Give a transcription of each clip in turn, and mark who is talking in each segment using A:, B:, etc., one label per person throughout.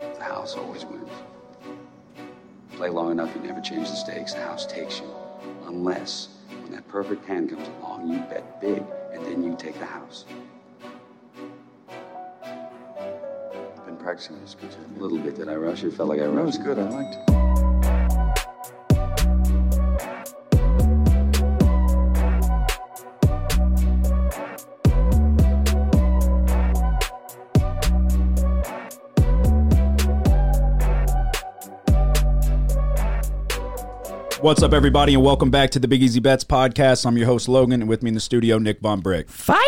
A: The house always wins. Play long enough, you never change the stakes. The house takes you. Unless, when that perfect hand comes along, you bet big, and then you take the house.
B: I've been practicing this good.
A: A little bit, did I rush it? Felt like I
B: That was
A: rushed.
B: good. I liked it.
C: What's up, everybody, and welcome back to the Big Easy Bets podcast. I'm your host Logan, and with me in the studio, Nick Von Brick. Fire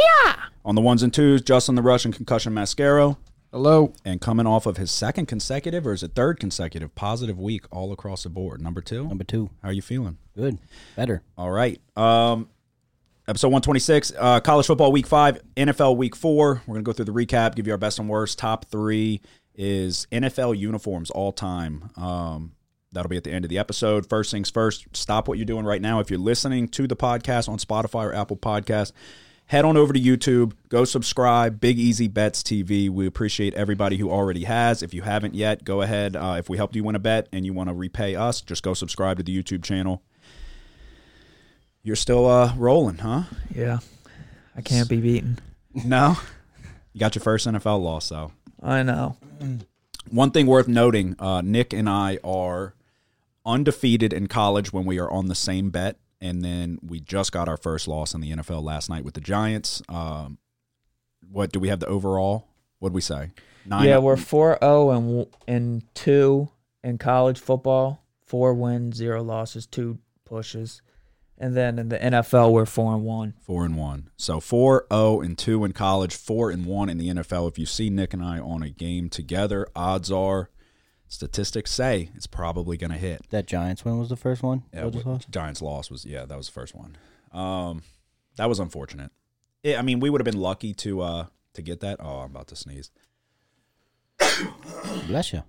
C: on the ones and twos, Justin the Russian concussion mascaro,
D: Hello.
C: and coming off of his second consecutive or is it third consecutive positive week all across the board. Number two.
D: Number two.
C: How are you feeling?
D: Good. Better.
C: All right. Um, episode 126, uh, college football week five, NFL week four. We're going to go through the recap, give you our best and worst. Top three is NFL uniforms all time. Um, that'll be at the end of the episode. First things first, stop what you're doing right now. If you're listening to the podcast on Spotify or Apple Podcasts, head on over to YouTube, go subscribe, Big Easy Bets TV. We appreciate everybody who already has. If you haven't yet, go ahead. Uh, if we helped you win a bet and you want to repay us, just go subscribe to the YouTube channel. You're still uh, rolling, huh?
E: Yeah. I can't be beaten.
C: No. You got your first NFL loss, though.
E: I know.
C: One thing worth noting uh, Nick and I are undefeated in college when we are on the same bet. And then we just got our first loss in the NFL last night with the Giants. Um, what do we have the overall? What'd we say? Nine.
E: yeah, we're 4 0 and, w- and 2 in college football. Four wins, zero losses, two pushes. And then in the NFL, we're 4 and 1.
C: four and one. So four zero and two in college, four and one in the NFL. If you see Nick and I on a game together, odds are, statistics say it's probably going to hit.
D: That Giants one was the first one.
C: Yeah,
D: Georgia's
C: what-
D: loss?
C: Giants loss was yeah, that was the first one. Um, that was unfortunate. Yeah, I mean, we would have been lucky to uh to get that. Oh, I'm about to sneeze.
D: Bless you.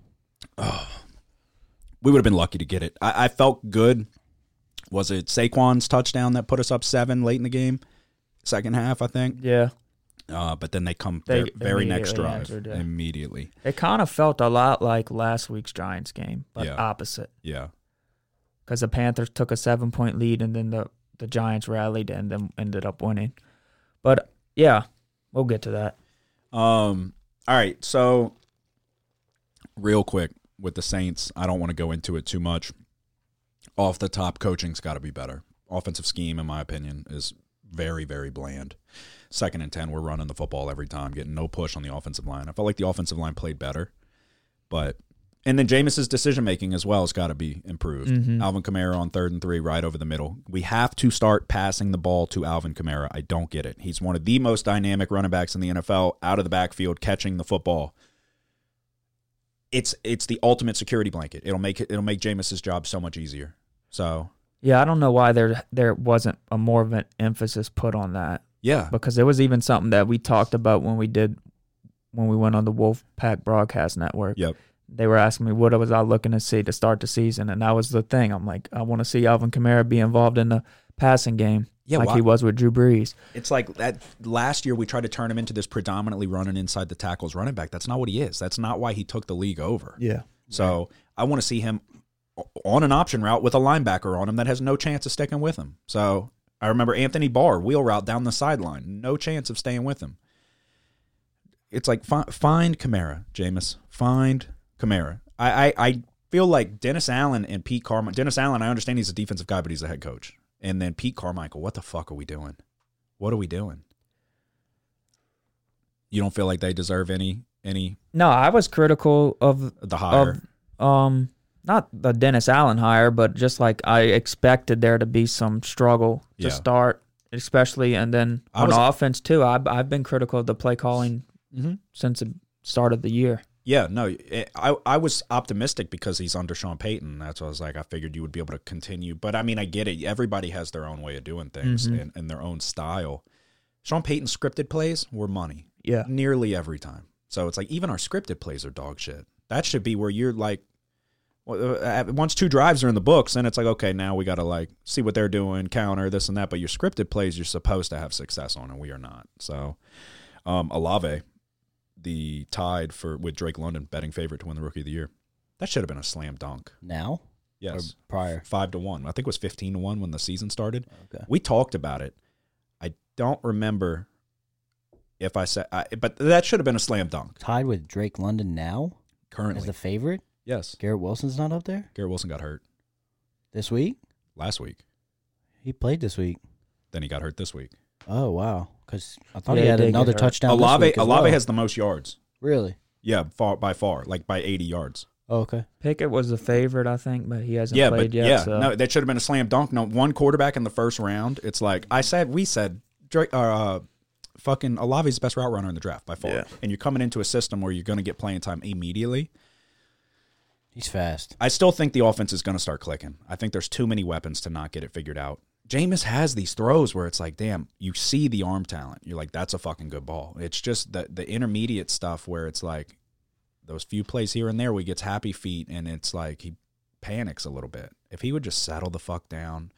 C: We would have been lucky to get it. I, I felt good. Was it Saquon's touchdown that put us up seven late in the game, second half? I think.
E: Yeah.
C: Uh, but then they come
E: They
C: ver- very next
E: immediately
C: drive
E: answered, yeah.
C: immediately.
E: It kind of felt a lot like last week's Giants game, but
C: Yeah.
E: opposite.
C: Yeah,
E: Because the Panthers took a seven point lead and then the, the Giants rallied and then ended up winning. But yeah, we'll get to that.
C: Um. All right. So, real quick with the Saints, I don't want to go into it too much. Off the top, coaching's got to be better. Offensive scheme, in my opinion, is very, very bland. Second and ten, we're running the football every time, getting no push on the offensive line. I felt like the offensive line played better, but and then Jameis's decision making as well has got to be improved. Alvin Kamara on third and three, right over the middle. We have to start passing the ball to Alvin Kamara. I don't get it. He's one of the most dynamic running backs in the NFL, out of the backfield, catching the football. It's it's the ultimate security blanket. It'll make it, it'll make Jameis's job so much easier. So
E: Yeah, I don't know why there there wasn't a more of an emphasis put on that.
C: yeah,
E: because it was even something that we talked about when we did when we went on the Wolfpack Broadcast Network.
C: yep,
E: They were asking me what was I looking to see to start the season, and that was the thing. I'm like, I want to see Alvin Kamara be involved in the passing game,
C: Yeah,
E: like
C: why-
E: he was with Drew Brees.
C: It's like that last year we tried to turn him into this predominantly running inside the tackles running back. That's not what he is. That's not why he took the league over.
E: Yeah,
C: So I want to see him o- on an option route with a linebacker on him that has no chance of sticking with him. So I remember Anthony Barr wheel route down the sideline, no chance of staying with him. It's like fi- find Kamara, Jameis, find Kamara. I, I I feel like Dennis Allen and Pete Carmichael. Dennis Allen, I understand he's a defensive guy, but he's a head coach. And then Pete Carmichael, what the fuck are we doing? What are we doing? You don't feel like they deserve any any
E: no, I was critical of
C: the hire?
E: of um not the Dennis Allen hire, but just like I expected there to be some struggle to
C: Yeah.
E: start, especially and then
C: I
E: on
C: was-
E: offense too. I I've been critical of the play calling
C: Mhm.
E: since the start of the year.
C: Yeah, no, it- I I was optimistic because he's under Sean Payton. That's why I was like, I figured you would be able to continue. But I mean, I get it. Everybody has their own way of doing things and, and their own style. Sean Payton's scripted plays were money
E: Yeah.
C: nearly every time. So it's like even our scripted plays are dog shit. That should be where you're like, well, uh, once two drives are in the books, then it's like okay, now we got to like see what they're doing, counter this and that. But your scripted plays, you're supposed to have success on, and we are not. So, um, Alave, the tied for with Drake London betting favorite to win the Rookie of the Year. That should have been a slam dunk.
D: Now
C: Yes,
D: or prior?
C: five to one. I think it was fifteen to one when the season started.
D: Okay.
C: We talked about it. I don't remember if I said, I, but that should have been a slam dunk.
D: Tied with Drake London now
C: Currently,
D: as the favorite.
C: yes.
D: Garrett Wilson's not up there
C: Garrett Wilson got hurt
D: this week.
C: last week.
D: He played this week.
C: Then he got hurt this week.
D: Oh wow! Because I thought he
E: Yeah, he
D: had
E: did get
D: another
E: hurt.
D: touchdown. this
C: Alave
D: week as
C: Alave
D: well.
C: has the most yards.
D: really.
C: Yeah, far by far, like by eighty yards.
D: Oh, okay.
E: Pickett was the favorite, I think, but he hasn't
C: yeah,
E: played
C: but
E: yet.
C: yeah,
E: so.
C: no, that should have been a slam dunk. No, one quarterback in the first round. It's like I said, we said, Drake, uh, fucking Alave's the best route runner in the draft by far.
E: Yeah.
C: And you're coming into a system where you're going to get playing time immediately.
D: He's fast.
C: I still think the offense is going to start clicking. I think there's too many weapons to not get it figured out. Jameis has these throws where it's like, damn, you see the arm talent. You're like, that's a fucking good ball. It's just the the intermediate stuff where it's like those few plays here and there where he gets happy feet and it's like he panics a little bit. If he would just settle the fuck down,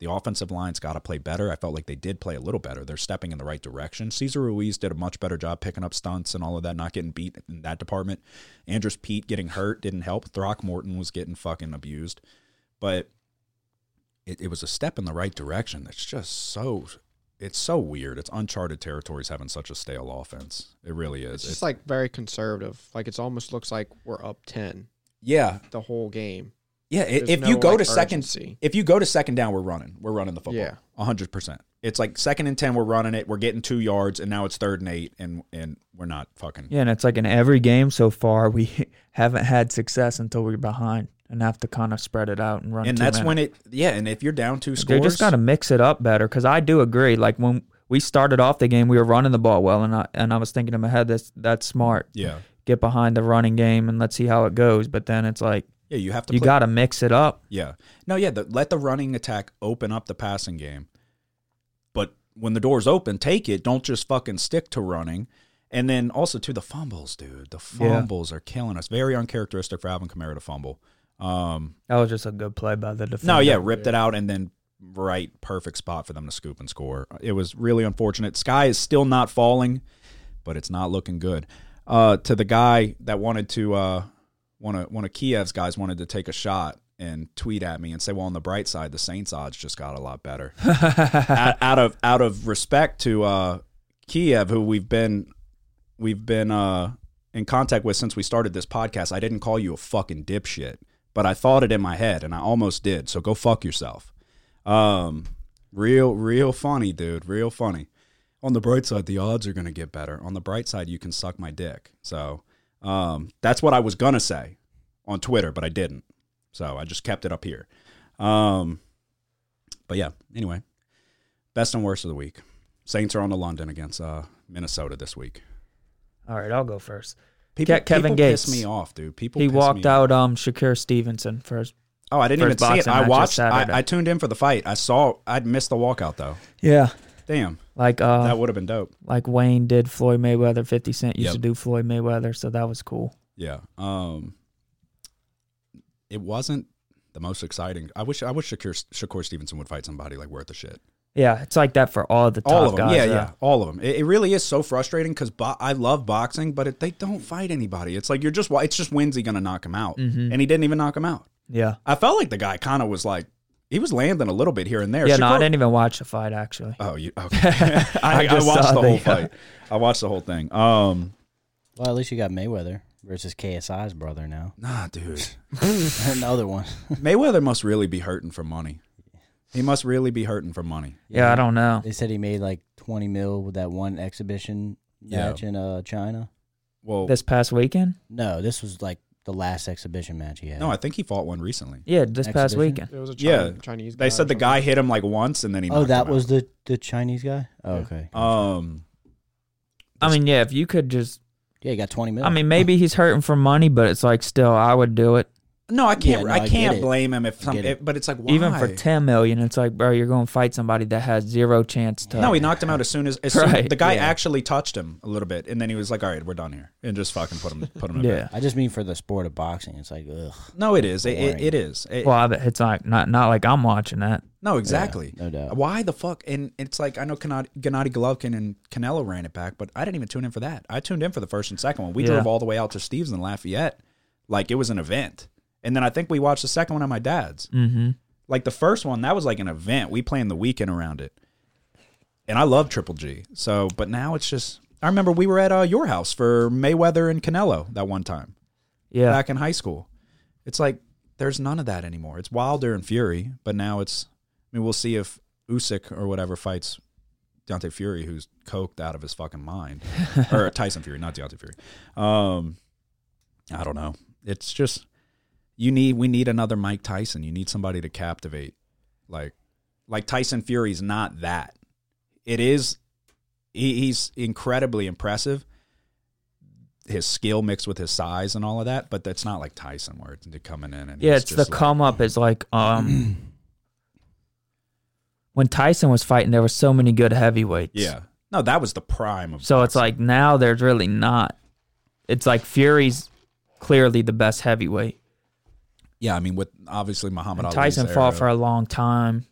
C: the offensive line's got to play better. I felt like they did play a little better. They're stepping in the right direction. Cesar Ruiz did a much better job picking up stunts and all of that, not getting beat in that department. Andrews Pete getting hurt didn't help. Throckmorton was getting fucking abused. But it, it was a step in the right direction that's just so it's so weird. It's uncharted territories having such a stale offense. It really is.
F: It's
C: It's-
F: just like very conservative. Like it's almost looks like we're up ten
C: yeah.
F: the whole game.
C: Yeah. i-
F: There's
C: If
F: no,
C: you go
F: like,
C: to second
F: urgency.
C: if you go to second down, we're running. We're running the football.
F: Yeah.
C: hundred percent. It's like second and ten, we're running it. We're getting two yards, and now it's third and eight, and and we're not fucking.
E: Yeah, and it's like in every game so far, we haven't had success until we're behind and have to kind of spread it out and run.
C: and that's when it. Yeah, and if you're down two
E: they
C: scores,
E: just got to mix it up better. Because I do agree. Like when we started off the game, we were running the ball well, and I and I was thinking in my head, that's that's smart.
C: Yeah,
E: Get behind the running game and let's see how it goes. But then it's like
C: yeah, you have to.
E: you
C: play-
E: got to mix it up.
C: Yeah. No, yeah, the, let the running attack open up the passing game. But when the door's open, take it. Don't just fucking stick to running. And then also to the fumbles, dude. The
E: Yeah.
C: fumbles are killing us. Very uncharacteristic for Alvin Kamara to fumble. Um,
E: That was just a good play by the defender.
C: no, yeah, ripped it out and then right perfect spot for them to scoop and score. It was really unfortunate. Sky is still not falling, but it's not looking good. Uh, to the guy that wanted to uh, one of one of Kiev's guys wanted to take a shot and tweet at me and say, "Well, on the bright side, the Saints odds just got a lot better." out, out of out of respect to uh, Kiev, who we've been we've been uh, in contact with since we started this podcast. I didn't call you a fucking dipshit, but I thought it in my head, and I almost did. So go fuck yourself. Um, real, real funny, dude. Real funny. On the bright side, the odds are gonna get better. On the bright side, you can suck my dick. So um, that's what I was gonna say on Twitter, but I didn't. So I just kept it up here. Um, but yeah. Anyway, best and worst of the week. Saints are on to London against uh, Minnesota this week.
E: All right, I'll go first.
C: People,
E: Ke- Kevin
C: people
E: Gates.
C: piss me off, dude. People.
E: he
C: piss
E: walked
C: me off.
E: out um Shakir Stevenson first.
C: Oh, I didn't even
E: first
C: see it.
E: boxing
C: I
E: match this
C: watched.
E: Saturday.
C: I, I tuned in for the fight. I saw. I'd missed the walkout though.
E: Yeah,
C: Damn,
E: like uh,
C: that would have been dope.
E: like Wayne did Floyd Mayweather. Fifty Cent used
C: Yep.
E: to do Floyd Mayweather, so that was cool.
C: Yeah. Um. It wasn't the most exciting. I wish. I wish Shakur, Shakur Stevenson would fight somebody like worth a shit.
E: Yeah, it's like that for all the top
C: All of them.
E: guys.
C: yeah, yeah. All of them. It, it really is so frustrating because bo- I love boxing, but it, they don't fight anybody. It's like you're just. wa- It's just when's he gonna knock him out?
E: Mm-hmm.
C: And he didn't even knock him out.
E: yeah,
C: I felt like the guy kind of was like he was landing a little bit here and there.
E: yeah. No, I
C: Shakur-
E: didn't even watch the fight actually.
C: Oh, you okay? I, I,
E: just
C: watched
E: saw
C: the
E: the-
C: whole fight. I watched the whole thing. Um,
D: Well, at least you got Mayweather versus KSI's brother now.
C: nah, dude,
D: Another one.
C: Mayweather must really be hurting for money. He must really be hurting for money.
E: yeah, I don't know.
D: They said he made like twenty mil with that one exhibition
C: Yeah.
D: match in uh, China.
C: Well,
E: This past weekend.
D: No, this was like the last exhibition match he had.
C: no, I think he fought one recently.
E: Yeah, this past
D: Exhibition?
E: weekend.
F: It was a
C: Yeah,
F: Chinese, Chinese guy
C: They
F: or
C: said the
F: Uh, something.
C: guy hit him like once, and then he.
D: oh,
C: knocked
D: that
C: him
D: was
C: out.
D: the the Chinese guy. Oh,
F: Yeah.
D: okay.
C: Um,
E: I mean, yeah, if you could just,
D: yeah, he got twenty mil.
E: I mean, maybe he's hurting for money, but it's like still, I would do it.
C: No, I
D: Yeah,
C: can't.
D: no, I
C: I
D: get
C: can't
D: it.
C: blame him if some.
D: get
C: It, but it's like why?
E: Even for ten million, it's like, bro, you're going to fight somebody that has zero chance to.
C: No, he knocked him out as soon as, as soon-
E: Right,
C: the guy
E: yeah.
C: actually touched him a little bit, and then he was like, "All right, we're done here," and just fucking put him put him. To
E: Yeah.
C: bed.
D: I just mean for the sport of boxing. It's like, ugh.
C: No, it is. It, it,
D: Boring.
C: it is. It-
E: Well, I bet it's not not not like I'm watching that.
C: no, exactly.
D: no doubt.
C: Why the fuck? And it's like I know Gennady, Gennady Golovkin and Canelo ran it back, but I didn't even tune in for that. I tuned in for the first and second one. We
E: Yeah.
C: drove all the way out to Steve's in Lafayette, like it was an event. And then I think we watched the second one at my dad's.
D: Mm.
E: Mm-hmm.
C: Like the first one, that was like an event. We planned the weekend around it. And I love Triple G. So, but now it's just. I remember we were at uh, your house for Mayweather and Canelo that one time
E: Yeah.
C: back in high school. It's like there's none of that anymore. It's Wilder and Fury, but now it's. I mean, we'll see if Usyk or whatever fights Deontay Fury, who's coked out of his fucking mind, or Tyson Fury, not Deontay Fury. Um, I don't know. It's just you need we need another Mike Tyson. You need somebody to captivate, like like Tyson Fury's not that. It is. He, he's incredibly impressive, his skill mixed with his size and all of that. But that's not like Tyson, where it's coming in and
E: Yeah,
C: he's
E: it's the
C: just like-
E: come up is like um when Tyson was fighting, there were so many good heavyweights.
C: yeah. No, that was the prime of.
E: So it's
C: boxing.
E: like now there's really not. It's like Fury's clearly the best heavyweight.
C: yeah, I mean, with obviously Muhammad
E: And
C: Ali.
E: Tyson fought for a long time,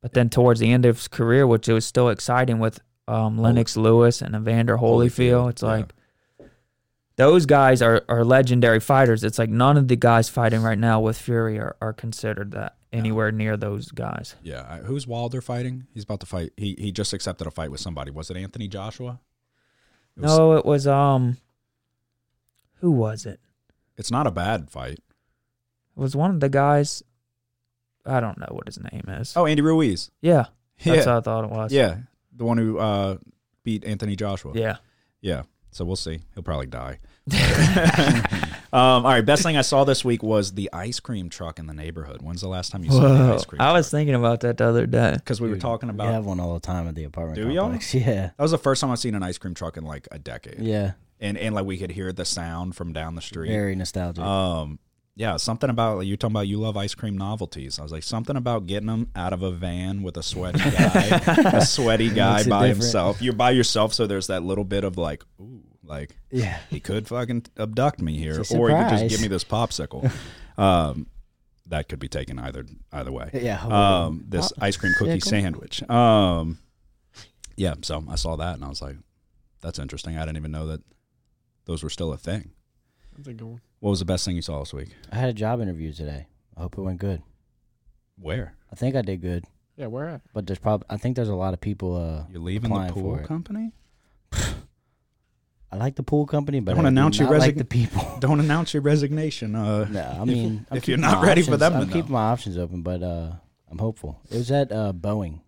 E: but then towards the end of his career, which it was still exciting with um, Lennox Lewis and Evander Holyfield, it's
C: yeah.
E: like those guys are, are legendary fighters. It's like none of the guys fighting right now with Fury are, are considered that anywhere near those guys.
C: Yeah, I- who's Wilder fighting? He's about to fight. He he just accepted a fight with somebody. Was it Anthony Joshua? It was-
E: No, it was um, who was it?
C: it's not a bad fight.
E: It was one of the guys. I don't know what his name is.
C: Oh, Andy Ruiz.
E: Yeah, that's
C: Yeah,
E: what I thought it was.
C: yeah, the one who uh, beat Anthony Joshua.
E: yeah.
C: Yeah. So we'll see. He'll probably die. um, all right. Best thing I saw this week was the ice cream truck in the neighborhood. When's the last time you saw the
E: Whoa.
C: ice cream?
E: I was thinking about that the other day.
C: because we were talking about
D: we have one all the time at the apartment
C: Do y'all?
D: complex. Yeah,
C: that was the first time I've seen an ice cream truck in like a decade,
D: yeah.
C: and and like we could hear the sound from down the street.
D: Very nostalgic.
C: Um, yeah, something about like, you're talking about you love ice cream novelties. I was like something about getting them out of a van with a sweaty guy, a sweaty guy
D: Makes it
C: by
D: different.
C: himself. You're by yourself, so there's that little bit of like, ooh, like
D: yeah,
C: he could fucking abduct me here,
D: It's a
C: or he could just
D: surprise.
C: give me this popsicle. um, that could be taken either either way.
D: yeah. hold on.
C: Um, this ice cream cookie
D: popsicle?
C: sandwich. Um, yeah, so I saw that and I was like, that's interesting. I didn't even know that those were still a thing.
F: I'm thinking,
C: What was the best thing you saw this week?
D: I had a job interview today. I hope it went good.
C: Where?
D: I think I did good,
F: yeah, where at?
D: but there's probably I think there's a lot of people. Uh,
C: You're leaving the
D: Applying
C: pool
D: for it.
C: company?
D: I like the pool company, but
C: Don't
D: I do
C: announce your
D: not like
C: resign-
D: the people.
C: Don't announce your resignation. Uh,
D: No, I mean, I'm
C: if you're
D: keeping
C: not
D: my
C: ready for
D: options-
C: them to
D: I'm keeping
C: know.
D: my options open, but uh, I'm hopeful. It was at uh, Boeing,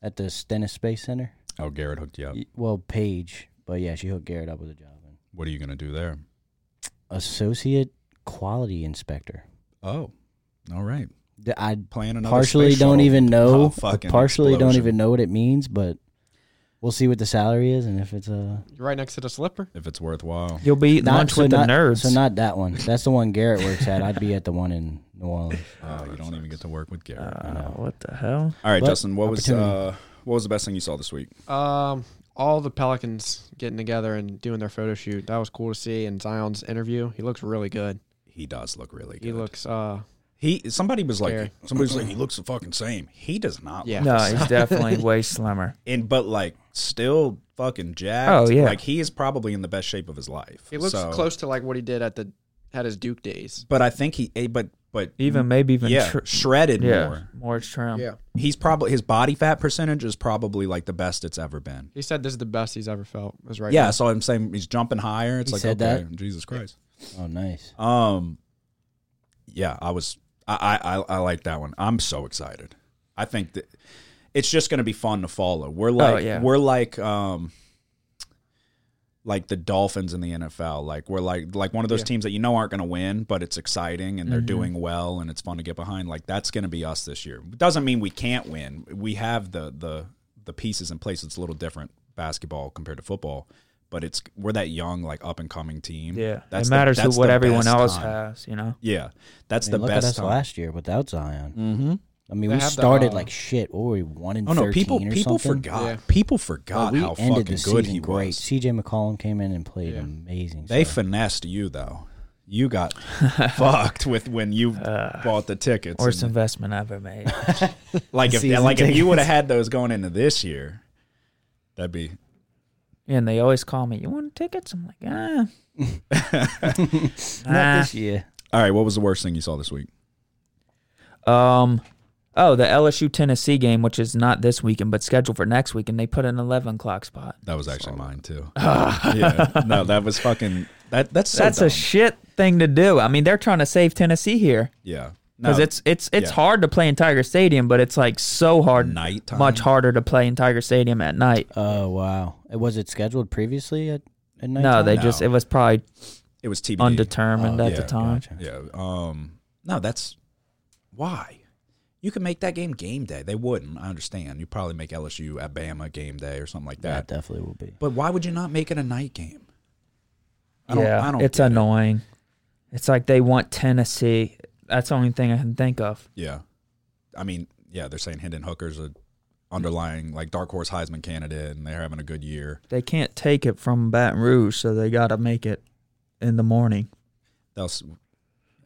D: at the Stennis Space Center.
C: oh, Garrett hooked you up.
D: Y- Well, Paige, but yeah, she hooked Garrett up with a job. And
C: What are you going to do there?
D: associate quality inspector.
C: Oh, all right.
D: D- I
C: Plan another
D: partially
C: space
D: don't
C: shuttle.
D: even know.
C: Oh, fucking
D: partially don't
C: explosion.
D: even know what it means, but we'll see what the salary is and if it's a
F: You're right next to the slipper.
C: If it's worthwhile.
E: You'll be eating lunch with the
D: not,
E: nerds.
D: So not that one. That's the one Garrett works at. I'd be at the one in New Orleans.
C: Uh, you don't even get to work with Garrett.
E: Uh, what the hell?
C: All right,
D: But-
C: Justin. What was
D: Opportunity.
C: uh, what was the best thing you saw this week?
F: Um, all the Pelicans getting together and doing their photo shoot. That was cool to see. And Zion's interview, he looks really good.
C: He does look really good.
F: He looks. Uh,
C: He somebody was like
F: Scary.
C: somebody was like he looks the fucking same. He does not.
F: Yeah.
C: Look,
E: No, he's definitely way slimmer.
C: and but like still fucking jacked.
E: Oh, yeah.
C: Like he is probably in the best shape of his life.
F: he looks
C: So-
F: close to like what he did at the at his Duke days.
C: But I think he. eh, But but
E: Even maybe even
C: yeah
E: tr-
C: shredded
E: yeah,
C: more.
E: more trim.
C: He's probably his body fat percentage is probably like the best it's ever been.
F: He said this is the best he's ever felt. Was right.
C: yeah,
F: now.
C: I saw him saying he's jumping higher. It's
D: He
C: like
D: said
C: okay, Jesus Christ.
D: Oh, nice.
C: Um, yeah, I was. I I I, I like that one. I'm so excited. I think that it's just going to be fun to follow. We're like
E: Oh, yeah.
C: we're like um like the Dolphins in the NFL. Like we're like like one of those teams that you know aren't going to win, but it's exciting and they're
E: Mm-hmm.
C: doing well and it's fun to get behind. Like that's going to be us this year. Doesn't mean we can't win. We have the the the pieces in place. It's a little different basketball compared to football, but it's we're that young, like up and coming team.
E: Yeah,
C: That's
E: it
C: the-
E: matters
C: that's
E: who what
C: the
E: everyone
C: best
E: else
C: time.
E: has. You know,
C: Yeah, that's
D: I mean,
C: the
D: look at us
C: best time.
D: last year without Zion.
C: Mm-hmm.
D: I mean,
F: They
D: we
F: have the,
D: started
F: uh,
D: like shit. What were we one and
C: Oh no,
D: 13
C: people
D: or
C: people
D: something?
C: forgot.
F: Yeah.
C: People
D: But
C: forgot
D: we
C: how
D: ended
C: fucking
D: the
C: good
D: season
C: he
D: great.
C: was.
D: CJ McCollum came in and played
F: Yeah.
D: amazing.
C: They
D: so-
C: finessed you though. You got fucked with when you
D: Uh,
C: bought the tickets.
E: worst
C: and-
E: investment I ever made.
C: like if
E: season
C: like if you
E: tickets.
C: would have had those going into this year, that'd be
E: and they always call me, "You want tickets?" I'm like, ah,
D: not
E: Ah.
D: this year.
C: all right. What was the worst thing you saw this week?
E: Um, oh, the LSU Tennessee game, which is not this weekend but scheduled for next week, and they put an eleven o'clock spot.
C: That was actually mine too. yeah, no, that was fucking that. That's so
E: That's
C: dumb.
E: a shit thing to do. I mean, they're trying to save Tennessee here
C: yeah. No,
E: because it's it's it's
C: yeah.
E: hard to play in Tiger Stadium, but it's like so hard,
C: Nighttime?
E: much harder to play in Tiger Stadium at night.
D: Oh wow! It was it scheduled previously at at night?
E: No, Oh, they
C: No.
E: just it was probably
C: it was TBD.
E: undetermined at the
C: yeah,
E: time.
C: Yeah. Um. No, that's why you can make that game game day. They wouldn't. I understand. You probably make LSU at Bama game day or something like
D: yeah,
C: that.
D: it definitely will be.
C: But why would you not make it a night game?
E: yeah, it's
C: get it.
E: annoying. It's like they want Tennessee. That's the only thing I can think of.
C: Yeah. I mean, yeah, they're saying Hendon Hooker's a underlying like dark horse Heisman candidate, and they're having a good year.
E: They can't take it from Baton Rouge, so they got to make it in the morning.
C: They'll s-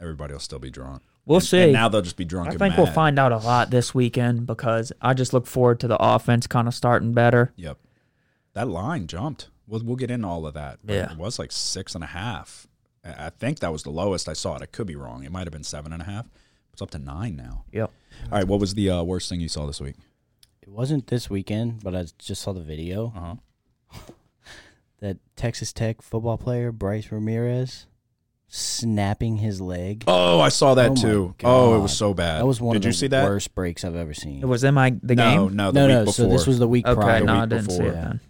C: everybody will still be drunk.
E: We'll
C: And-
E: see.
C: And now they'll just be drunk.
E: I
C: and
E: think we'll
C: mad.
E: find out a lot this weekend because I just look forward to the offense kind of starting better.
C: Yep. That line jumped. We'll we'll get into all of that. but
E: Yeah.
C: It was like six and a half. I I think that was the lowest I saw it. I could be wrong. It might have been seven and a half. It's up to nine now.
E: Yep.
C: All right. What was the uh, worst thing you saw this week?
D: It wasn't this weekend, but I just saw the video
C: Uh huh.
D: that Texas Tech football player Bryce Ramirez snapping his leg.
C: Oh, I saw that
D: Oh my
C: too. Oh, it was
D: God.
C: so bad.
D: that was one
C: Did
D: of the
C: you see that?
D: worst breaks I've ever seen.
E: It was in my the
C: no,
E: game.
C: no, the
D: no,
C: week
D: no.
C: before.
D: So this was the week
E: Okay,
D: prior.
E: no,
C: week
E: I didn't see
C: before.
E: it then.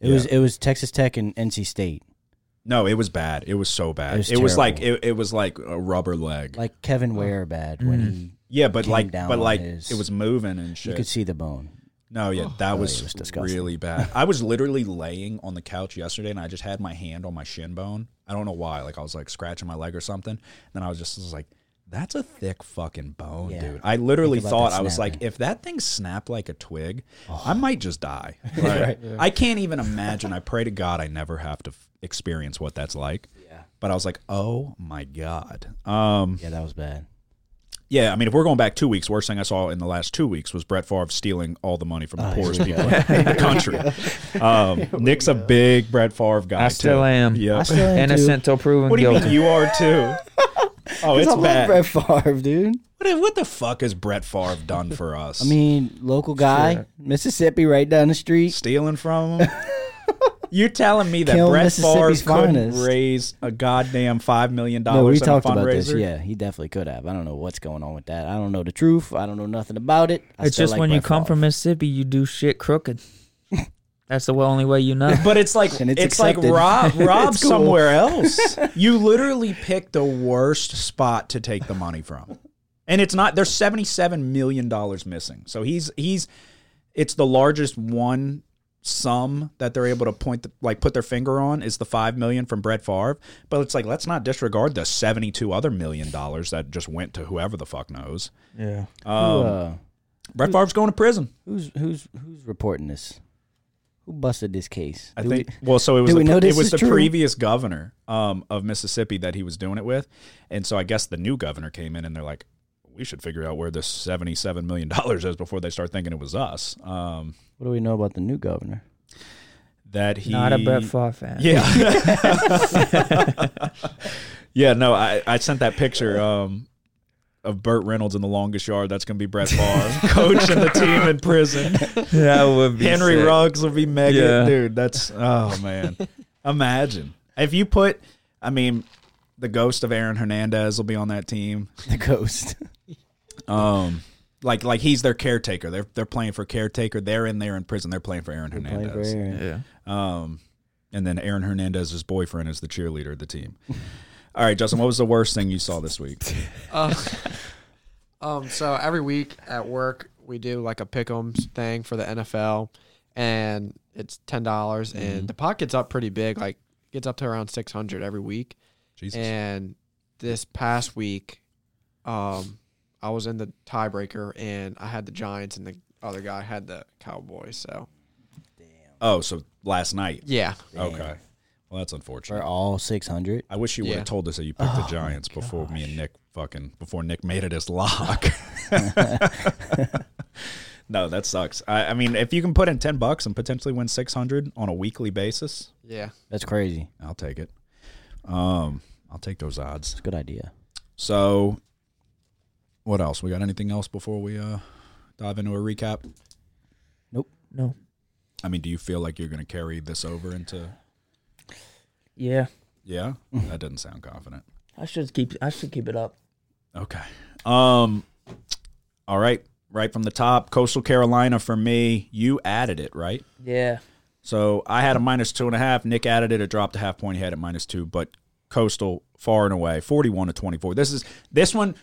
D: It was
C: Yeah.
D: it was Texas Tech and NC State.
C: No, it was bad. It was so bad. It
D: It
C: was,
D: was
C: like
D: terrible.
C: it, it was like a rubber leg.
D: Like
E: Oh.
D: Kevin Ware bad when
E: Mm-hmm.
D: he
C: yeah, but
D: came
C: like
D: down
C: but
D: on
C: like
D: his-
C: it was moving and
D: you
C: shit.
D: could see the bone.
C: no, yeah, that
D: Oh, it
C: was,
D: was disgusting.
C: really bad. I was literally laying on the couch yesterday and I just had my hand on my shin bone. I don't know why. Like I was like scratching my leg or something. Then I was just, was like, that's a thick fucking bone,
D: Yeah.
C: dude. I literally
D: Think about
C: thought
D: that
C: I was like,
D: snapping. Oh.
C: if that thing snapped like a twig, I might just die. Like, I can't even imagine. I pray to God I never have to f- experience what that's like.
D: Yeah.
C: But I was like, oh my God. Um,
D: Yeah, that was bad.
C: yeah, I mean, if we're going back two weeks, worst thing I saw in the last two weeks was Brett Favre stealing all the money from the
D: Oh, here
C: poorest
D: we
C: people
D: go.
C: in the country. Um, Nick's a big Brett Favre guy.
E: I still
C: too.
E: am.
C: Yeah.
D: I still am
E: Innocent till proven
C: What do you
E: guilty.
C: mean you are too? Oh,
D: Dude.
C: it's
D: I love
C: bad.
D: Brett Favre, dude.
C: What, what the fuck has Brett Favre done for us?
D: I mean, local guy, Mississippi, right down the street.
C: stealing from him. You're telling me that
D: Kill
C: Brett Favre
D: Mississippi's
C: couldn't
D: finest.
C: raise a goddamn five million dollars?
D: No, we
C: in
D: talked
C: a fundraiser?
D: about this. Yeah, he definitely could have. I don't know what's going on with that. I don't know the truth. I don't know nothing about it. I
E: It's
D: still
E: just
D: like
E: when you
D: Brett
E: come
D: Favre.
E: from Mississippi, you do shit crooked. That's the only way you know.
C: But it's like
D: And
C: it's,
D: it's
C: like
D: accepted.
C: rob rob
D: It's cool.
C: somewhere else. you literally pick the worst spot to take the money from. And it's not there's 77 million dollars missing. So he's he's it's the largest one sum that they're able to point the, like put their finger on is the 5 million from Brett Favre, but it's like let's not disregard the 72 other million dollars that just went to whoever the fuck knows.
E: Yeah.
D: Who,
C: Um,
D: uh,
C: Brett Favre's going to prison.
D: who's who's who's reporting this? Who busted this case?
C: I
D: Do we-
C: think. well, so it was
D: do
C: the,
D: we know
C: it
D: this
C: was
D: is
C: the
D: true?
C: previous governor um, of Mississippi that he was doing it with, and so I guess the new governor came in and they're like, we should figure out where this seventy-seven million dollars is before they start thinking it was us. Um,
D: what do we know about the new governor?
C: that he
E: Not a Brett Favre fan.
C: Yeah. yeah. No, I, I sent that picture. Um, of Burt Reynolds in the longest yard, that's gonna be Brett Favre coaching the team in prison.
E: that would be
C: Henry
E: sick.
C: Ruggs will be mega,
E: Yeah.
C: dude. That's oh man, imagine if you put. I mean, the ghost of Aaron Hernandez will be on that team.
D: The ghost.
C: Um, like like he's their caretaker. They're they're playing for caretaker. They're in there in prison. They're playing for Aaron
D: Playing for
C: Hernandez.
D: Aaron.
E: Yeah.
C: Um, and then Aaron Hernandez's boyfriend is the cheerleader of the team. All right, Justin, what was the worst thing you saw this week?
F: Uh, um, so every week at work, we do like a pick'ems thing for the NFL, and It's ten dollars,
C: Mhm.
F: and the pot gets up pretty big. Like gets up to around six hundred every week.
C: Jesus.
F: And this past week, um, I was in the tiebreaker, and I had the Giants, and the other guy had the Cowboys. So
C: oh, so last night.
F: yeah,
C: Okay. Well, that's
D: For
C: unfortunate.
D: all 600.
C: I wish you would
F: Yeah.
C: have told us that you picked the Giants before me and Nick fucking before Nick made it his lock. no, that sucks. I, I mean, if you can put in ten bucks and potentially win six hundred on a weekly basis,
F: yeah.
D: That's crazy.
C: I'll take it. Um, I'll take those odds.
D: It's a good idea.
C: So, what else? We got anything else before we uh dive into a recap?
E: No.
C: I mean, do you feel like you're going to carry this over into?
E: Yeah.
C: Yeah, that doesn't sound confident.
E: I should keep. I should keep it up.
C: Okay. Um. All right. Right from the top, Coastal Carolina for me. You added it, right?
E: Yeah.
C: So I had a minus two and a half. Nick added it. It dropped a half point. He had it minus two, but Coastal far and away, forty-one to twenty-four. This is this one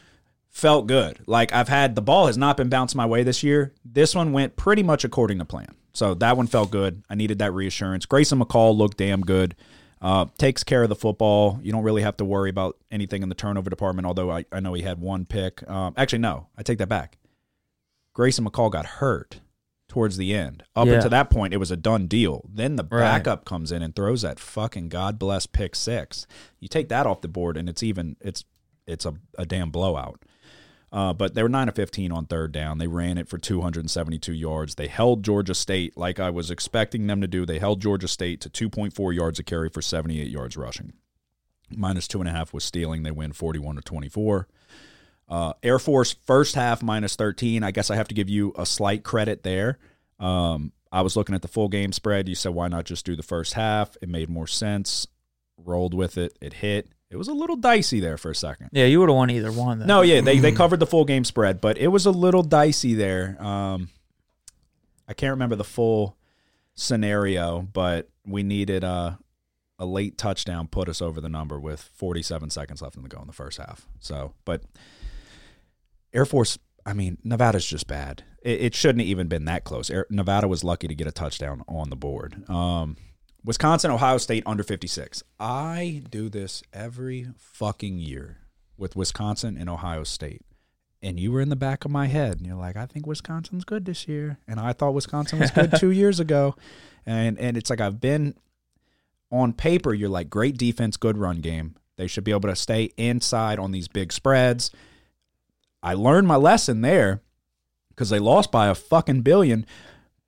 C: felt good. Like I've had the ball has not been bounced my way this year. This one went pretty much according to plan. So that one felt good. I needed that reassurance. Grayson McCall looked damn good. Uh, takes care of the football. You don't really have to worry about anything in the turnover department. Although I, I know he had one pick. Um, actually, no, I take that back. Grayson McCall got hurt towards the end. Up
E: Yeah.
C: until that point, it was a done deal. Then the
E: Right.
C: backup comes in and throws that fucking god bless pick six. You take that off the board, and it's even it's it's a, a damn blowout. Uh, but they were nine of fifteen on third down. They ran it for two hundred and seventy-two yards. They held Georgia State like I was expecting them to do. They held Georgia State to two point four yards a carry for seventy-eight yards rushing. Minus two and a half was stealing. They win forty-one to twenty-four. Uh, Air Force first half minus 13. I guess I have to give you a slight credit there. Um, I was looking at the full game spread. You said, why not just do the first half? It made more sense. Rolled with it. It hit. It was a little dicey there for a second.
E: Yeah. You would have won either one. Though.
C: No, yeah, they, they covered the full game spread, but it was a little dicey there. Um, I can't remember the full scenario, but we needed a, a late touchdown put us over the number with 47 seconds left in the go in the first half. So, but Air Force, I mean, Nevada's just bad. It, it shouldn't have even been that close. Air, Nevada was lucky to get a touchdown on the board. Um, Wisconsin, Ohio State under 56. I do this every fucking year with Wisconsin and Ohio State. And you were in the back of my head, and you're like, I think Wisconsin's good this year. And I thought Wisconsin was good two years ago. And and it's like I've been on paper, you're like, great defense, good run game. They should be able to stay inside on these big spreads. I learned my lesson there because they lost by a fucking billion.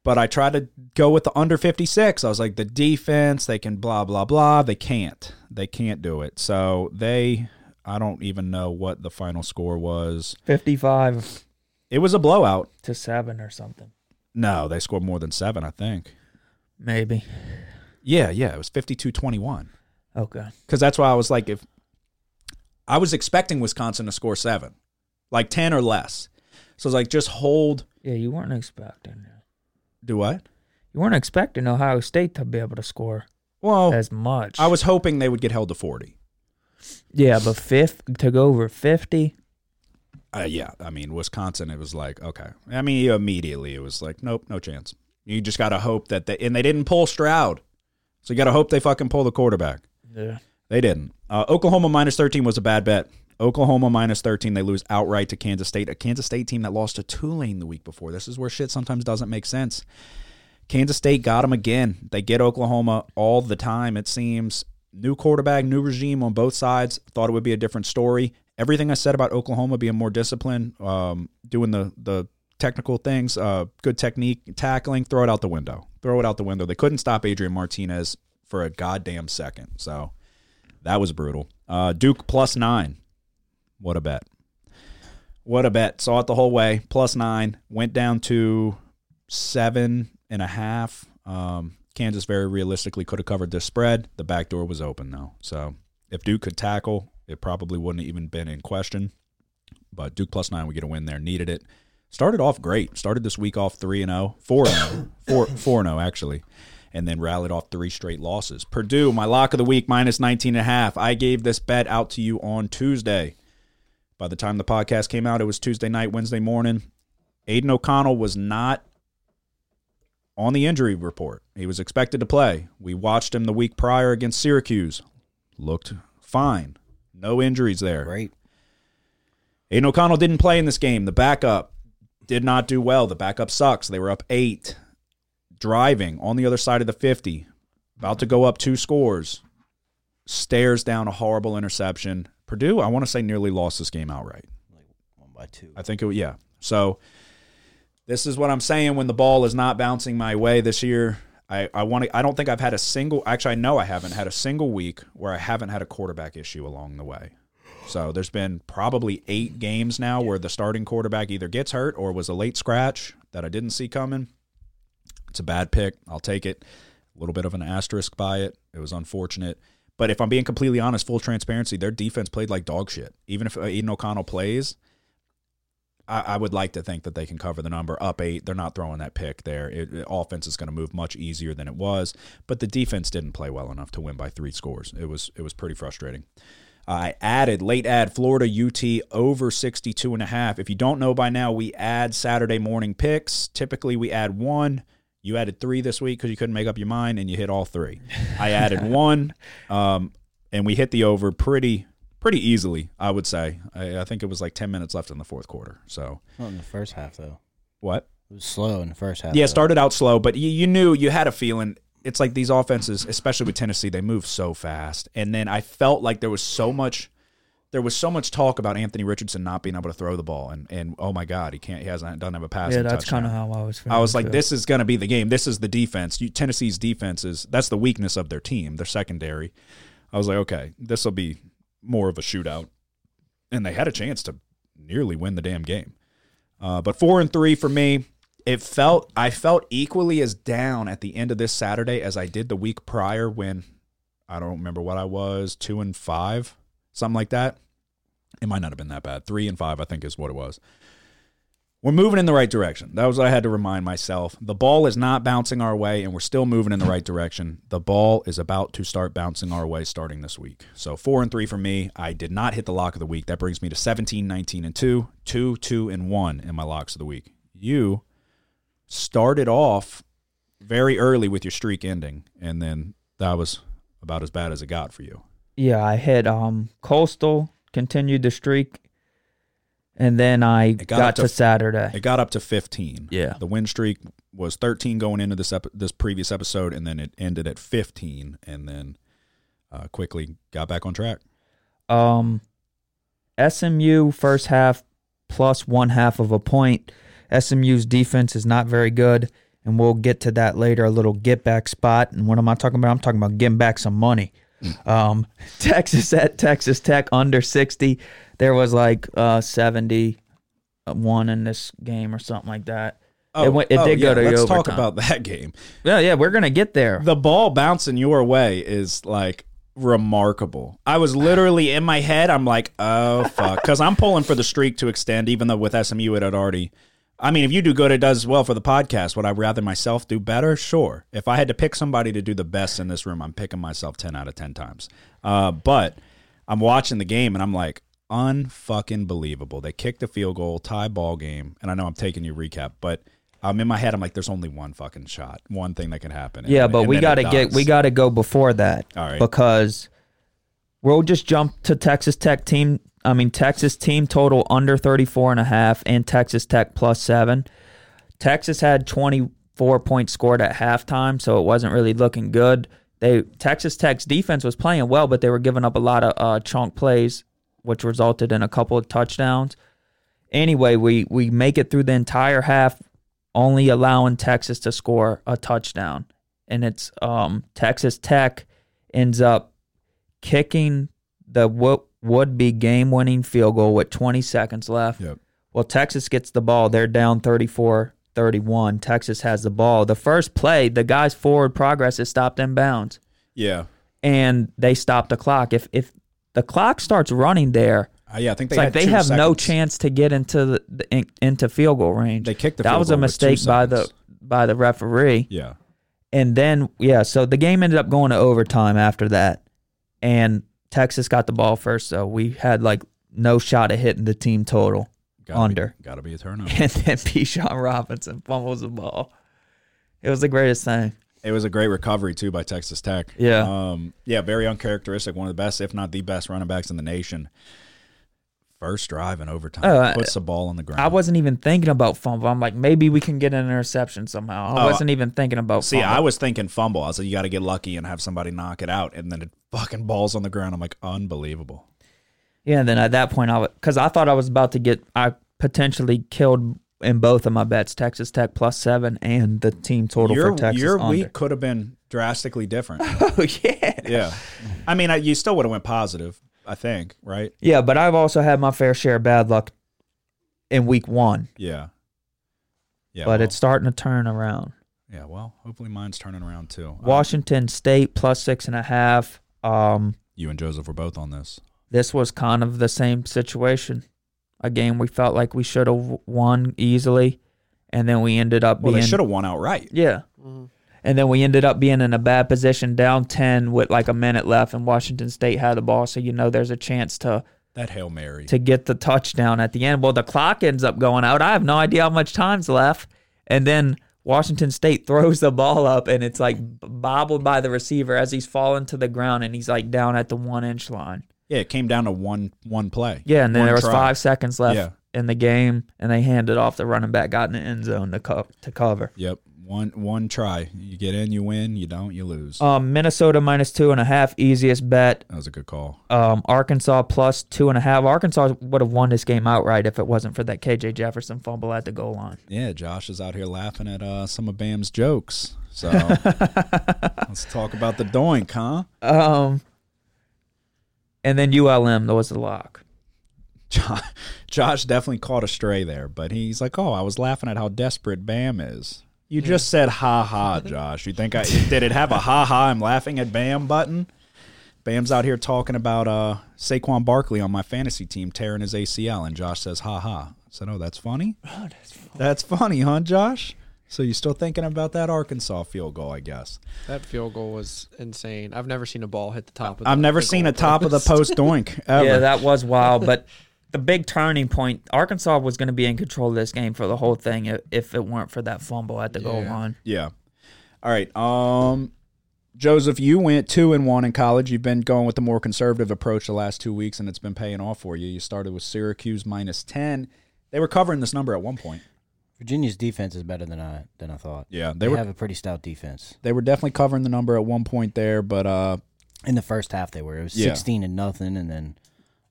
C: But I tried to go with the under 56. I was like, the defense, they can blah, blah, blah. They can't. They can't do it. So they, I don't even know what the final score was.
E: Fifty-five
C: It was a blowout.
E: to seven or something.
C: No, they scored more than seven, I think.
E: Maybe.
C: Yeah, yeah. It was 52 21.
E: Okay.
C: because that's why I was like, if I was expecting Wisconsin to score seven, like ten or less, so I was like, just hold.
E: Yeah. You weren't expecting.
C: Do what?
E: You weren't expecting Ohio State to be able to score
C: Well,
E: as much.
C: Oh. I was hoping they would get held to forty.
E: Yeah, but fifth to go over fifty.
C: Uh, yeah, I mean Wisconsin. It was like okay. I mean you immediately it was like nope, no chance. You just got to hope that they and they didn't pull Stroud, so you got to hope they fucking pull the quarterback.
E: Yeah.
C: They didn't. Uh, Oklahoma minus 13 was a bad bet. Oklahoma minus 13, they lose outright to Kansas State, a Kansas State team that lost to Tulane the week before. This is where shit sometimes doesn't make sense. Kansas State got them again. They get Oklahoma all the time, it seems. New quarterback, new regime on both sides. Thought it would be a different story. Everything I said about Oklahoma being more disciplined, um, doing the, the technical things, uh, good technique, tackling, throw it out the window. Throw it out the window. They couldn't stop Adrian Martinez for a goddamn second. So. That was brutal. Uh, Duke plus nine. What a bet. What a bet. Saw it the whole way. Plus nine. Went down to seven and a half. Um, Kansas very realistically could have covered this spread. The back door was open, though. So if Duke could tackle, it probably wouldn't have even been in question. But Duke plus nine, we get a win there. Needed it. Started off great. Started this week off 3 and 0, 4 and 0, 4 4 and 0 actually, and then rallied off three straight losses. Purdue, my lock of the week minus 19 and a half. I gave this bet out to you on Tuesday. By the time the podcast came out, it was Tuesday night, Wednesday morning. Aiden O'Connell was not on the injury report. He was expected to play. We watched him the week prior against Syracuse. Looked fine. No injuries there.
D: Great.
C: Aiden O'Connell didn't play in this game. The backup did not do well. The backup sucks. They were up eight, driving on the other side of the 50, about to go up two scores, stares down a horrible interception. Purdue, I want to say, nearly lost this game outright.
D: One by two.
C: I think it yeah. So this is what I'm saying when the ball is not bouncing my way this year. I, I want to I don't think I've had a single actually I know I haven't had a single week where I haven't had a quarterback issue along the way. So there's been probably eight games now where the starting quarterback either gets hurt or was a late scratch that I didn't see coming. It's a bad pick. I'll take it. A little bit of an asterisk by it. It was unfortunate. But if I'm being completely honest, full transparency, their defense played like dog shit. Even if uh, Aiden O'Connell plays, I, I would like to think that they can cover the number up eight. They're not throwing that pick there. It, it- offense is going to move much easier than it was, but the defense didn't play well enough to win by three scores. It was it was pretty frustrating. I added late add Florida UT over 62 and a half. If you don't know by now, we add Saturday morning picks. Typically we add one. You added three this week because you couldn't make up your mind and you hit all three. I added one. Um, and we hit the over pretty pretty easily, I would say. I, I think it was like 10 minutes left in the fourth quarter. So
D: Not in the first half though.
C: what?
D: It was slow in the first half.
C: Yeah,
D: though.
C: started out slow, but you, you knew you had a feeling. It's like these offenses, especially with Tennessee, they move so fast. And then I felt like there was so much, there was so much talk about Anthony Richardson not being able to throw the ball, and and oh my God, he can't, he hasn't doesn't have a pass.
E: Yeah, that's kind of how I was.
C: I was
E: feeling,
C: like,
E: too.
C: this is going to be the game. This is the defense. You, Tennessee's defense is that's the weakness of their team, their secondary. I was like, okay, this will be more of a shootout, and they had a chance to nearly win the damn game. Uh, but four and three for me. It felt I felt equally as down at the end of this Saturday as I did the week prior when I don't remember what I was two and five, something like that. It might not have been that bad. Three and five, I think, is what it was. We're moving in the right direction. That was what I had to remind myself. The ball is not bouncing our way, and we're still moving in the right direction. The ball is about to start bouncing our way starting this week. So four and three for me. I did not hit the lock of the week. That brings me to 17, 19, and two, two, two, and one in my locks of the week. You started off very early with your streak ending, and then that was about as bad as it got for you.
E: Yeah, I hit um Coastal, continued the streak, and then I
C: It
E: got,
C: got up
E: to,
C: to-
E: Saturday.
C: It got up to 15.
E: Yeah.
C: The win streak was 13 going into this epi- this previous episode, and then it ended at 15, and then uh, quickly got back on track.
E: Um, SMU first half plus one half of a point. SMU's defense is not very good, and we'll get to that later. A little get back spot, and what am I talking about? I'm talking about getting back some money. um, Texas at Texas Tech under sixty. There was like uh seventy one in this game or something like that. it, went, it did
C: Oh, yeah,
E: go to
C: Let's talk
E: overtime.
C: about that game.
E: Yeah, yeah, we're gonna get there.
C: The ball bouncing your way is like remarkable. I was literally in my head. I'm like, oh fuck, because I'm pulling for the streak to extend, even though with SMU it had already. I mean, if you do good, it does well for the podcast. Would I rather myself do better? Sure. If I had to pick somebody to do the best in this room, I'm picking myself ten out of ten times. Uh, but I'm watching the game and I'm like, unfucking believable. They kicked the field goal, tie ball game, and I know I'm taking your recap, but. I'm in my head. I'm like, there's only one fucking shot, one thing that can happen. And-
E: Yeah, but
C: and
E: we
C: then it
E: gotta get
C: does.
E: we gotta go before that.
C: All right.
E: Because we'll just jump to Texas Tech team I mean Texas team total under 34 and a half and Texas Tech plus 7. Texas had 24 points scored at halftime, so it wasn't really looking good. They Texas Tech's defense was playing well, but they were giving up a lot of uh, chunk plays, which resulted in a couple of touchdowns. Anyway, we we make it through the entire half, only allowing Texas to score a touchdown, and it's um, Texas Tech ends up kicking the what would be game-winning field goal with 20 seconds left.
C: Yep.
E: Well, Texas gets the ball. They're down 34 31. Texas has the ball. The first play, the guy's forward progress is stopped in bounds,
C: Yeah.
E: and they stop the clock. If, if the clock starts running there,
C: Uh, yeah, I think
E: it's
C: they had
E: like they
C: two
E: have no
C: seconds.
E: chance to get into the, the in, into field goal range.
C: They kicked the
E: that
C: field
E: was
C: goal
E: a
C: with two
E: mistake by the
C: seconds.
E: by the referee.
C: Yeah.
E: And then yeah, so the game ended up going to overtime after that, and Texas got the ball first, so we had like no shot at hitting the team total
C: Gotta
E: under.
C: Be, gotta be a turnover.
E: and then P. Sean Robinson fumbles the ball. It was the greatest thing.
C: It was a great recovery too by Texas Tech.
E: Yeah.
C: um, yeah, very uncharacteristic. One of the best, if not the best, running backs in the nation. First drive in overtime
E: Oh, I-
C: puts the ball on the ground.
E: I wasn't even thinking about fumble. I'm like, maybe we can get an interception somehow. I
C: Oh,
E: wasn't even thinking about
C: See,
E: fumble.
C: I was thinking fumble. I was like, you got to get lucky and have somebody knock it out, and then it fucking balls on the ground. I'm like, unbelievable.
E: Yeah, and then at that point, I because I thought I was about to get I potentially killed in both of my bets: Texas Tech plus seven and the team total
C: your
E: for Texas
C: your
E: under.
C: week could have been drastically different.
E: Oh yeah,
C: yeah, I mean, I, you still would have went positive. I think, right?
E: yeah. But I've also had my fair share of bad luck in week one,
C: Yeah. Yeah,
E: but
C: well,
E: it's starting to turn around.
C: yeah. Well, hopefully mine's turning around too. Um,
E: Washington State plus six and a half. Um,
C: you and Joseph were both on this.
E: this was kind of the same situation. A game we felt like we should have won easily, and then we ended up
C: Well,
E: being
C: they should have won outright.
E: Yeah.
C: Mm-hmm.
E: And then we ended up being in a bad position, down 10 with like a minute left, and Washington State had the ball. So, you know, there's a chance to,
C: That hail mary.
E: to get the touchdown at the end. Well, the clock ends up going out. I have no idea how much time's left. And then Washington State throws the ball up, and it's like bobbled by the receiver as he's falling to the ground, and he's like down at the one inch line.
C: Yeah, it came down to one one play.
E: Yeah. And then
C: One
E: there was
C: try.
E: five seconds left
C: Yeah.
E: in the game, and they handed off the running back, got in the end zone to, co- to cover.
C: Yep. One one try. You get in, you win. You don't, you lose.
E: Um, Minnesota minus two and a half, easiest bet.
C: that was a good call.
E: um, Arkansas plus two and a half. Arkansas would have won this game outright if it wasn't for that KJ Jefferson fumble at the goal line.
C: Yeah, Josh is out here laughing at uh, some of Bam's jokes. So let's talk about the doink, huh?
E: Um, and then ULM that was the lock.
C: Josh, Josh definitely caught a stray there, but he's like, "Oh, I was laughing at how desperate Bam is." You just said "ha ha," Josh. You think I did it have a "ha ha"? I'm laughing at Bam button. Bam's out here talking about uh, Saquon Barkley on my fantasy team tearing his ACL, and Josh says "ha ha." I said, "Oh, that's funny." That's funny, huh, Josh? So you're still thinking about that Arkansas field goal, I guess.
F: That field goal was insane. I've never seen a ball hit the top of.
C: I've
F: the-
C: never
F: the
C: seen a
F: goal
C: top of the post doink ever.
E: Yeah, that was wild. But the big turning point, Arkansas was going to be in control of this game for the whole thing i- if it weren't for that fumble at the goal
F: Yeah.
E: line.
C: Yeah. All right. Um Joseph, you went two and one in college. You've been going with the more conservative approach the last two weeks, and it's been paying off for you. You started with Syracuse minus ten. They were covering this number at one point.
D: Virginia's defense is better than I than I thought.
C: Yeah,
D: They,
C: they were
D: have a pretty stout defense.
C: they were definitely covering the number at one point there, but uh,
D: In the first half, they were it was
C: Yeah.
D: sixteen and nothing, and then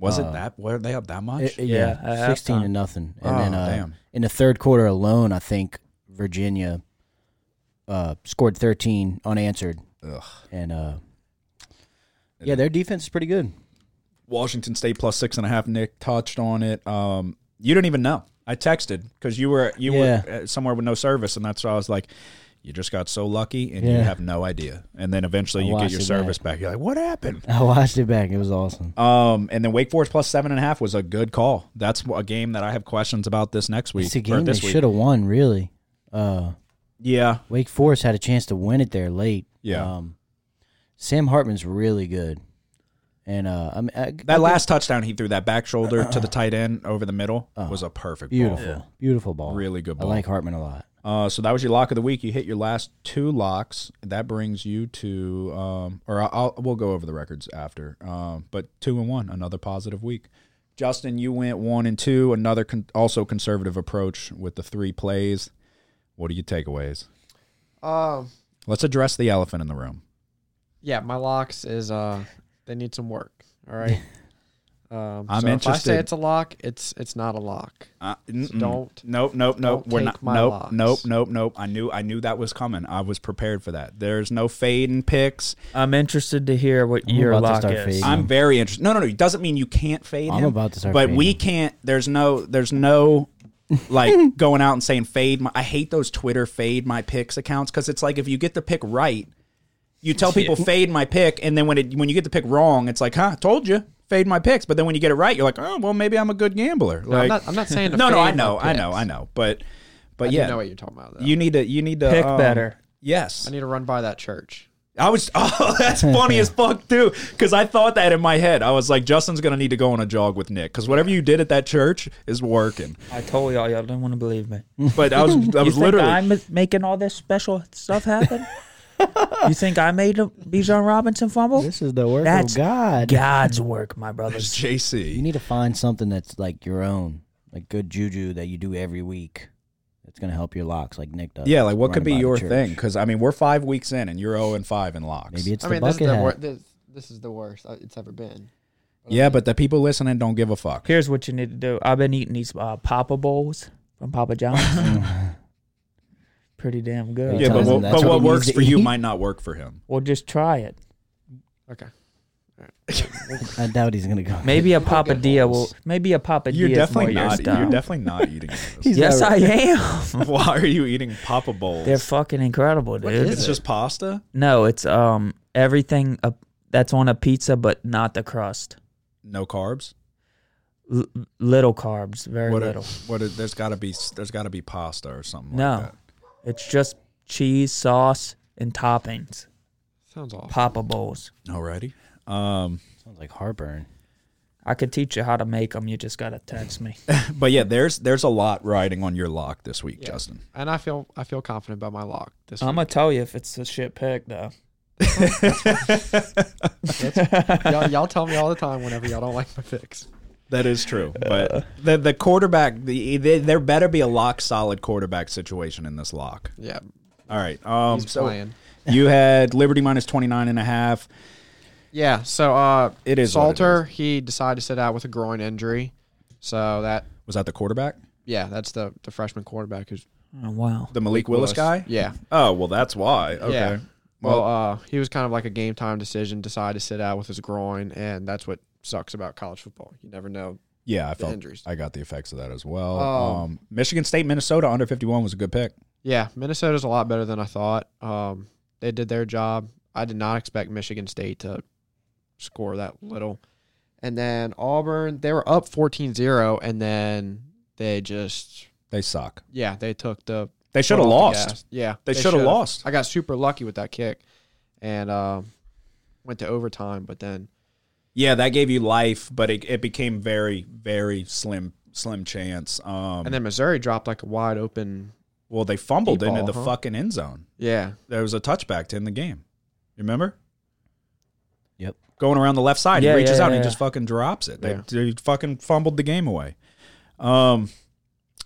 C: was
D: Uh,
C: it that were they up that much?
D: it-
E: Yeah, at
D: Eh, sixteen
E: halftime.
D: and nothing, and then
C: Oh,
D: uh,
C: damn.
D: in the third quarter alone, I think Virginia uh, scored thirteen unanswered,
C: Ugh.
D: and uh, yeah, their defense is pretty good.
C: Washington State plus six and a half. Nick touched on it. Um, you didn't even know. I texted because you were you were
D: Yeah.
C: uh, somewhere with no service, and that's why I was like, "You just got so lucky, and you
D: Yeah.
C: have no idea." And then eventually,
D: I
C: you get
D: watched
C: your
D: it
C: service back. You're like, "What happened?"
D: I watched it back; it was awesome.
C: Um, and then Wake Forest plus seven and a half was a good call. That's a game that I have questions about this next week.
D: It's a
C: or
D: game they
C: this
D: should have won, really. Uh,
C: Yeah,
D: Wake Forest had a chance to win it there late.
C: Yeah.
D: Um, Sam Hartman's really good, and uh, I mean, I,
C: that last touchdown he threw that back shoulder to the tight end over the middle was a perfect
D: Uh-uh. Uh-huh. beautiful,
C: ball.
D: beautiful ball,
C: Really good
D: I
C: ball.
D: like Hartman a lot.
C: Uh, so that was your lock of the week. You hit your last two locks. That brings you to, um, or I'll, I'll we'll go over the records after. Um, but two and one, another positive week. Justin, you went one and two, another con- also conservative approach with the three plays. What are your takeaways?
F: goal. Um.
C: Let's address the elephant in the room.
F: Yeah, my locks is uh, they need some work. All right. Um,
C: I'm
F: so If I
C: interested.
F: say it's a lock, it's it's not a lock.
C: Uh,
F: mm-mm. don't-
C: Nope. Nope. Nope.
F: don't
C: We're
F: take
C: not.
F: my
C: Nope.
F: locks.
C: Nope. Nope. Nope. I knew. I knew that was coming. I was prepared for that. There's no fading picks.
E: I'm interested to hear what
D: I'm
E: your
D: about to
E: lock
D: start
E: is.
D: fading.
C: I'm very interested. No, no, no. It doesn't mean you can't fade
D: I'm
C: him.
D: about to start
C: But
D: fading
C: we
D: him.
C: can't. There's no. There's no. Like going out and saying fade. My, I hate those Twitter fade my picks accounts because it's like if you get the pick right, you tell people fade my pick, and then when it when you get the pick wrong, it's like, huh, told you fade my picks. But then when you get it right, you're like, oh well, maybe I'm a good gambler.
F: No,
C: like,
F: I'm not. I'm not saying. To
C: no, no,
F: fade
C: I know,
F: my
C: I know,
F: picks.
C: I know. But but
F: I do
C: yeah,
F: know what you're talking about. Though.
C: you need to you need to
E: Pick better.
C: Yes,
F: I need to run by that church.
C: I was oh that's funny as fuck too because I thought that in my head I was like Justin's gonna need to go on a jog with Nick because whatever you did at that church is working
E: I told y'all, y'all don't want to believe me. You
C: but I was I was
E: think
C: literally
E: I'm making all this special stuff happen? you think I made the Bijan Robinson fumble?
D: This is the work
E: That's
D: of God.
E: God's work, my brothers.
C: JC
D: You need to find something that's like your own, like good juju that you do every week. That's gonna help your locks, like Nick does.
C: yeah like what
D: running
C: could be
D: by the
C: your
D: church.
C: thing because I mean we're five weeks in and you're zero and five in locks
D: Maybe it's
F: I
D: the
F: mean, this is
D: bucket
F: the
D: hat.
F: wor- this, this is the worst uh, it's ever been.
C: yeah but the people listening don't give a fuck
E: Here's what you need to do. I've been eating these uh, Papa Bowls from Papa John's.
C: Mm.
E: Pretty damn good.
C: yeah but
D: Tells
C: what,
D: him that's
C: but what
D: what he needs
C: works
D: to
C: for you
D: eat.
C: might not work for him
E: Well, just try it.
F: Okay.
D: I doubt he's gonna go.
E: Maybe a papadilla will. Maybe a papadilla.
C: you're
E: is more
C: definitely
E: your
C: not e-,
E: style.
C: you're definitely not eating this.
D: He's
E: yes,
D: not-
E: I am.
C: why are you eating Papa bowls
E: They're fucking incredible, dude.
C: it's just pasta
E: No, it's um everything uh, that's on a pizza, but not the crust.
C: no carbs
E: L- little carbs, very
C: what
E: little.
C: what there's got to be there's got to be pasta or something
E: no,
C: like that.
E: it's just cheese, sauce, and toppings.
F: Sounds awful.
E: Papa bowls.
C: Alrighty. Um,
D: Sounds like heartburn.
E: I could teach you how to make them. You just gotta text me.
C: but yeah, there's there's a lot riding on your lock this week,
F: Yeah.
C: Justin.
F: And I feel I feel confident about my lock this
E: I'm
F: week.
E: gonna tell you if it's a shit pick though.
F: y'all, y'all tell me all the time whenever y'all don't like my picks.
C: That is true. But the the quarterback, the, the there better be a lock solid quarterback situation in this lock.
F: Yeah,
C: All right. Um,
F: he's
C: so
F: playing.
C: you had Liberty minus 29 and a half.
F: Yeah, so uh,
C: It is what it
F: Salter. He decided to sit out with a groin injury, so that
C: Was that the quarterback,
F: yeah, that's the the freshman quarterback who's
E: Oh, wow.
C: the Malik Willis, guy?
F: Yeah,
C: Oh well, that's why. Okay.
F: Yeah.
C: Well,
F: Well, uh, he was kind of like a game time decision, decided to sit out with his groin, and that's what sucks about college football. You never know.
C: yeah, I felt
F: injuries.
C: I got the effects of that as well.
F: Um,
C: um, Michigan State, Minnesota under 51 was a good pick.
F: Yeah, Minnesota's a lot better than I thought. Um, they did their job. I did not expect Michigan State to score that little. And then Auburn, they were up 14-0, and then they just
C: They suck.
F: yeah, they took the
C: They should have
F: foot off the
C: lost.
F: gas. Yeah,
C: They should have lost.
F: I got super lucky with that kick, and um, went to overtime. But then
C: Yeah, that gave you life, but it, it became very, very slim, slim chance. Um,
F: and then Missouri dropped like a wide open.
C: well, they fumbled
F: Deep ball,
C: into the
F: huh?
C: fucking end zone.
F: Yeah,
C: There was a touchback to end the game. Remember?
D: Yep.
C: Going around the left side,
E: Yeah,
C: he reaches
E: yeah,
C: out
E: yeah,
C: and
E: yeah.
C: he just fucking drops it. They,
F: Yeah.
C: they fucking fumbled the game away. Um,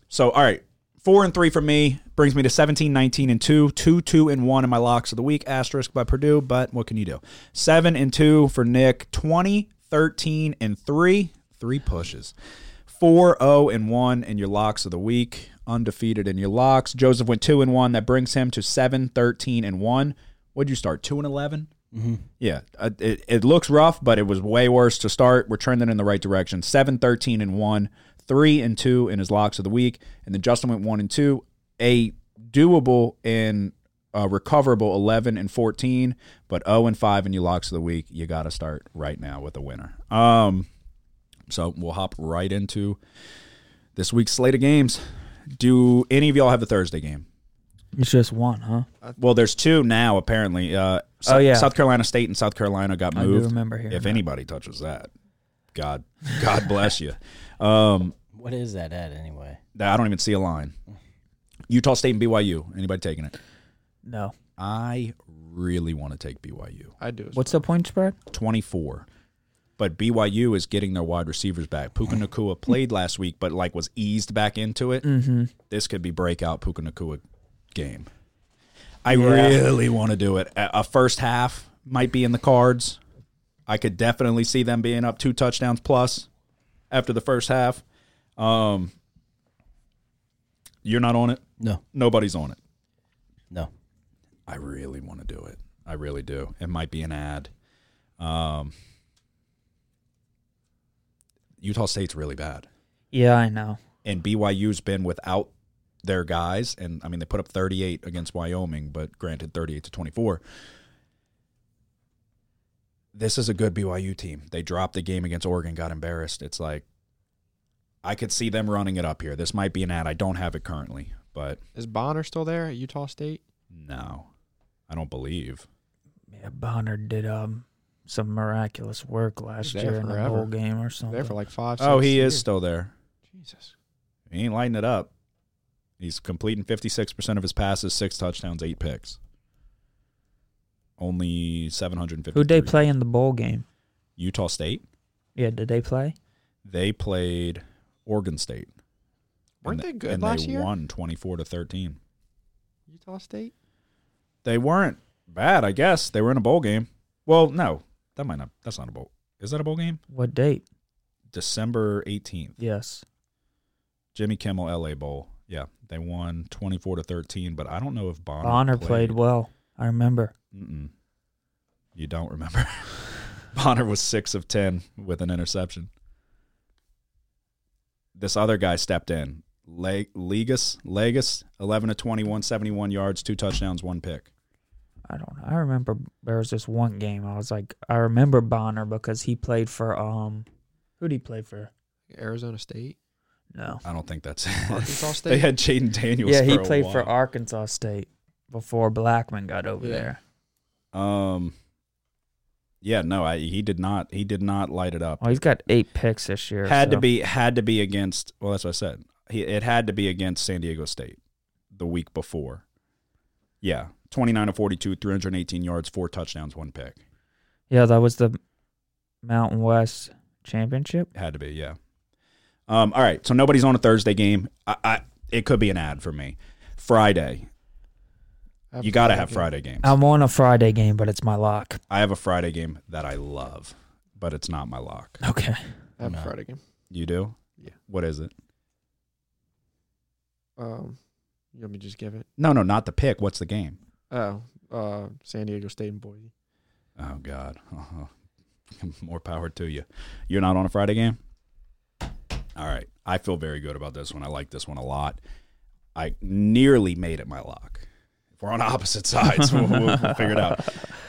C: so all right, four and three for me brings me to 17, 19 and two, two, two and one in my locks of the week. Asterisk by Purdue, but what can you do? Seven and two for Nick. 20, 13 and three, three pushes. Four zero and one in your locks of the week. Undefeated in your locks. Joseph went two and one. That brings him to seven, 13 and one. What'd you start? Two and 11 yeah, uh, it, it looks rough, but it was way worse to start. We're trending in the right direction. 7 13 and 1, 3 and 2 in his locks of the week. And then Justin went 1 and 2, a doable and uh, recoverable 11 and 14, but 0 and 5 in your locks of the week. You got to start right now with a winner. Um, so we'll hop right into this week's slate of games. Do any of y'all have the Thursday game?
E: It's just one, huh?
C: Well, there's two now apparently. Uh, Sou-
E: Oh, yeah.
C: South Carolina State and South Carolina got
E: I do
C: moved.
E: remember hearing
C: If
E: that.
C: anybody touches that, God, God bless you. Um,
D: What is that at anyway?
C: I don't even see a line. Utah State and BYU. Anybody taking it?
E: No.
C: I really want to take BYU.
F: I do. as
E: What's the point spread?
C: 24. But BYU is getting their wide receivers back. Puka Nakua played last week, but like was eased back into it. Mm-hmm. This could be breakout Puka Nakua game. I really want to do it. A a first half might be in the cards. I could definitely see them being up two touchdowns plus after the first half. Um, you're not on it.
D: No,
C: Nobody's on it.
D: no.
C: I really want to do it. I really do. It might be an ad. Um, Utah State's really bad,
E: Yeah, I know.
C: and BYU's been without their guys, and I mean they put up 38 against Wyoming, but granted 38 to 24. This is a good BYU team. They dropped the game against Oregon, got embarrassed. It's like I could see them running it up here. This might be an ad. I don't have it currently, but
F: Is Bonner still there at Utah State?
C: no, I don't believe.
E: Yeah, Bonner did um some miraculous work last
F: there
E: year in a
F: forever.
E: bowl game or something.
F: There for like five.
C: Oh,
F: six
C: he
F: years.
C: is still there.
F: Jesus.
C: He ain't lighting it up. He's completing 56% of his passes, six touchdowns, eight picks. Only 750.
E: Who'd they play in the bowl game?
C: Utah State.
E: Yeah, did they play?
C: They played Oregon State.
F: Weren't
C: And
F: they good
C: and
F: last
C: they
F: year?
C: won 24 to 13.
F: Utah State.
C: They weren't bad, I guess. They were in a bowl game. Well, no. That might not. That's not a bowl. Is that a bowl game?
E: What date?
C: December 18th.
E: Yes.
C: Jimmy Kimmel LA Bowl. Yeah. They won 24 to 13, but I don't know if Bonner,
E: Bonner played well. I remember.
C: Mm-mm. You don't remember. Bonner was six of ten with an interception. This other guy stepped in. Le- Legas, Legas, eleven to 20, 171 yards, two touchdowns, one pick.
E: I don't know. I remember there was this one game. I was like, I remember Bonner because he played for um, who'd he play for?
F: Arizona State.
E: No.
C: I don't think that's it.
F: Arkansas State.
C: they had Jaden Daniels.
E: yeah, he
C: for a
E: played for
C: while.
E: Arkansas State before Blackman got over
F: Yeah.
E: there.
C: um. Yeah, no, I, he did not. He did not light it up.
E: Oh, he's got eight picks this year.
C: had to
E: so-
C: be had to be against. Well, that's what I said. He, it had to be against San Diego State the week before. Yeah, twenty nine to forty two, three hundred eighteen yards, four touchdowns, one pick.
E: Yeah, that was the Mountain West Championship.
C: It had to be. Yeah. Um. All right. So nobody's on a Thursday game. I. I it could be an ad for me. Friday.
F: I have
C: you got to
F: Florida
C: have
F: game.
C: Friday games.
E: I'm on a Friday game, but it's my lock.
C: I have a Friday game that I love, but it's not my lock.
E: Okay.
F: I have
D: No.
F: a Friday game.
C: You do?
F: Yeah.
C: What is it?
F: Um, you want me to just give it?
C: No, no, not the pick. What's the game?
F: Oh, uh, San Diego State and Boise.
C: Oh God, Uh-huh. more power to you. You're not on a Friday game. All right, I feel very good about this one. I like this one a lot. I nearly made it my lock. If we're on opposite sides, we'll, we'll, we'll figure it out.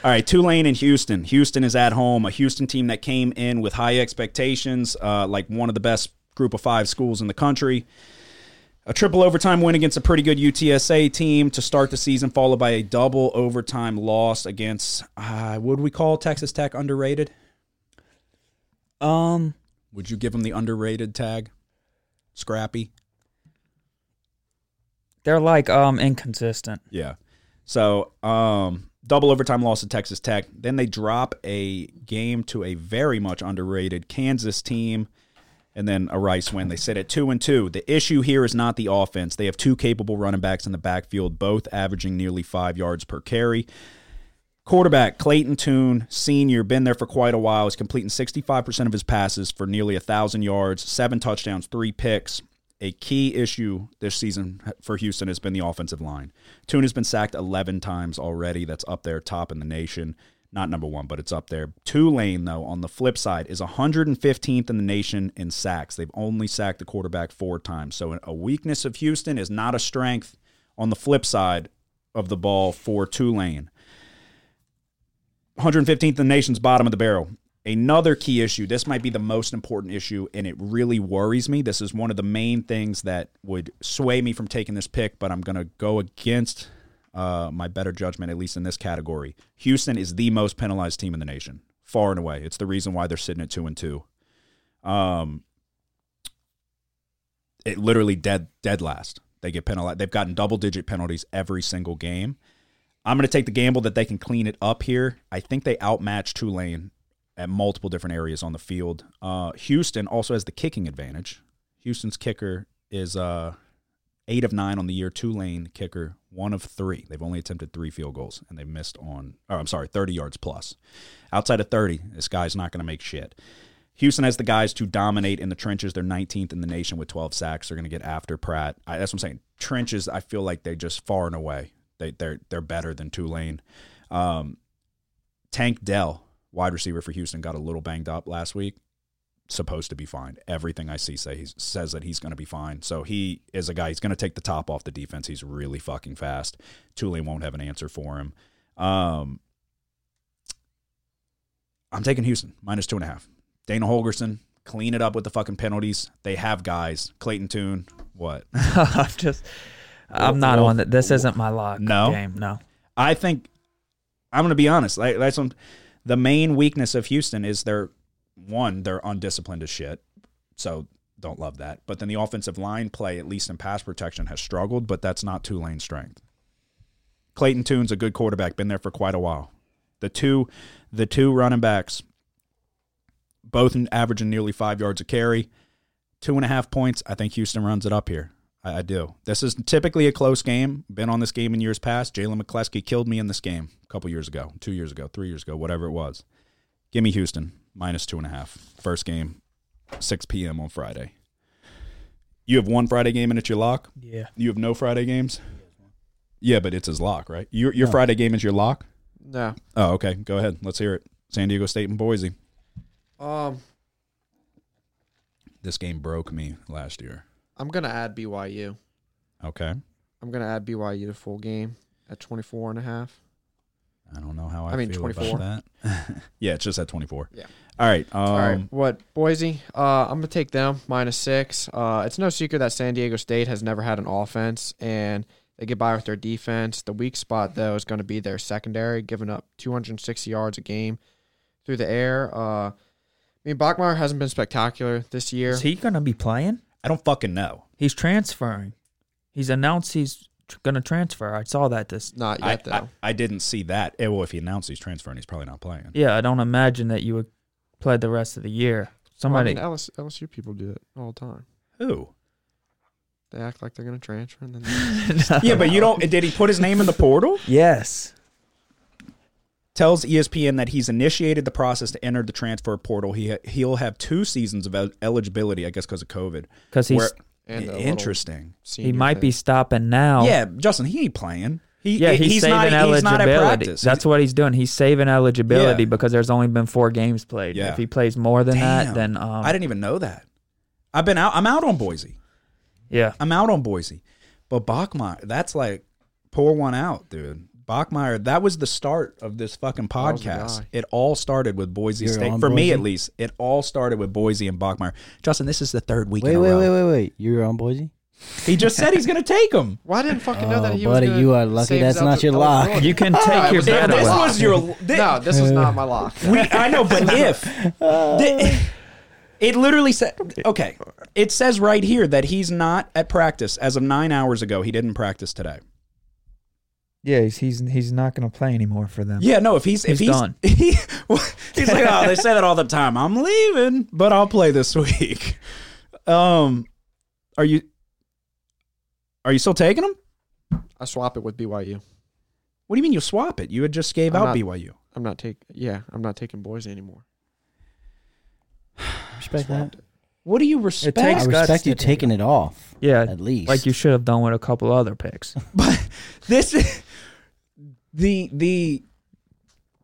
C: All right, Tulane and Houston. Houston is at home. A Houston team that came in with high expectations, uh, like one of the best group of five schools in the country. A triple overtime win against a pretty good UTSA team to start the season, followed by a double overtime loss against, uh, would we call Texas Tech underrated?
E: Um,
C: Would you give them the underrated tag? Scrappy?
E: they're like um inconsistent.
C: Yeah. So, um, double overtime loss to Texas Tech. Then they drop a game to a very much underrated Kansas team, and then a Rice win. They sit at two and two. The issue here is not the offense. They have two capable running backs in the backfield, both averaging nearly five yards per carry. Quarterback Clayton Toon, senior, been there for quite a while, is completing 65% of his passes for nearly 1,000 yards, seven touchdowns, three picks. A key issue this season for Houston has been the offensive line. Toon has been sacked 11 times already. That's up there, top in the nation. Not number one, but it's up there. Tulane, though, on the flip side, is 115th in the nation in sacks. They've only sacked the quarterback four times. So a weakness of Houston is not a strength on the flip side of the ball for Tulane. 115th in the nation's bottom of the barrel. Another key issue, this might be the most important issue, and it really worries me. This is one of the main things that would sway me from taking this pick, but I'm going to go against uh, my better judgment, at least in this category. Houston is the most penalized team in the nation, far and away. It's the reason why they're sitting at two and two. Um, it literally dead dead last. They get penalized. They've gotten double digit penalties every single game. I'm going to take the gamble that they can clean it up here. I think they outmatch Tulane at multiple different areas on the field. Uh, Houston also has the kicking advantage. Houston's kicker is uh, eight of nine on the year. Tulane kicker one of three. They've only attempted three field goals and they missed on. Or I'm sorry, 30 yards plus. Outside of 30, this guy's not going to make shit. Houston has the guys to dominate in the trenches. They're 19th in the nation with 12 sacks. They're going to get after Pratt. I, that's what I'm saying. Trenches, I feel like they just far and away. They, they're they're better than Tulane. Um, Tank Dell, wide receiver for Houston, got a little banged up last week. Supposed to be fine. Everything I see say he's, says that he's going to be fine. So he is a guy. He's going to take the top off the defense. He's really fucking fast. Tulane won't have an answer for him. Um, I'm taking Houston minus two and a half. Dana Holgerson, clean it up with the fucking penalties. They have guys. Clayton Toon, what?
E: I'm just, I'm not
C: Well,
E: on that. This isn't my lock
C: no?
E: game. No.
C: I think I'm going to be honest. Like that's what, the main weakness of Houston is they're one they're undisciplined as shit. So don't love that. But then the offensive line play, at least in pass protection, has struggled. But that's not Tulane's strength. Clayton Toon's a good quarterback, been there for quite a while. The two, the two running backs, both averaging nearly five yards a carry, two and a half points. I think Houston runs it up here. I, I do. This is typically a close game. Been on this game in years past. Jalen McCleskey killed me in this game a couple years ago, two years ago, three years ago, whatever it was. Give me Houston minus two and a half. First game, six p.m. on Friday. You have one Friday game and it's your lock.
E: Yeah.
C: You have no Friday games. Yeah, but it's his lock, right? Your your Friday game is your lock.
F: No.
C: Oh, okay. Go ahead. Let's hear it. San Diego State and Boise.
F: Um,
C: This game broke me last year.
F: I'm gonna add BYU.
C: Okay.
F: I'm gonna add BYU to full game at 24 and a half.
C: I don't know how I,
F: I mean,
C: feel
F: 24.
C: about that. yeah, it's just at 24.
F: Yeah.
C: All right. Um,
F: All right. What Boise? Uh, I'm gonna take them minus six. Uh, it's no secret that San Diego State has never had an offense, and they get by with their defense. The weak spot though is gonna be their secondary, giving up 260 yards a game through the air. Uh, I mean, Bachmeyer hasn't been spectacular this year.
E: Is he going to be playing?
C: I don't fucking know.
E: He's transferring. He's announced he's going to transfer. I saw that this.
F: Not
C: I,
F: yet though.
C: I, I didn't see that. Eh, well, if he announced he's transferring, he's probably not playing.
E: Yeah, I don't imagine that you would play the rest of the year.
F: Well, I
E: Somebody.
F: mean, LS, LSU people do it all the time.
C: Who?
F: They act like they're gonna transfer, and then
C: Yeah, but you don't. Did he put his name in the portal?
E: yes.
C: Tells E ESPN that he's initiated the process to enter the transfer portal. He he'll have two seasons of el- eligibility, I guess, because of COVID.
E: Because he's
C: Where-
F: and the little
C: interesting.
E: he
F: senior
E: might be
F: thing.
E: stopping now.
C: Yeah, Justin, he ain't playing. He,
E: Yeah, he's, saving
C: not. He's
E: eligibility.
C: not at practice.
E: That's what he's doing. He's saving eligibility
C: Yeah.
E: because there's only been four games played.
C: Yeah.
E: If he plays more than
C: Damn.
E: that, then um,
C: I didn't even know that. I've been out. I'm out on Boise.
E: yeah,
C: I'm out on Boise. But Bachmeyer, that's like pour one out, dude. Bachmeyer, that was the start of this fucking
F: That was the
C: podcast.
F: guy.
C: It all started with Boise
D: You're
C: State.
D: on
C: For me
D: Boise?
C: at least, it all started with Boise and Bachmeyer. Justin, this is the third week
D: Wait,
C: in a
D: wait,
C: row.
D: wait, wait, wait. You're on Boise.
C: He just said he's gonna take him.
F: Well, I didn't fucking know
D: Oh,
F: that he
D: buddy,
F: was. gonna
D: you are lucky
F: save
D: that's
F: his
D: not your
F: eligibility.
D: lock.
E: you
C: Oh,
E: can
F: All
E: take
F: right,
E: your
F: well,
E: bet
F: this
E: away.
F: was-
C: your
F: No, this was not my lock.
C: We, I know, but if the- it literally said, okay, it says right here that he's not at practice as of nine hours ago. He didn't practice today.
E: yeah, he's he's, he's not going to play anymore for them.
C: Yeah, no. If he's if
E: He's
C: he's
E: done.
C: he- he's like, oh, they say that all the time. I'm leaving, but I'll play this week. Um, are you are you still taking him?
F: I swap it with BYU.
C: What do you mean you swap it? You had just gave
F: I'm
C: out
F: not-
C: BYU.
F: I'm not taking. Yeah, I'm not taking Boise anymore.
D: Respect that.
C: What do you respect?
E: takes
D: I
E: Thanks, guys,
D: respect you
E: taking it
D: taking it off.
E: Yeah,
D: At least.
E: like you should have done with a couple other picks.
C: but this the the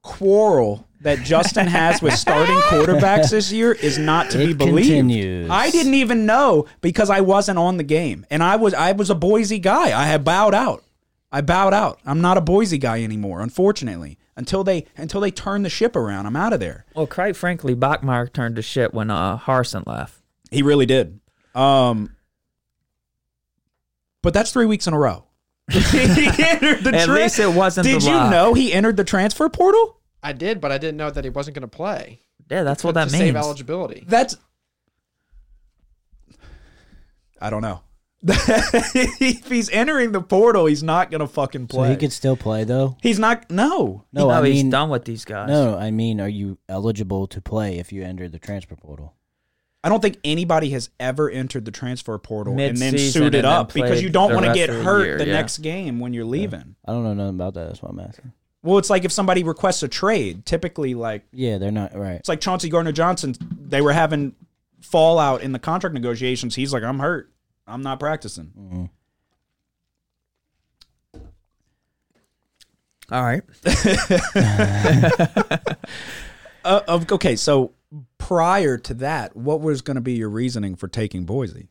C: quarrel that Justin has with starting quarterbacks this year is not to be
D: It
C: believed.
D: continues.
C: I didn't even know because I wasn't on the game, and I was I was a Boise guy. I had bowed out. I bowed out. I'm not a Boise guy anymore, unfortunately. Until they until they turn the ship around, I'm out of there.
E: Well, quite frankly, Bachmeyer turned to shit when uh, Harson left.
C: He really did. Um, but that's three weeks in a row. he entered the
E: At
C: tra-
E: least it wasn't
C: Did
E: the
C: you
E: lock.
C: know he entered the transfer portal?
F: I did, but I didn't know that he wasn't going to play.
E: Yeah, that's
F: to-
E: what that
F: to Save
E: means.
F: eligibility.
C: That's. I don't know. if he's entering the portal, he's not gonna fucking
D: So
C: play.
D: he could still play though.
C: he's not. No.
E: No,
D: No, I
E: he's
D: mean,
E: done with these guys.
D: no, I mean, are you eligible to play if you enter the transfer portal?
C: I don't think anybody has ever entered the transfer portal and then
E: Mid-season
C: suited
E: and then
C: up because
E: played
C: you don't
E: the
C: want to
E: rest
C: get
E: of the
C: hurt
E: year,
C: the
E: yeah.
C: next game when you're leaving.
D: I don't know nothing about that. That's what I'm asking.
C: Well, it's like if somebody requests a trade, typically like
D: Yeah, they're not right.
C: it's like Chauncey Gardner Johnson. They were having fallout in the contract negotiations. He's like, I'm hurt. I'm not practicing.
E: All right.
C: Uh, of, okay, so prior to that, what was going to be your reasoning for taking Boise?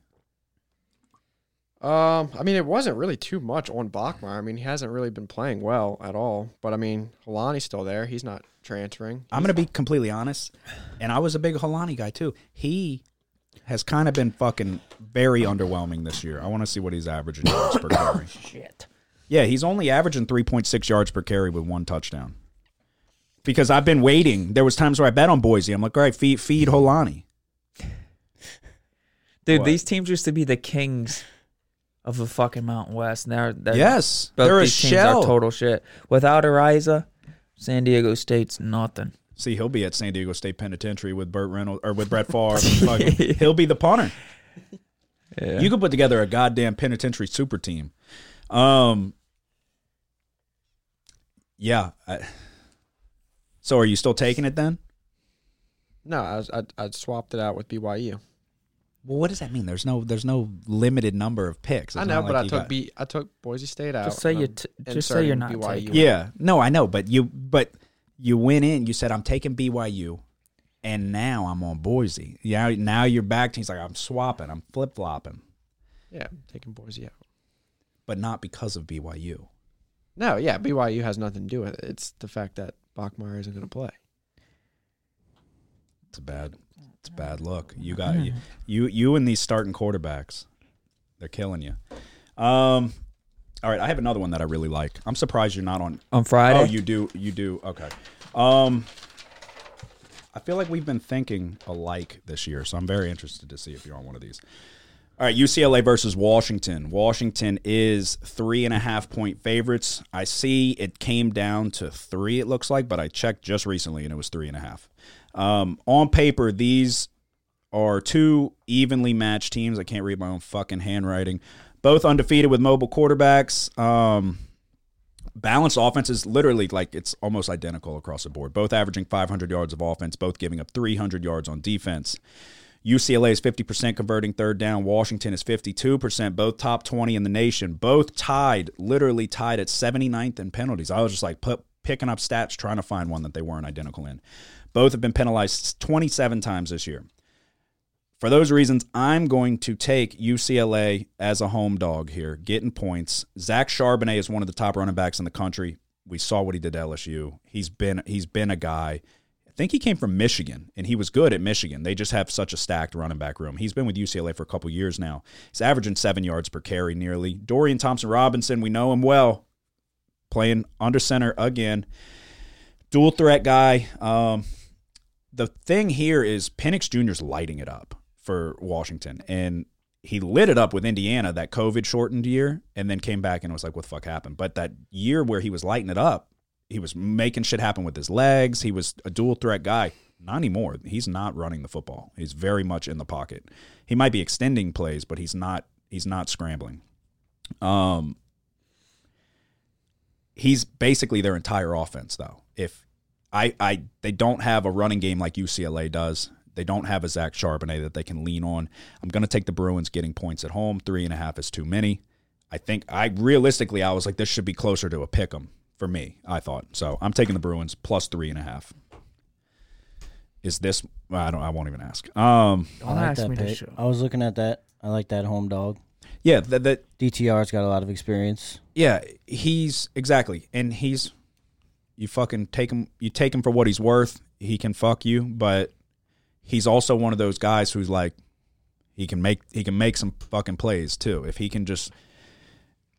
F: Um, I mean, it wasn't really too much on Bachmeyer. I mean, he hasn't really been playing well at all. But I mean, Holani's still there. He's not transferring.
C: I'm going to be completely honest, and I was a big Holani guy too. He has kind of been fucking very underwhelming this year. I want to see what he's averaging yards per carry. Shit. Yeah, he's only averaging 3.6 yards per carry with one touchdown. because I've been waiting. There was times where I bet on Boise. I'm like, all right, feed feed Holani.
E: Dude,
C: What?
E: these teams used to be the kings of the fucking Mountain West. Now they're
C: Yes,
E: both
C: they're a
E: these teams
C: shell.
E: are total shit. Without Ariza, San Diego State's nothing.
C: See, he'll be at San Diego State Penitentiary with Burt Reynolds or with Brett Favre. Fucking- he'll be the punter.
E: Yeah.
C: You could put together a goddamn penitentiary super team. Um, yeah. I, so, are you still taking it then?
F: No, I, was, I I swapped it out with BYU.
C: Well, what does that mean? There's no there's no limited number of picks.
F: I
C: It's
F: know,
C: not
F: but
C: like
F: I
C: you
F: took
C: got-
F: B. I took Boise State out.
E: Just say
F: and
E: you
F: I'm
E: t- just say you're
F: inserting
E: not taking it.
C: Yeah, no, I know, but you but you went in. You said I'm taking BYU, and now I'm on Boise. Yeah, now you're back. to He's like I'm swapping. I'm flip flopping,
F: Yeah, I'm taking Boise out.
C: but not because of BYU.
F: No, yeah, BYU has nothing to do with it. It's the fact that Bachmeyer isn't going to play.
C: It's a bad it's a bad look. You got you you, you and these starting quarterbacks. They're killing you. Um all right, I have another one that I really like. I'm surprised you're not on
E: On Friday,
C: Oh, you do you do. Okay. Um I feel like we've been thinking alike this year, so I'm very interested to see if you're on one of these. All right, UCLA versus Washington. Washington is three and a half point favorites. I see it came down to three, it looks like, but I checked just recently and it was three and a half. Um, on paper, these are two evenly matched teams. I can't read my own fucking handwriting. Both undefeated with mobile quarterbacks. Um, balanced offense is literally like it's almost identical across the board. Both averaging 500 yards of offense, both giving up 300 yards on defense. UCLA is 50% converting third down. Washington is 52%, both top 20 in the nation, both tied, literally tied at 79th in penalties. I was just like put, picking up stats, trying to find one that they weren't identical in. Both have been penalized 27 times this year. For those reasons, I'm going to take UCLA as a home dog here, getting points. Zach Charbonnet is one of the top running backs in the country. We saw what he did to LSU. He's been he's been a guy. I think he came from Michigan, and he was good at Michigan. They just have such a stacked running back room. He's been with UCLA for a couple years now. He's averaging seven yards per carry, nearly. Dorian Thompson Robinson, we know him well, playing under center again. Dual threat guy. Um, the thing here is Penix Jr.'s lighting it up for Washington. And he lit it up with Indiana that COVID shortened year and then came back and was like, what the fuck happened? But that year where he was lighting it up, he was making shit happen with his legs. He was a dual threat guy. Not anymore. He's not running the football. He's very much in the pocket. He might be extending plays, but he's not he's not scrambling. Um he's basically their entire offense though. If I, I they don't have a running game like UCLA does. They don't have a Zach Charbonnet that they can lean on. I'm going to take the Bruins getting points at home. Three and a half is too many. I think I realistically I was like this should be closer to a pick 'em for me. I thought so. I'm taking the Bruins plus three and a half. Is this? I don't. I won't even ask. Um.
E: don't
D: I like
E: ask
D: that
E: me to
D: pick.
E: show.
D: I was looking at that. I like that home dog.
C: Yeah. That. that
D: DTR's got a lot of experience.
C: yeah. He's exactly, and he's. You fucking take him. You take him for what he's worth. He can fuck you, but he's also one of those guys who's like he can make he can make some fucking plays too if he can just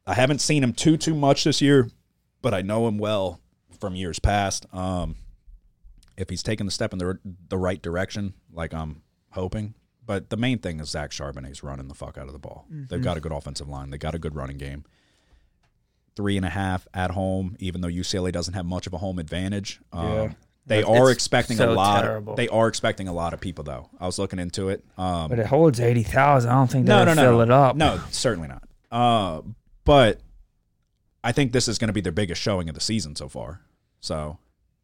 C: I haven't seen him too too much this year but I know him well from years past um if he's taking the step in the the right direction like I'm hoping but the main thing is Zach Charbonnet's running the fuck out of the ball they've got a good offensive line they got a good running game three and a half at home even though UCLA doesn't have much of a home advantage um, They
E: It's
C: are expecting a
E: so
C: lot.
E: terrible.
C: They are expecting a lot of people though. I was looking into it. Um,
E: But it holds eighty thousand. I don't think
C: no, no,
E: they'll
C: no,
E: fill
C: no.
E: it up.
C: No, certainly not. Uh, but I think this is going to be their biggest showing of the season so far. So,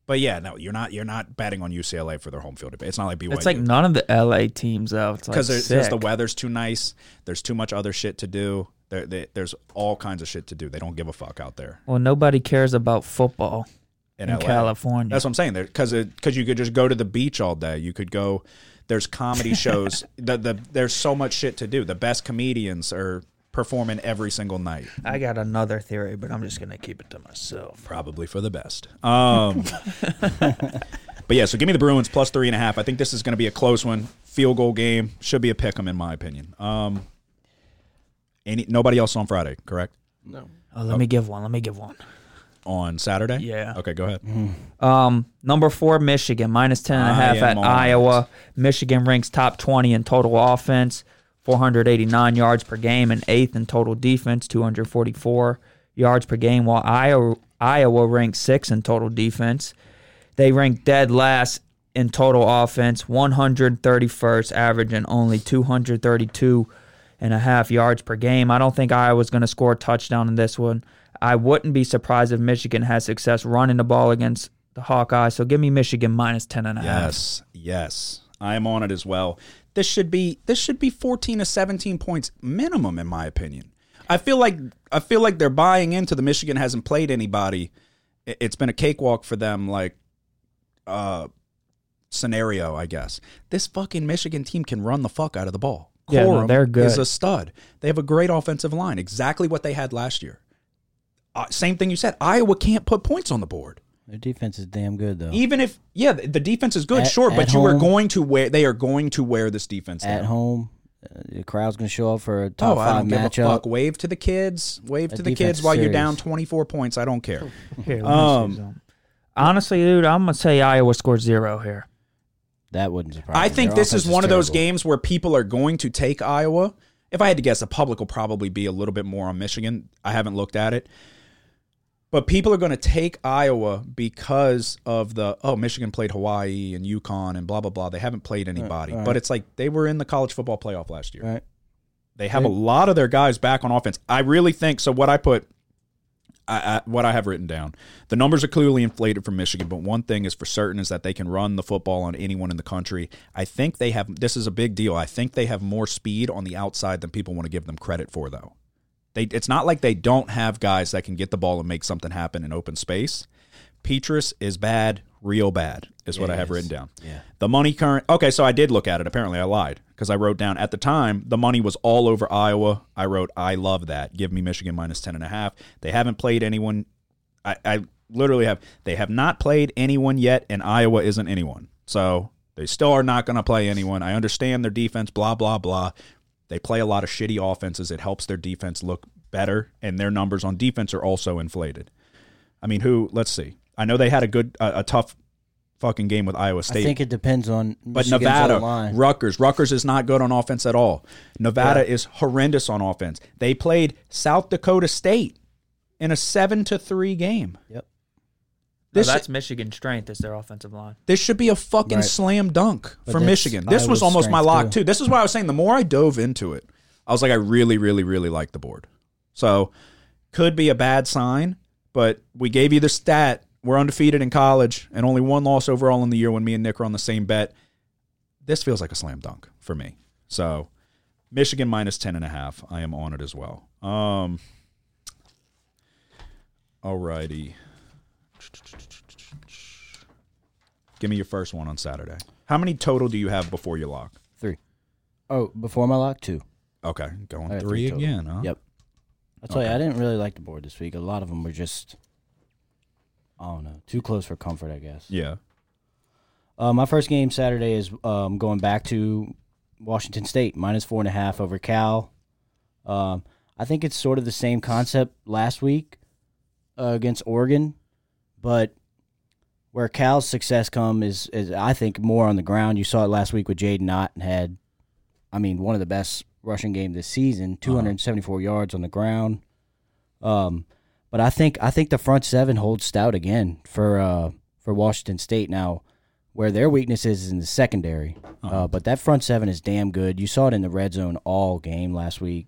C: but yeah, no, you're not. You're not betting on UCLA for their home field. It's not like BYU.
E: it's like none of the LA teams though. It's like
C: because
E: sick.
C: the weather's too nice. There's too much other shit to do. There, there- there's all kinds of shit to do. They don't give a fuck out there
E: Well, nobody cares about football
C: in,
E: in,
C: LA.
E: California.
C: That's what I'm saying. There, because because you could just go to the beach all day. You could go. There's comedy shows. the, the there's so much shit to do. The best comedians are performing every single night.
E: I got another theory, but I'm just gonna keep it to myself.
C: Probably for the best. Um, but yeah, so give me the Bruins plus three and a half. I think this is going to be a close one. Field goal game should be a pick 'em in my opinion. Um, any nobody else on Friday, correct?
E: Oh, let me give one. Let me give one.
C: on Saturday?
E: Yeah.
C: Okay, go ahead.
E: Um, number four, Michigan, minus 10 and a half
C: I
E: at
C: am on
E: Iowa. Michigan ranks top 20 in total offense, 489 yards per game, and eighth in total defense, 244 yards per game, while Iowa, Iowa ranks sixth in total defense. They rank dead last in total offense, 131st, averaging only 232 and a half yards per game. I don't think Iowa's going to score a touchdown in this one. I wouldn't be surprised if Michigan has success running the ball against the Hawkeyes. So give me Michigan minus 10 and a half.
C: Yes, yes, I am on it as well. This should be this should be fourteen to seventeen points minimum, in my opinion. I feel like I feel like they're buying into the Michigan hasn't played anybody. I- It's been a cakewalk for them, like uh, scenario, I guess. This fucking Michigan team can run the fuck out of the ball.
E: Yeah, no,
C: Corum
E: they're good.
C: Is a stud. They have a great offensive line, exactly what they had last year. Uh, same thing you said. Iowa can't put points on the board
D: Their defense is damn good though.
C: even if yeah the the defense is good
D: At-
C: sure but
D: at
C: you are
D: home-
C: going to wear they are going to wear this defense
D: At
C: down.
D: home, uh, the crowd's gonna show up for a
C: oh
D: top
C: i
D: five
C: don't give a fuck
D: matchup.
C: wave to the kids wave
D: That
C: to the
D: defense
C: kids while you're
D: serious.
C: down 24 points i don't care
E: Here, let me
C: Um,
E: see something. Honestly, dude, I'm going to say Iowa scores zero here.
D: That wouldn't surprise me.
C: i think
D: Their
C: this is
D: offense
C: one of those
D: terrible.
C: games where people are going to take iowa if i had to guess the public will probably be a little bit more on michigan i haven't looked at it but people are going to take Iowa because of the oh Michigan played Hawaii and Yukon and blah blah blah they haven't played anybody
D: Uh, right.
C: but it's like they were in the college football playoff last year
D: Right.
C: They have a lot of their guys back on offense. I really think so. What I put, I, I, what I have written down, the numbers are clearly inflated for Michigan. But one thing is for certain is that they can run the football on anyone in the country. I think they have. This is a big deal. I think they have more speed on the outside than people want to give them credit for, though. They, it's not like they don't have guys that can get the ball and make something happen in open space. Petrus is bad, real bad, is what I have written down. Yeah. The money current. Okay, so I did look at it. Apparently, I lied because I wrote down at the time the money was all over Iowa. I wrote, I love that. Give me Michigan minus ten and a half. They haven't played anyone. I, I literally have. They have not played anyone yet, and Iowa isn't anyone. So they still are not going to play anyone. I understand their defense. Blah blah blah. They play a lot of shitty offenses. It helps their defense look better, and their numbers on defense are also inflated. I mean, who? Let's see. I know they had a good, a, a tough, fucking game with Iowa
D: I
C: State,
D: think it depends on
C: but
D: Michigan's
C: Nevada,
D: O-line.
C: Rutgers, Rutgers is not good on offense at all. Nevada is horrendous on offense. They played South Dakota State in a seven to three game.
D: Yep.
C: This
E: that's Michigan's strength is their offensive line.
C: this should be a fucking
D: Right.
C: slam dunk
D: But
C: for
D: that's
C: Michigan. This was
D: Iowa's
C: almost my
D: strength,
C: lock too.
D: too.
C: This is why I was saying the more I dove into it, I was like, I really, really, really like the board. So could be a bad sign, but we gave you the stat. We're undefeated in college and only one loss overall in the year when me and Nick are on the same bet. This feels like a slam dunk for me. So Michigan minus 10 and a half. I am on it as well. Um all righty. Give me your first one on Saturday. How many total do you have before your lock?
D: three. Oh, before my lock two.
C: Okay, going
D: I got
C: three,
D: total.
C: again, huh?
D: Yep. I'll tell
C: Okay.
D: you, I didn't really like the board this week. A lot of them were just, I don't know, too close for comfort, I guess.
C: Yeah.
D: Uh, my first game Saturday is um, going back to Washington State, minus four and a half over Cal. Um, I think it's sort of the same concept last week uh, against Oregon, but where Cal's success come is, is I think more on the ground. You saw it last week with Jaden Knott had, I mean, one of the best rushing game this season, 274 yards on the ground. Um, but I think I think the front seven holds stout again for uh, for Washington State now, where their weakness is in the secondary. Uh, but that front seven is damn good. You saw it in the red zone all game last week,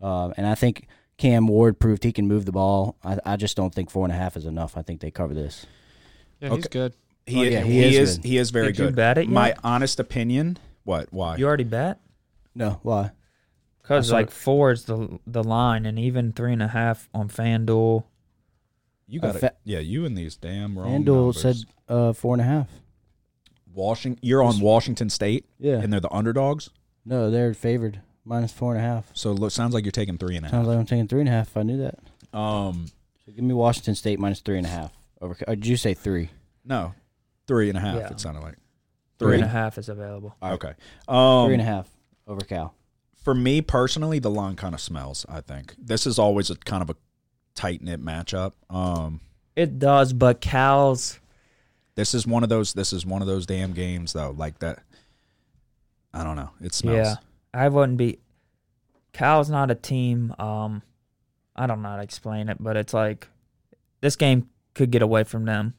D: uh, and I think Cam Ward proved he can move the ball. I, I just don't think four and a half is enough. I think they cover this.
F: Yeah, he's
C: Okay.
F: good.
C: He,
D: Oh, yeah,
C: he,
D: he
C: is,
D: is good.
C: he is very
E: Did you
C: good.
E: bet it
C: My
E: yet?
C: honest opinion. What? Why?
E: You already bet?
D: No, why? I
E: Because
D: saw
E: like
D: it.
E: four is the the line, and even three and a half on FanDuel.
C: you got
D: Uh,
C: it.
D: fa-
C: yeah, you and these damn wrong.
D: Randall
C: numbers.
D: said uh, four and a half.
C: Washington. You're on Washington State,
D: Yeah.
C: and they're the underdogs.
D: No, they're favored minus four and a half.
C: So it sounds like you're taking three and a half.
D: Sounds like I'm taking three and a half. If I knew that.
C: Um,
D: So give me Washington State minus three and a half. Over, or did you say three?
C: no, three and a half.
E: Yeah.
C: It sounded like
E: Three and a half is available.
C: Okay. Um,
D: three and a half over Cal.
C: for me personally, the line kind of smells. I think this is always a kind of a tight knit matchup. Um,
E: It does, but Cal's
C: This is one of those. This is one of those damn games, though. Like that. I don't know. It smells.
E: yeah. I wouldn't be Cal's not a team, um I don't know how to explain it, but it's like this game could get away from them.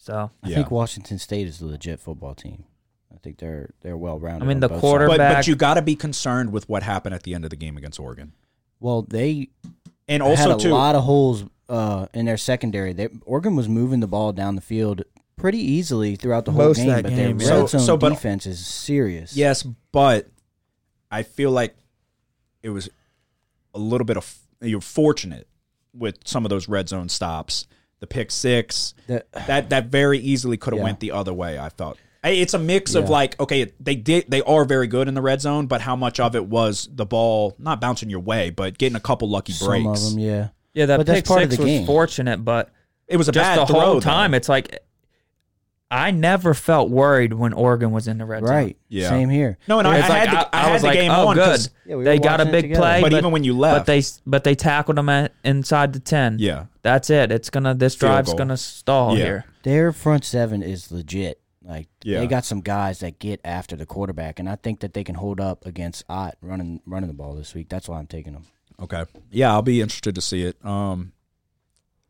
E: So
D: I
C: Yeah.
D: think Washington State is a legit football team. I think they're they're well rounded.
E: I mean, the quarter-
C: But, but
E: Quarterback-
C: you got to be concerned with what happened at the end of the game against Oregon,
D: Well, they
C: and
D: had
C: also
D: a
C: too.
D: lot of holes uh, in their secondary. They, Oregon was moving the ball down the field pretty easily throughout the whole
E: Most of
D: game,
E: that
D: but
E: game,
D: their
E: yeah.
C: So-
D: red zone
C: so, but-
D: defense is serious.
C: Yes, but I feel like it was a little bit of you're fortunate with some of those red zone stops, the pick six.
D: The-
C: that that very easily could have
D: Yeah.
C: went the other way. I felt I- it's a mix of
D: Yeah.
C: like okay, it- they did they are very good in the red zone, but how much of it was the ball not bouncing your way, but getting a couple lucky
D: some
C: breaks?
D: of them, yeah.
E: yeah, that
D: But that's
E: pick
D: part of
E: six
D: the
E: was
D: game.
E: fortunate, but
C: It was a
E: just
C: bad
E: the
C: throw
E: whole
C: though.
E: time it's like I never felt worried when Oregon was in the red zone.
D: Right.
C: Yeah.
D: Same here.
C: No, and I, I
E: It's like,
C: had the, I, had
E: was
C: the
E: like,
C: game
E: oh,
C: on
E: good.
C: 'cause-
D: Yeah, we
E: they
D: were
E: got a
D: watching it
E: big
D: together.
E: play,
C: But even when you
E: but
C: left-
E: they but they tackled them at, inside the ten.
C: Yeah.
E: that's it. It's gonna this
C: Field
E: drive's
C: goal.
E: gonna stall
C: Yeah.
E: here.
D: Their front seven is legit. Like
C: Yeah.
D: they got some guys that get after the quarterback, and I think that they can hold up against Ott running running the ball this week. That's why I'm taking them.
C: Okay. Yeah, I'll be interested to see it. Um,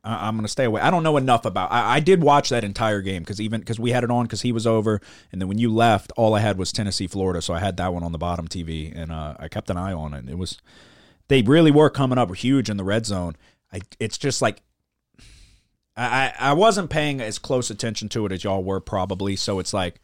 C: I, I'm gonna stay away. I don't know enough about. I, I did watch that entire game because even because we had it on because he was over, and then when you left, all I had was Tennessee, Florida. So I had that one on the bottom TV, and uh, I kept an eye on it. And it was they really were coming up huge in the red zone. I it's just like. I, I I wasn't paying as close attention to it as y'all were probably, so it's like,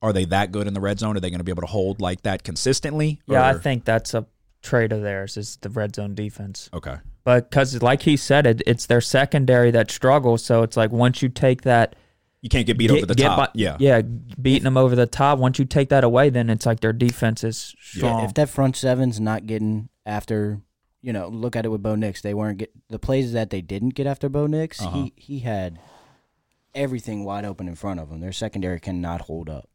C: are they that good in the red zone? Are they going to be able to hold like that consistently?
E: Yeah, I
C: Or-
E: think that's a trait of theirs is the red zone defense.
C: Okay,
E: But because, like he said, it, it's their secondary that struggles. So it's like once you take that
C: you can't get beat over the top.
E: by- yeah, beating them over the top. Once you take that away, then it's like their defense is strong.
C: Um,
D: Yeah, if that front seven's not getting after, you know, look at it with Bo Nix. They weren't get the plays that they didn't get after Bo Nix.
C: Uh-huh.
D: He he had everything wide open in front of him. Their secondary cannot hold up.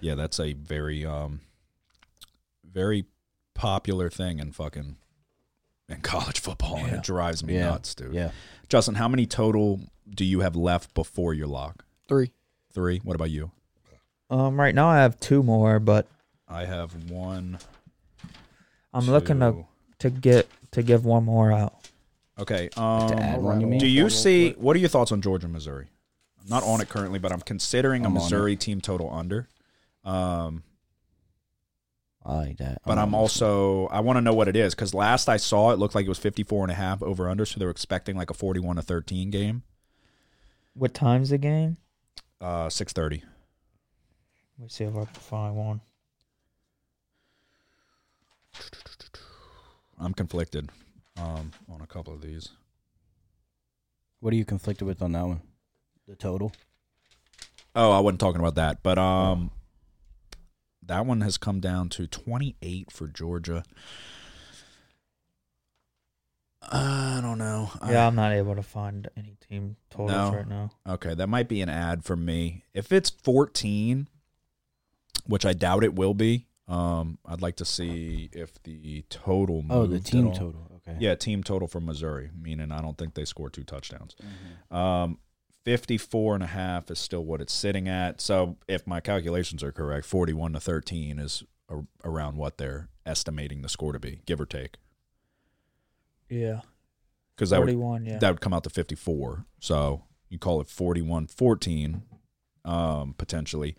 C: Yeah, that's a very um very popular thing in fucking in college football and it drives me
D: Yeah,
C: nuts, dude.
D: yeah.
C: Justin, how many total do you have left before your lock?
F: Three.
C: 3. What about you?
E: um, right now I have two more, but
C: I have one.
E: I'm looking to
C: Two.
E: to get to give one more out.
C: Okay.
D: To add
C: Um
D: one, you mean?
C: do you see what are your thoughts on Georgia Missouri? I'm not on it currently, but I'm considering
D: I'm
C: a
D: on it.
C: Missouri team total under. Um
D: I like that. Um,
C: but I'm
D: all
C: also I want to know what it is because last I saw it looked like it was 54 and a half over under, so they were expecting like a 41 to 13 game,
E: What time's the game?
C: uh, 6:30.
E: Let me see if I can find one.
C: I'm conflicted um, on a couple of these.
D: What are you conflicted with on that one? The total.
C: Oh, I wasn't talking about that, but um, that one has come down to 28 for Georgia. I don't know. I-
E: Yeah, I'm not able to find any team totals
C: No.
E: right now.
C: Okay, that might be an ad for me. If it's 14, which I doubt it will be, um, I'd like to see if the Mm-hmm. total.
D: Oh, the
C: moved at
D: team
C: all.
D: total. Okay.
C: Yeah, team total for Missouri, meaning I don't think they score two touchdowns. Um, 54 and a half is still what it's sitting at. So if my calculations are correct, 41 to 13 is a- around what they're estimating the score to be, give or take.
E: Yeah,
C: Because that would,
E: 41. Yeah,
C: that would come out to 54. So you call it 41 14 um, potentially.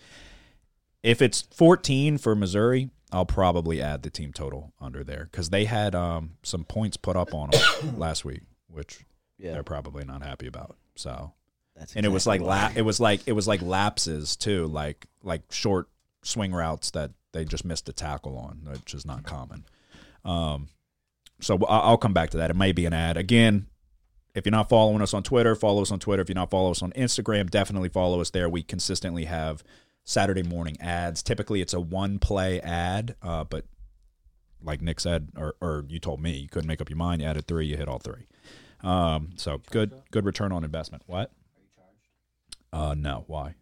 C: If it's 14 for Missouri, I'll probably add the team total under there because they had um, some points put up on them last week, which
D: Yeah.
C: they're probably not happy about. So,
D: That's
C: and it was like
D: exactly
C: la- it was like it was like lapses too, like like short swing routes that they just missed a tackle on, which is not common. Um, so I- I'll come back to that. It may be an ad again. If you're not following us on Twitter, follow us on Twitter. If you're not following us on Instagram, definitely follow us there. We consistently have Saturday morning ads. Typically, it's a one play ad, uh, but like Nick said, or, or you told me, you couldn't make up your mind. You added three, you hit all three. Um, so good, good return on investment. What? Uh, no. Why?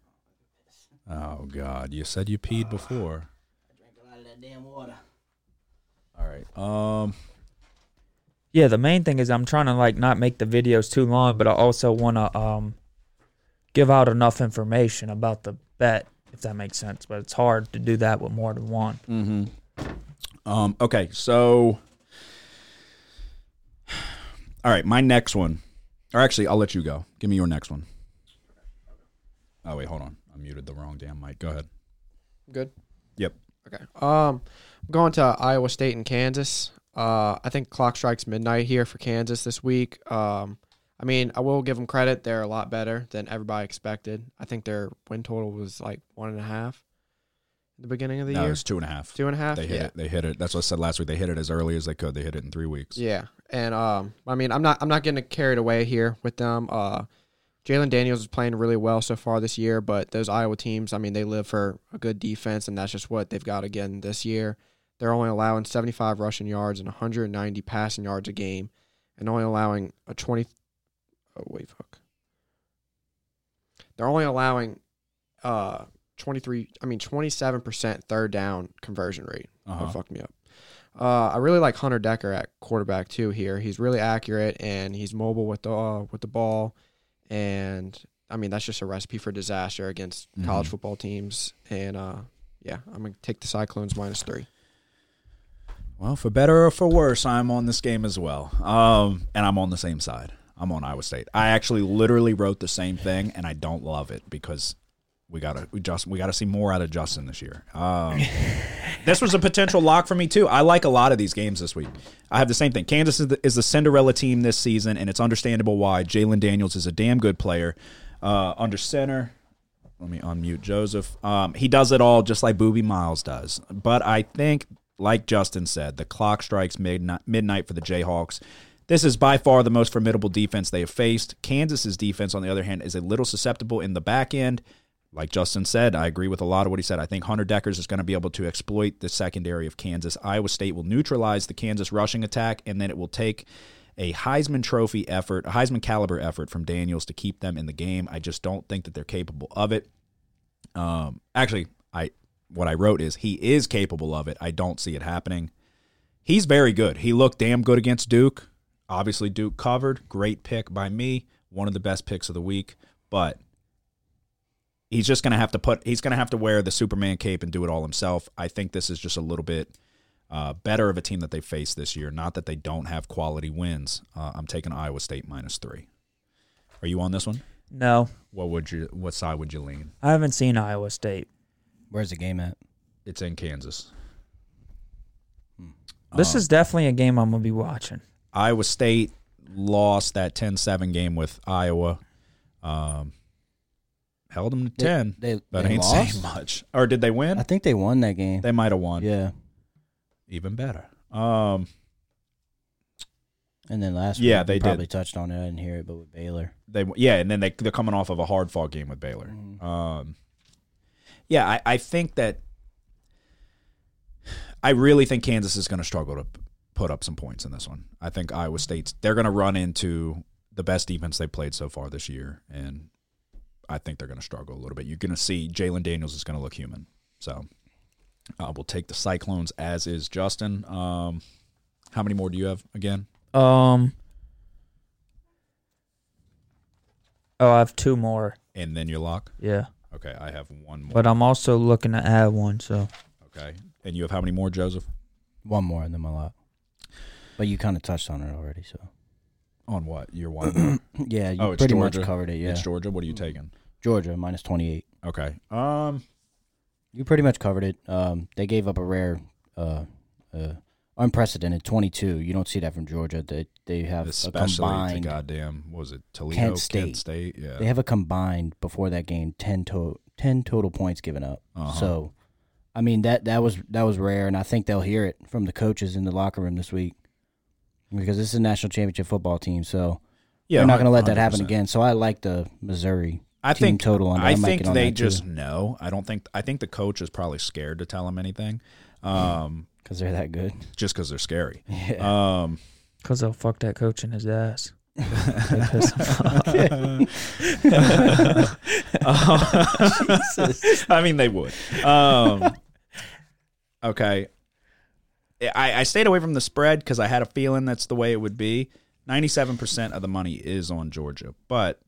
C: Oh God! You said you peed before.
D: Drink a lot of that damn water.
C: All right. Um,
E: Yeah, the main thing is I'm trying to like not make the videos too long, but I also want to um give out enough information about the bet if that makes sense. But it's hard to do that with more than one.
C: Mm-hmm. Um, okay, so all right, my next one. Or actually, I'll let you go. Give me your next one. Oh wait, hold on. I muted the wrong damn mic. Go ahead.
F: Good.
C: Yep.
F: Okay. Um, I'm going to Iowa State and Kansas. Uh, I think clock strikes midnight here for Kansas this week. Um, I mean, I will give them credit; they're a lot better than everybody expected. I think their win total was like one and a half at the beginning of the
C: No,
F: year,
C: it's two and a half.
F: two and a half.
C: They hit
F: yeah.
C: it. They hit it. That's what I said last week. They hit it as early as they could. They hit it in three weeks.
F: Yeah, and um, I mean, I'm not I'm not getting carried away here with them. Uh, Jalen Daniels is playing really well so far this year, but those Iowa teams, I mean, they live for a good defense, and that's just what they've got again this year. They're only allowing 75 rushing yards and 190 passing yards a game, and only allowing a 20. Oh wait, fuck. They're only allowing, uh, 23. I mean, 27 percent third down conversion rate.
C: Uh-huh.
F: That fucked me up. Uh, I really like Hunter Decker at quarterback too. Here, he's really accurate and he's mobile with the uh, with the ball, and I mean that's just a recipe for disaster against college
C: Mhm.
F: football teams. And uh, yeah, I'm gonna take the Cyclones minus three.
C: Well, for better or for worse, I'm on this game as well. Um, and I'm on the same side. I'm on Iowa State. I actually literally wrote the same thing, and I don't love it because we gotta we just we gotta see more out of Justin this year. Um, this was a potential lock for me too. I like a lot of these games this week. I have the same thing. Kansas is the, is the Cinderella team this season, and it's understandable why. Jalen Daniels is a damn good player uh, under center. Let me unmute Joseph. Um, he does it all just like Booby Miles does. But I think, like Justin said, the clock strikes midnight, midnight for the Jayhawks. This is by far the most formidable defense they have faced. Kansas's defense, on the other hand, is a little susceptible in the back end. Like Justin said, I agree with a lot of what he said. I think Hunter Deckers is going to be able to exploit the secondary of Kansas. Iowa State will neutralize the Kansas rushing attack, and then it will take a Heisman Trophy effort, a Heisman caliber effort from Daniels to keep them in the game. I just don't think that they're capable of it. Um, actually, I what I wrote is he is capable of it. I don't see it happening. He's very good. He looked damn good against Duke. Obviously, Duke covered. Great pick by me. One of the best picks of the week. But he's just gonna have to put. He's gonna have to wear the Superman cape and do it all himself. I think this is just a little bit. Uh, better of a team that they faced this year. Not that they don't have quality wins. Uh, I'm taking Iowa State minus three. Are you on this one?
E: No,
C: What would you? What side would you lean?
E: I haven't seen Iowa State.
D: Where's the game at?
C: It's in Kansas.
E: This
C: Um,
E: is definitely a game I'm gonna be watching.
C: Iowa State lost that 10-7 game with Iowa. Um, held them to
D: They-
C: ten.
D: they-
C: that
D: they
C: ain't
D: lost?
C: saying much. Or did they
D: I
C: win?
D: think they won that game.
C: They might have won.
D: Yeah,
C: Even better. Um,
D: and then last
C: Yeah,
D: week
C: they
D: we
C: did.
D: probably touched on it. I didn't hear it, but with Baylor,
C: they yeah, and then they they're coming off of a hard fought game with Baylor. Um, yeah, I, I think that I really think Kansas is going to struggle to p- put up some points in this one. I think Iowa State's they're going to run into the best defense they played so far this year, and I think they're going to struggle a little bit. You're going to see Jalen Daniels is going to look human, so. Uh, we'll take the Cyclones as is Justin. Um, how many more do you have again?
E: Um. Oh, I have two more.
C: And then your lock.
E: Yeah,
C: Okay, I have one more.
E: but I'm also looking to add one. So
C: Okay. And you have how many more, Joseph?
D: one more and then uh, my lot. But you kind of touched on it already, so
C: On what? Your one.
D: yeah, you
C: Oh, it's
D: pretty
C: Georgia.
D: much covered it. Yeah,
C: It's Georgia. What are you taking?
D: Georgia minus twenty eight.
C: Okay. Um
D: You pretty much covered it. Um, they gave up a rare, uh, uh, unprecedented 22. You don't see that from Georgia. They they have a
C: especially to
D: combined.
C: goddamn was it Toledo,
D: Kent State.
C: Yeah.
D: They have a combined before that game 10 to 10 total points given up.
C: Uh-huh.
D: So, I mean that that was that was rare, and I think they'll hear it from the coaches in the locker room this week because this is a national championship football team. So
C: yeah,
D: they're not going to let that
C: 100%.
D: happen again. So I like the Missouri
C: I
D: team
C: think
D: total under.
C: I,
D: might
C: think
D: get on
C: they
D: that too,
C: just know. I don't think I think the coach is probably scared to tell him anything.
D: Hmm.
C: Um
D: because they're that good.
C: just cuz they're scary.
D: Yeah.
C: Um
E: because they'll fuck that coach in his ass.
C: I mean they would. Um Okay. I, I stayed away from the spread because I had a feeling that's the way it would be. Ninety-seven percent of the money is on Georgia, but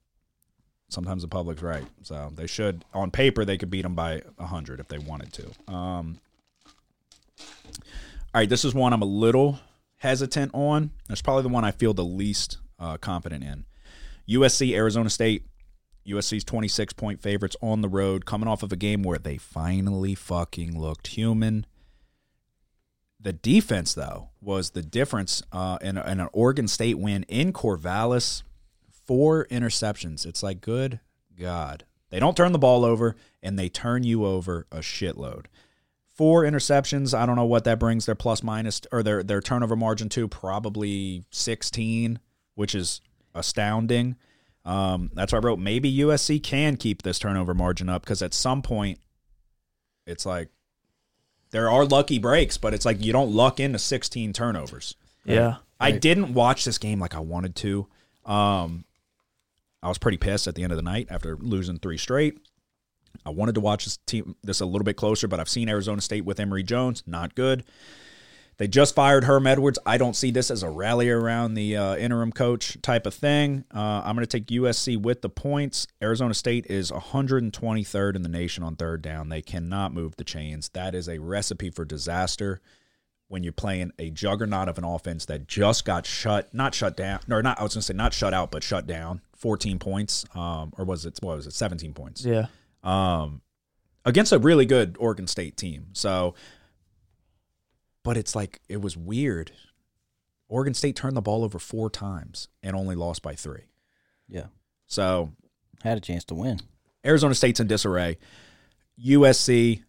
C: sometimes the public's right, so they should. On paper, they could beat them by hundred if they wanted to. Um, all right, this is one I'm a little hesitant on. That's probably the one I feel the least uh, confident in. USC, Arizona State. USC's 26 point favorites on the road, coming off of a game where they finally fucking looked human. The defense, though, was the difference uh, in, in an Oregon State win in Corvallis. Four interceptions. It's like, good God. They don't turn the ball over, and they turn you over a shitload. Four interceptions. I don't know what that brings their plus minus or their, their turnover margin to, probably 16, which is astounding. Um, that's why I wrote maybe USC can keep this turnover margin up because at some point, it's like there are lucky breaks, but it's like you don't luck into 16 turnovers.
E: Yeah.
C: I didn't watch this game like I wanted to. Um, I was pretty pissed at the end of the night after losing three straight. I wanted to watch this team this a little bit closer, but I've seen Arizona State with Emory Jones, not good. They just fired Herm Edwards. I don't see this as a rally around the uh, interim coach type of thing. Uh, I'm going to take USC with the points. Arizona State is 123rd in the nation on third down. They cannot move the chains. That is a recipe for disaster when you're playing a juggernaut of an offense that just got shut, not shut down, or not. I was going to say not shut out, but shut down. 14 points, um, or was it? What was it? 17 points
E: Yeah.
C: um, against a really good Oregon State team. So, but it's like it was weird. Oregon State turned the ball over four times and only lost by three.
D: Yeah,
C: So
D: had a chance to win.
C: Arizona State's in disarray. USC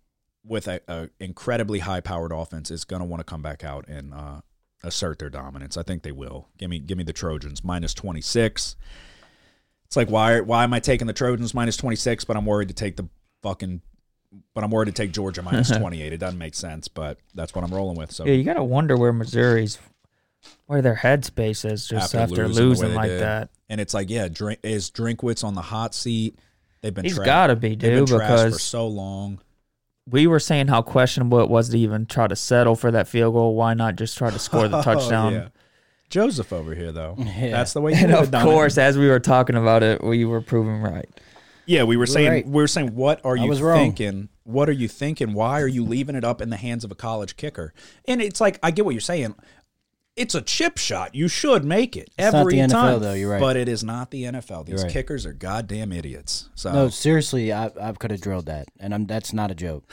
C: with a, a incredibly high powered offense is going to want to come back out and uh, assert their dominance. I think they will. Give me give me the Trojans minus twenty six. It's like why why am I taking the Trojans minus twenty six? But I'm worried to take the fucking. But I'm worried to take Georgia minus twenty eight. It doesn't make sense, but that's what I'm rolling with. So
E: Yeah, you gotta wonder where Missouri's where their headspace is just after,
C: the way
E: losing,
C: they
E: like
C: did.
E: that.
C: and it's like yeah, drink, is Drinkwitz on the hot seat? They've been
E: He's
C: tra-
E: gotta be,
C: they've been
E: dude,
C: trashed for
E: because
C: so long.
E: we were saying how questionable it was to even try to settle for that field goal. Why not just try to score the touchdown?
C: Oh, yeah. Joseph over here, though.
D: Yeah.
C: That's the way. You
E: And
C: would've
E: of
C: done it.
E: course, as we were talking about it, we were proven right.
C: yeah, we were saying
D: right.
C: we were saying what are
D: I
C: you
D: was wrong.
C: thinking? What are you thinking? Why are you leaving it up in the hands of a college kicker? And it's like I get what you're saying. It's a chip shot. You should make it
D: It's not
C: every
D: the NFL
C: time.
D: though, you're right.
C: But it is not the NFL. These
D: You're right.
C: kickers are goddamn idiots. So
D: No, seriously, I I could have drilled that, and I'm that's not a joke.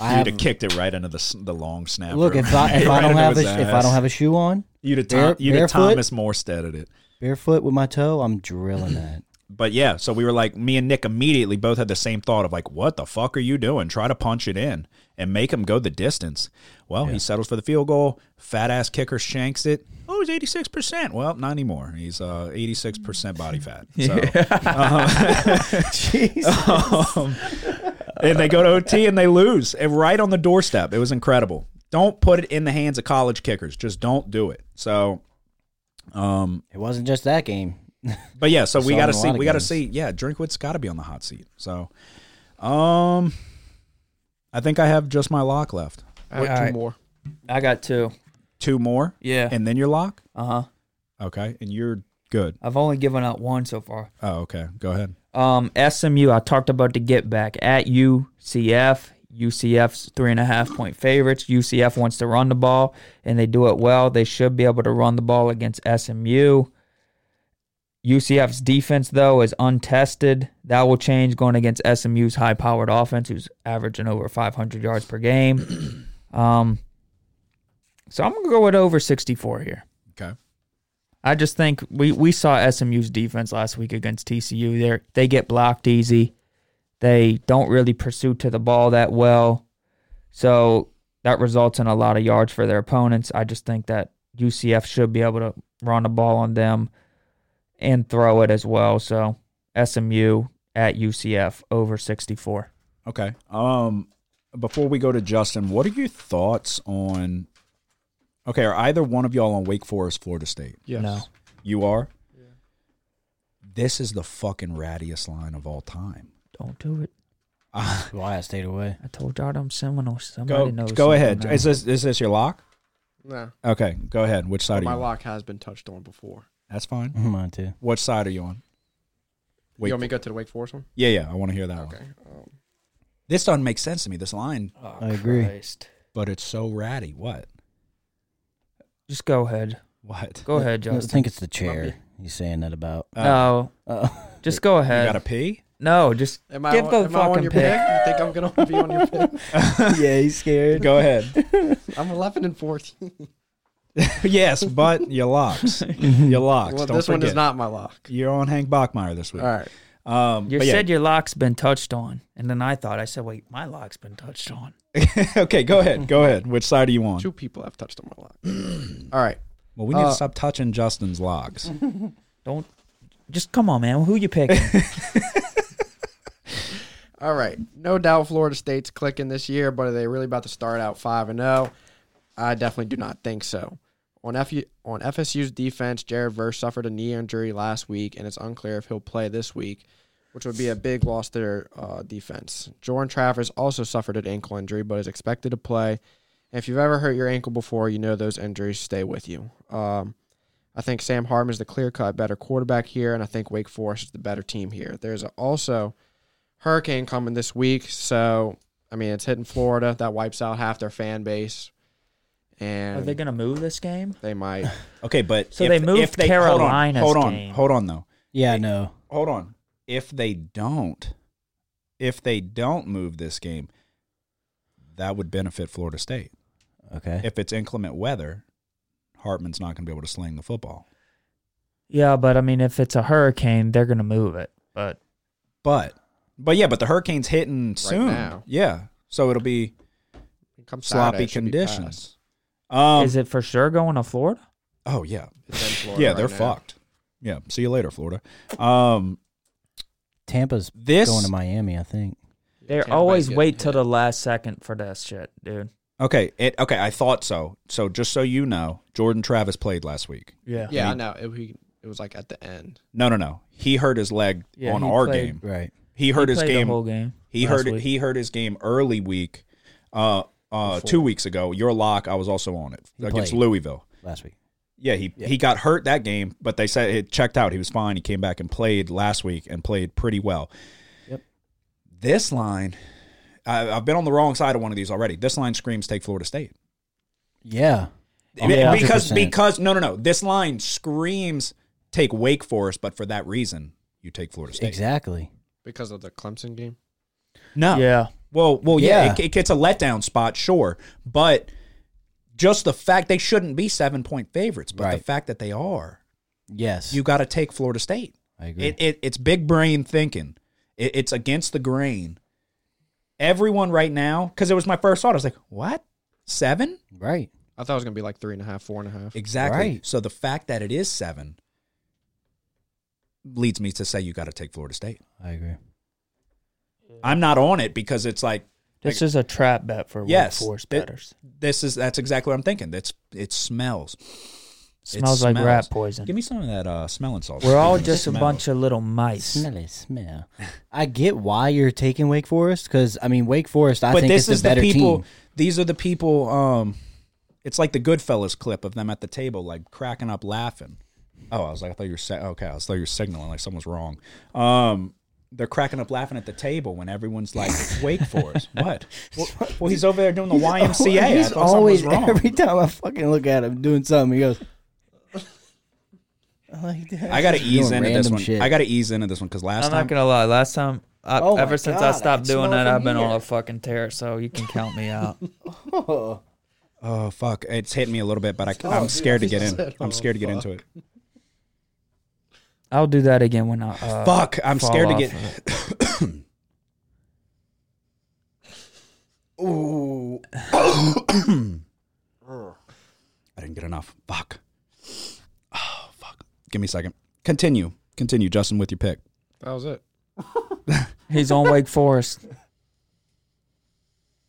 D: I
C: you'd
D: have,
C: have kicked it right into the s- the long snap.
D: look if I if I don't have a, if I don't have a shoe on,
C: you'd have,
D: bare-
C: Tom, you'd have
D: barefoot-
C: Thomas Morstead at it.
D: barefoot with my toe, I'm drilling that.
C: but yeah, so we were like, me and Nick immediately both had the same thought of like, what the fuck are you doing? Try to punch it in and make him go the distance. Well, he settles for the field goal. Fat ass kicker shanks it. Oh, he's eighty six percent. Well, not anymore. He's uh eighty six percent body fat. So, um, and they go to OT and they lose and right on the doorstep. It was incredible. Don't put it in the hands of college kickers. Just don't do it. So, um,
D: It wasn't just that game.
C: but yeah, so we
D: Saw
C: got to
D: in a
C: see.
D: lot of
C: We got to
D: games.
C: see. Yeah, Drinkwitz's got to be on the hot seat. So, um, I think I have just my lock left.
F: I have
E: All
F: two
E: right.
F: more.
E: I got two.
C: Two more,
E: Yeah.
C: and then your lock.
E: Uh huh.
C: Okay, and you're good.
E: I've only given out one so far.
C: Oh, okay. Go ahead.
E: Um, SMU, I talked about the get back at UCF. UCF's three and a half point favorites. UCF wants to run the ball, and they do it well. They should be able to run the ball against SMU. UCF's defense, though, is untested. That will change going against SMU's high powered offense, who's averaging over 500 yards per game. Um, so I'm going to go with over 64 here.
C: Okay.
E: I just think we, we saw SMU's defense last week against TCU. They they get blocked easy. They don't really pursue to the ball that well. So that results in a lot of yards for their opponents. I just think that UCF should be able to run the ball on them and throw it as well. So SMU at UCF over 64.
C: Okay. Um, before we go to Justin, what are your thoughts on? Okay, are either one of y'all on Wake Forest, Florida State?
F: Yes.
E: No.
C: You are. This is the fucking rattiest line of all time.
E: Don't do it.
D: That's Why I stayed away.
E: I told y'all I'm Seminoles. Somebody
C: Go,
E: knows.
C: go
E: something
C: ahead.
E: now.
C: Is this is this your lock?
F: No.
C: Okay, go ahead. Which side are you?
F: My
C: on?
F: lock has been touched on before.
C: That's fine.
D: Mine too.
C: What side are you on? Wait.
F: You want me to go to the Wake Forest one?
C: Yeah, yeah. I want to hear that one.
F: Okay. Um,
C: This doesn't make sense to me. This line,
E: Oh,
D: I agree.
E: Christ.
C: but it's so ratty. What?
E: Just go ahead.
C: What?
E: Go ahead,
D: I
E: Justin.
D: think it's the chair he's saying that about.
C: Uh,
E: no,
D: Uh,
E: just go
C: you
E: ahead.
C: got to pee?
E: no, just
F: am I
E: Give
F: on,
E: the
F: am I on
E: fucking
F: your
E: pick.
F: pick? You think I'm gonna be on your pick?
D: yeah, he's scared.
C: Go ahead.
F: I'm 11 and 14.
C: yes, but your locks. Your locks.
F: well,
C: Don't
F: this one is
C: forget.
F: not my lock.
C: You're on Hank Bachmeyer this week.
F: All right.
C: Um,
E: you
C: but yeah.
E: said your lock's been touched on, and then I thought I said, wait, my lock's been touched on.
C: okay, go ahead. Go ahead. Which side are you on?
F: Two people have touched on my lock. All right.
C: Well, we need to
F: Uh,
C: stop touching Justin's locks.
E: Don't just come on, man. Who you picking?
F: All right. No doubt Florida State's clicking this year, but are they really about to start out 5 and 0? I definitely do not think so. On, F- on FSU's defense, Jared Verse suffered a knee injury last week, and it's unclear if he'll play this week, which would be a big loss to their uh, defense. Jordan Travers also suffered an ankle injury, but is expected to play. And if you've ever hurt your ankle before, you know those injuries stay with you. Um, I think Sam Hartman is the clear cut better quarterback here, and I think Wake Forest is the better team here. There's also hurricane coming this week. So I mean, it's hitting Florida. That wipes out half their fan base, and
E: Are they gonna move this game?
F: they might.
C: Okay, but
E: So
C: if-
E: they moved
C: if they,
E: Carolina's
C: Hold on, hold on,
E: game.
C: hold on though.
D: Yeah, no.
C: Hold on. If they don't, if they don't move this game, that would benefit Florida State.
D: Okay.
C: If it's inclement weather, Hartman's not going to be able to sling the football.
E: Yeah, but I mean, if it's a hurricane, they're gonna move it. But
C: But, but yeah, but the hurricane's hitting soon.
F: now.
C: Yeah, so it'll be
F: Come Saturday,
C: sloppy
F: it should be fast.
C: conditions. Um.
E: is it for sure going to Florida?
C: oh yeah,
F: It's in Florida
C: yeah.
F: right
C: They're
F: now.
C: fucked. Yeah. See you later, Florida. Um.
D: Tampa's
C: This.
D: going to Miami, I think.
E: They
F: Tampa Bay's
E: always
F: getting
E: wait till
F: hit.
E: the last second for that shit, dude.
C: Okay, it okay, I thought so. So just so you know, Jordan Travis played last week.
E: Yeah.
F: Yeah, I know. It, we- it was like at the end.
C: No, no, no. He hurt his leg
E: Yeah,
C: on
E: he
C: our
E: played-
C: game.
D: Right.
C: He hurt
E: He
C: his
E: played the
C: game.
E: whole game.
C: he
E: last
C: hurt it
E: week.
C: he hurt his game early week. Uh uh 2 weeks ago. Your lock, I was also on it
D: He
C: against
D: played.
C: Louisville.
D: Last week.
C: Yeah, he he got hurt that game, but they said it checked out. He was fine. He came back and played last week and played pretty well.
D: Yep.
C: This line I, I've been on the wrong side of one of these already. This line screams take Florida State.
D: Yeah.
E: Oh,
C: Be- because
D: 100%.
C: because no no no this line screams take Wake Forest, but for that reason you take Florida State.
D: Exactly.
F: Because of the Clemson game,
C: No.
E: Yeah.
C: Well, well, yeah,
D: Yeah.
C: It, it gets a letdown spot, sure, but just the fact they shouldn't be seven point favorites, but the
D: Right.
C: fact that they are,
D: Yes.
C: you got to take Florida State.
D: I agree.
C: It, it it's big brain thinking. It, it's against the grain. Everyone right now, because it was my first thought, I was like, what seven?
D: right.
F: I thought it was gonna be like three and a half, four and a half.
C: Exactly.
D: Right.
C: So the fact that it is seven leads me to say you got to take Florida State.
D: I agree.
C: I'm not on it because it's like
E: This is a trap bet for
C: Yes,
E: Wake Forest
C: it-
E: betters.
C: this is that's exactly what I'm thinking. That's it smells. It
E: Smells like rat poison.
C: Give me some of that uh, smelling salt.
E: We're all
C: It
E: just a
C: smells.
E: bunch of little mice.
D: Smelly smell. I get why you're taking Wake Forest because I mean Wake Forest. I
C: But
D: think
C: this
D: is
C: is
D: the
C: the
D: better
C: people.
D: team.
C: These are the people. Um, it's like the Goodfellas clip of them at the table, like cracking up, laughing. Oh, I was like, I thought you were sa- okay. I was thought you were signaling like someone's wrong. Um, they're cracking up, laughing at the table when everyone's like, "Wake for us, what?" Well, well, he's over there doing the YMCA. I
D: He's
C: thought something was
D: always
C: wrong.
D: every time I fucking look at him doing something, he goes. like that.
C: I gotta ease
D: doing
C: into this
D: random
C: one.
D: shit.
C: I gotta ease into this one because last
E: I'm
C: time
E: not gonna lie. Last time, I,
D: Oh my
E: ever since I
D: God, I
E: stopped
D: can
E: doing
D: smell
E: that,
D: it from
E: I've been on
D: here.
E: a fucking tear. So you can count me out.
D: Oh,
C: Oh fuck! It's hitting me a little bit, but I, I'm scared to get in. I'm scared to
E: "Oh,
C: get into it.
E: I'll do that again when I. Uh,
C: Fuck! I'm
E: fall
C: scared to
E: off
C: get.
E: of it.
C: Ooh. I didn't get enough. Fuck. Oh fuck! Give me a second. Continue. Continue, Justin, with your pick.
F: That was it.
E: He's on Wake Forest.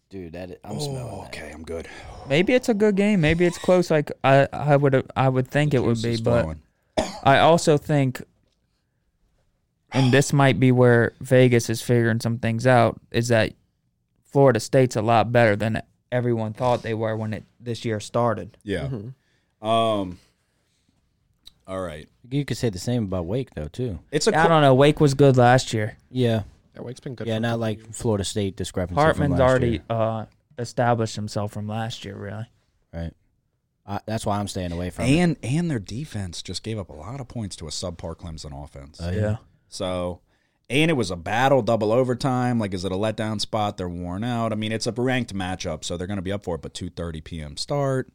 D: dude, that is, I'm smelling.
C: Oh, okay, I'm good.
E: Maybe it's a good game. Maybe it's close. Like I, I would, I would think it would
C: Juice
E: be.
C: is
E: But
C: flowing.
E: I also think, and this might be where Vegas is figuring some things out, is that Florida State's a lot better than everyone thought they were when it this year started.
C: Yeah.
E: Mm-hmm.
C: Um. All right.
D: You could say the same about Wake though too.
C: It's a
E: I don't know. Wake was good last year.
D: Yeah,
F: That Wake's been good.
D: yeah,
F: for-
D: not like Florida State discrepancy. from
E: Hartman's
D: last
E: already
D: year.
E: uh, established himself from last year, really.
D: right. I, that's why I'm staying away from. it.
C: and and their defense just gave up a lot of points to a subpar Clemson offense.
E: yeah.
C: So, and it was a battle, double overtime. Like, is it a letdown spot? They're worn out. I mean, it's a ranked matchup, so they're going to be up for it. But two thirty p.m. start.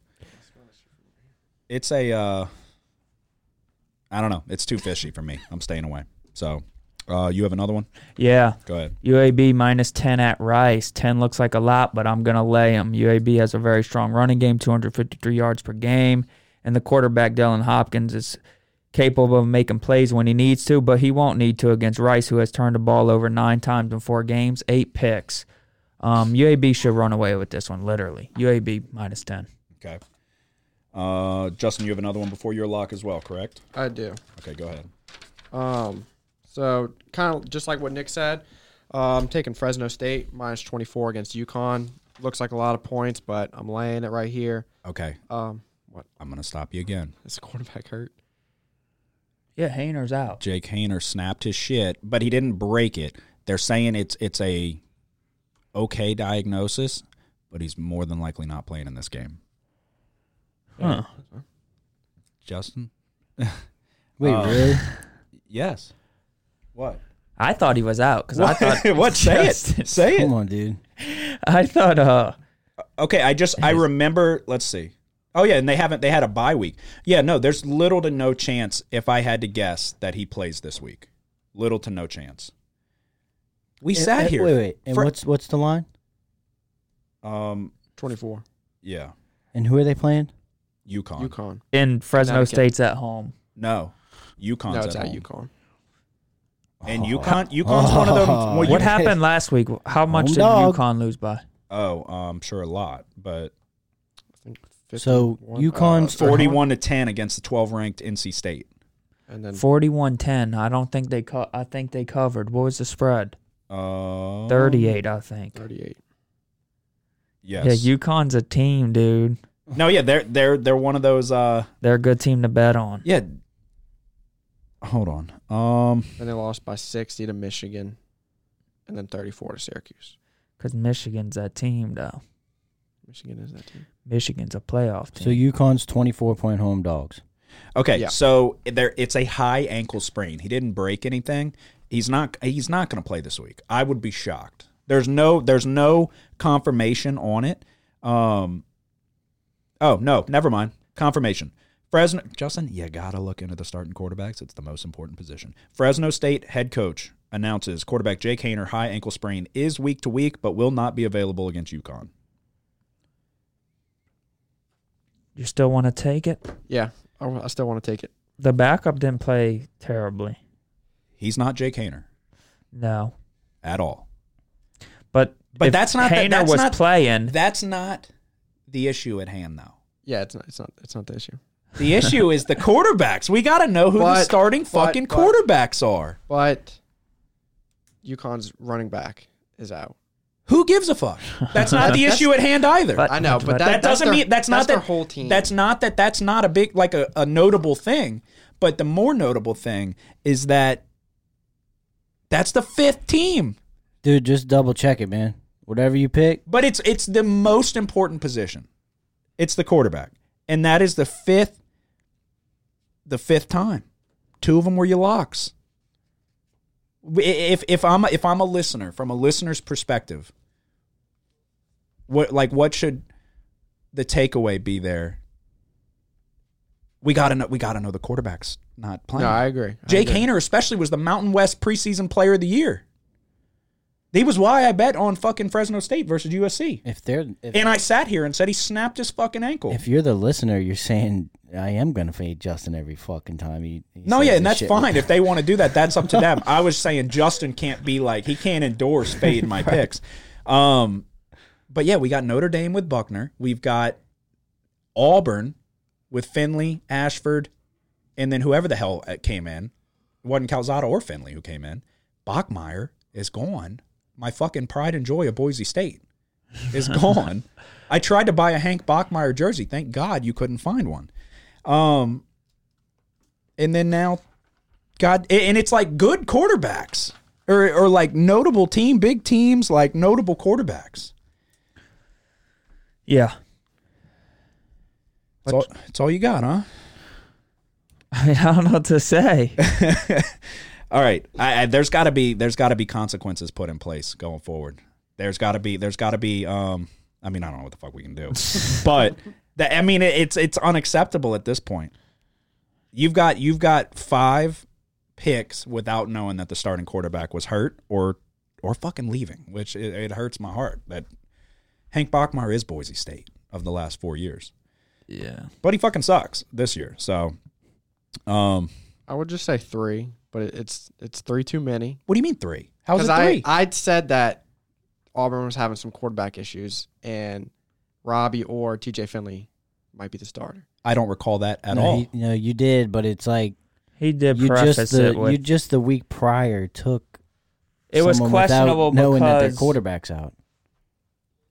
C: It's a, uh, I don't know. It's too fishy for me. I'm staying away. So, uh, you have another one?
E: Yeah.
C: Go ahead.
E: UAB minus 10 at Rice. 10 looks like a lot, but I'm going to lay them. UAB has a very strong running game, 253 yards per game. And the quarterback, Dylan Hopkins, is capable of making plays when he needs to, but he won't need to against Rice, who has turned the ball over nine times in four games, eight picks. Um, UAB should run away with this one, literally. UAB minus 10.
C: Okay. Uh, Justin, you have another one before your lock as well, correct?
F: I do.
C: Okay, go ahead.
F: Um, so kind of just like what Nick said, um, taking Fresno State minus 24 against UConn. Looks like a lot of points, but I'm laying it right here.
C: Okay,
F: Um, what
C: I'm going to stop you again.
F: is the quarterback hurt?
E: Yeah, Hayner's out.
C: Jake Hayner snapped his shit, but he didn't break it. They're saying it's it's a okay diagnosis, but he's more than likely not playing in this game.
E: Huh.
C: Justin?
D: Wait,
C: uh,
D: really?
C: Yes. What?
E: I thought he was out because I thought.
C: what? Say it. Say
D: Come
C: it.
D: on, dude.
E: I thought, uh,
C: Okay, I just I remember. Let's see. Oh yeah, and they haven't. They had a bye week. Yeah, no. There's little to no chance if I had to guess that he plays this week. Little to no chance. We
D: And-
C: sat
D: and-
C: here.
D: Wait, wait. And
C: for-
D: what's what's the line?
C: um?
F: 24.
C: Yeah,
D: And who are they playing?
C: UConn.
F: UConn.
E: in Fresno
F: Connecticut.
E: State's at home.
C: No, UConn's
F: no, it's
C: at
F: at
C: home.
F: UConn.
C: And UConn, UConn's one of them.
D: Oh.
C: Well, you-
E: What happened last week? How much did
D: dog.
E: UConn lose by?
C: Oh, um, sure, a lot, but
F: I think 51,
D: So, UConn's-
F: uh,
C: forty-one to ten against the twelve-ranked NC State.
F: and then
E: Forty-one ten. I don't think they. Co- I think they covered. What was the spread?
C: Uh,
E: Thirty-eight. I think.
F: 38.
C: Yes.
E: Yeah, UConn's a team, dude.
C: no, yeah, they're they're they're one of those. Uh,
E: They're a good team to bet on.
C: yeah. Hold on. Um,
F: And they lost by 60 to Michigan and then 34 to Syracuse.
E: Because Michigan's that team, though.
F: Michigan is that team.
E: Michigan's a playoff
D: So
E: team.
D: UConn's 24 point home dogs.
C: okay,
F: Yeah.
C: so there, it's a high ankle sprain. He didn't break anything. He's not. He's not going to play this week. I would be shocked. There's no. There's no confirmation on it. Um. Oh no, never mind. Confirmation. Fresno Justin, you gotta look into the starting quarterbacks. It's the most important position. Fresno State head coach announces quarterback Jake Hayner high ankle sprain is week to week, but will not be available against UConn.
E: you still want to take it?
F: Yeah, I, I still want to take it.
E: The backup didn't play terribly.
C: He's not Jake Hayner
E: No,
C: at all.
E: but
C: But
E: if
C: that's not the-
E: Hayner
C: that's
E: was
C: not-
E: playing.
C: That's not the issue at hand though.
F: Yeah, it's not it's not it's not the issue.
C: The issue is the quarterbacks. We gotta know who the
F: But-
C: starting
F: but-
C: fucking
F: but-
C: quarterbacks are.
F: But UConn's running back is out.
C: Who gives a fuck? That's not the
F: That's-
C: issue at hand either.
E: But-
F: I know, but that,
C: that doesn't
F: their-
C: mean that's not
F: their
C: that
F: whole team.
C: That's not that that's not a big like a, a notable thing. But the more notable thing is that that's the fifth team.
D: Dude, just double check it, man. Whatever you pick,
C: But it's it's the most important position. It's the quarterback, and that is the fifth. The fifth time, two of them were your locks. W- If if I'm a, if I'm a listener from a listener's perspective, what like what should the takeaway be there? We gotta know. We gotta know the quarterbacks not playing.
F: no, I agree. I
C: Jake
F: agree.
C: Hayner, especially, was the Mountain West preseason player of the year. He was why I bet on fucking Fresno State versus USC.
D: if they're if,
C: And I sat here and said he snapped his fucking ankle.
D: if you're the listener, you're saying I am gonna fade Justin every fucking time. He, he
C: no,
D: says
C: yeah,
D: this
C: and that's
D: shit.
C: fine. If they want to do that, that's up to them. I was saying Justin can't be like, he can't endorse fade my picks. Um, but yeah, we got Notre Dame with Buckner. We've got Auburn with Finley, Ashford, and then whoever the hell uh, came in. It wasn't Calzada or Finley who came in. Bachmeyer is gone. My fucking pride and joy of Boise State. is gone. I tried to buy a Hank Bachmeyer jersey. Thank God you couldn't find one. Um, and then now, God, a- and it's like good quarterbacks or or like notable team, big teams, like notable quarterbacks.
E: Yeah.
C: That's all, that's all you got, huh?
E: I mean, I don't know what to say.
C: All right. I, I, there's got to be there's got to be consequences put in place going forward. There's got to be there's got to be. Um, I mean, I don't know what the fuck we can do, but that, I mean, it, it's it's unacceptable at this point. You've got you've got five picks without knowing that the starting quarterback was hurt or or fucking leaving, which it, it hurts my heart that Hank Bachmeyer is Boise State of the last four years,
E: yeah.
C: but he fucking sucks this year. So, um,
F: I would just say three, but it- it's it's three too many.
C: what do you mean three? How's it
F: Because
C: three?
F: I I'd said that Auburn was having some quarterback issues, and Robbie or T.J. Finley might be the starter.
C: I don't recall that at
D: no,
C: all.
D: You, no, you did, but it's like
E: He did
D: you
E: preface
D: just the
E: it with
D: you just the week prior took.
E: it was
D: someone without
E: questionable
D: knowing that their
E: because
D: quarterback's out.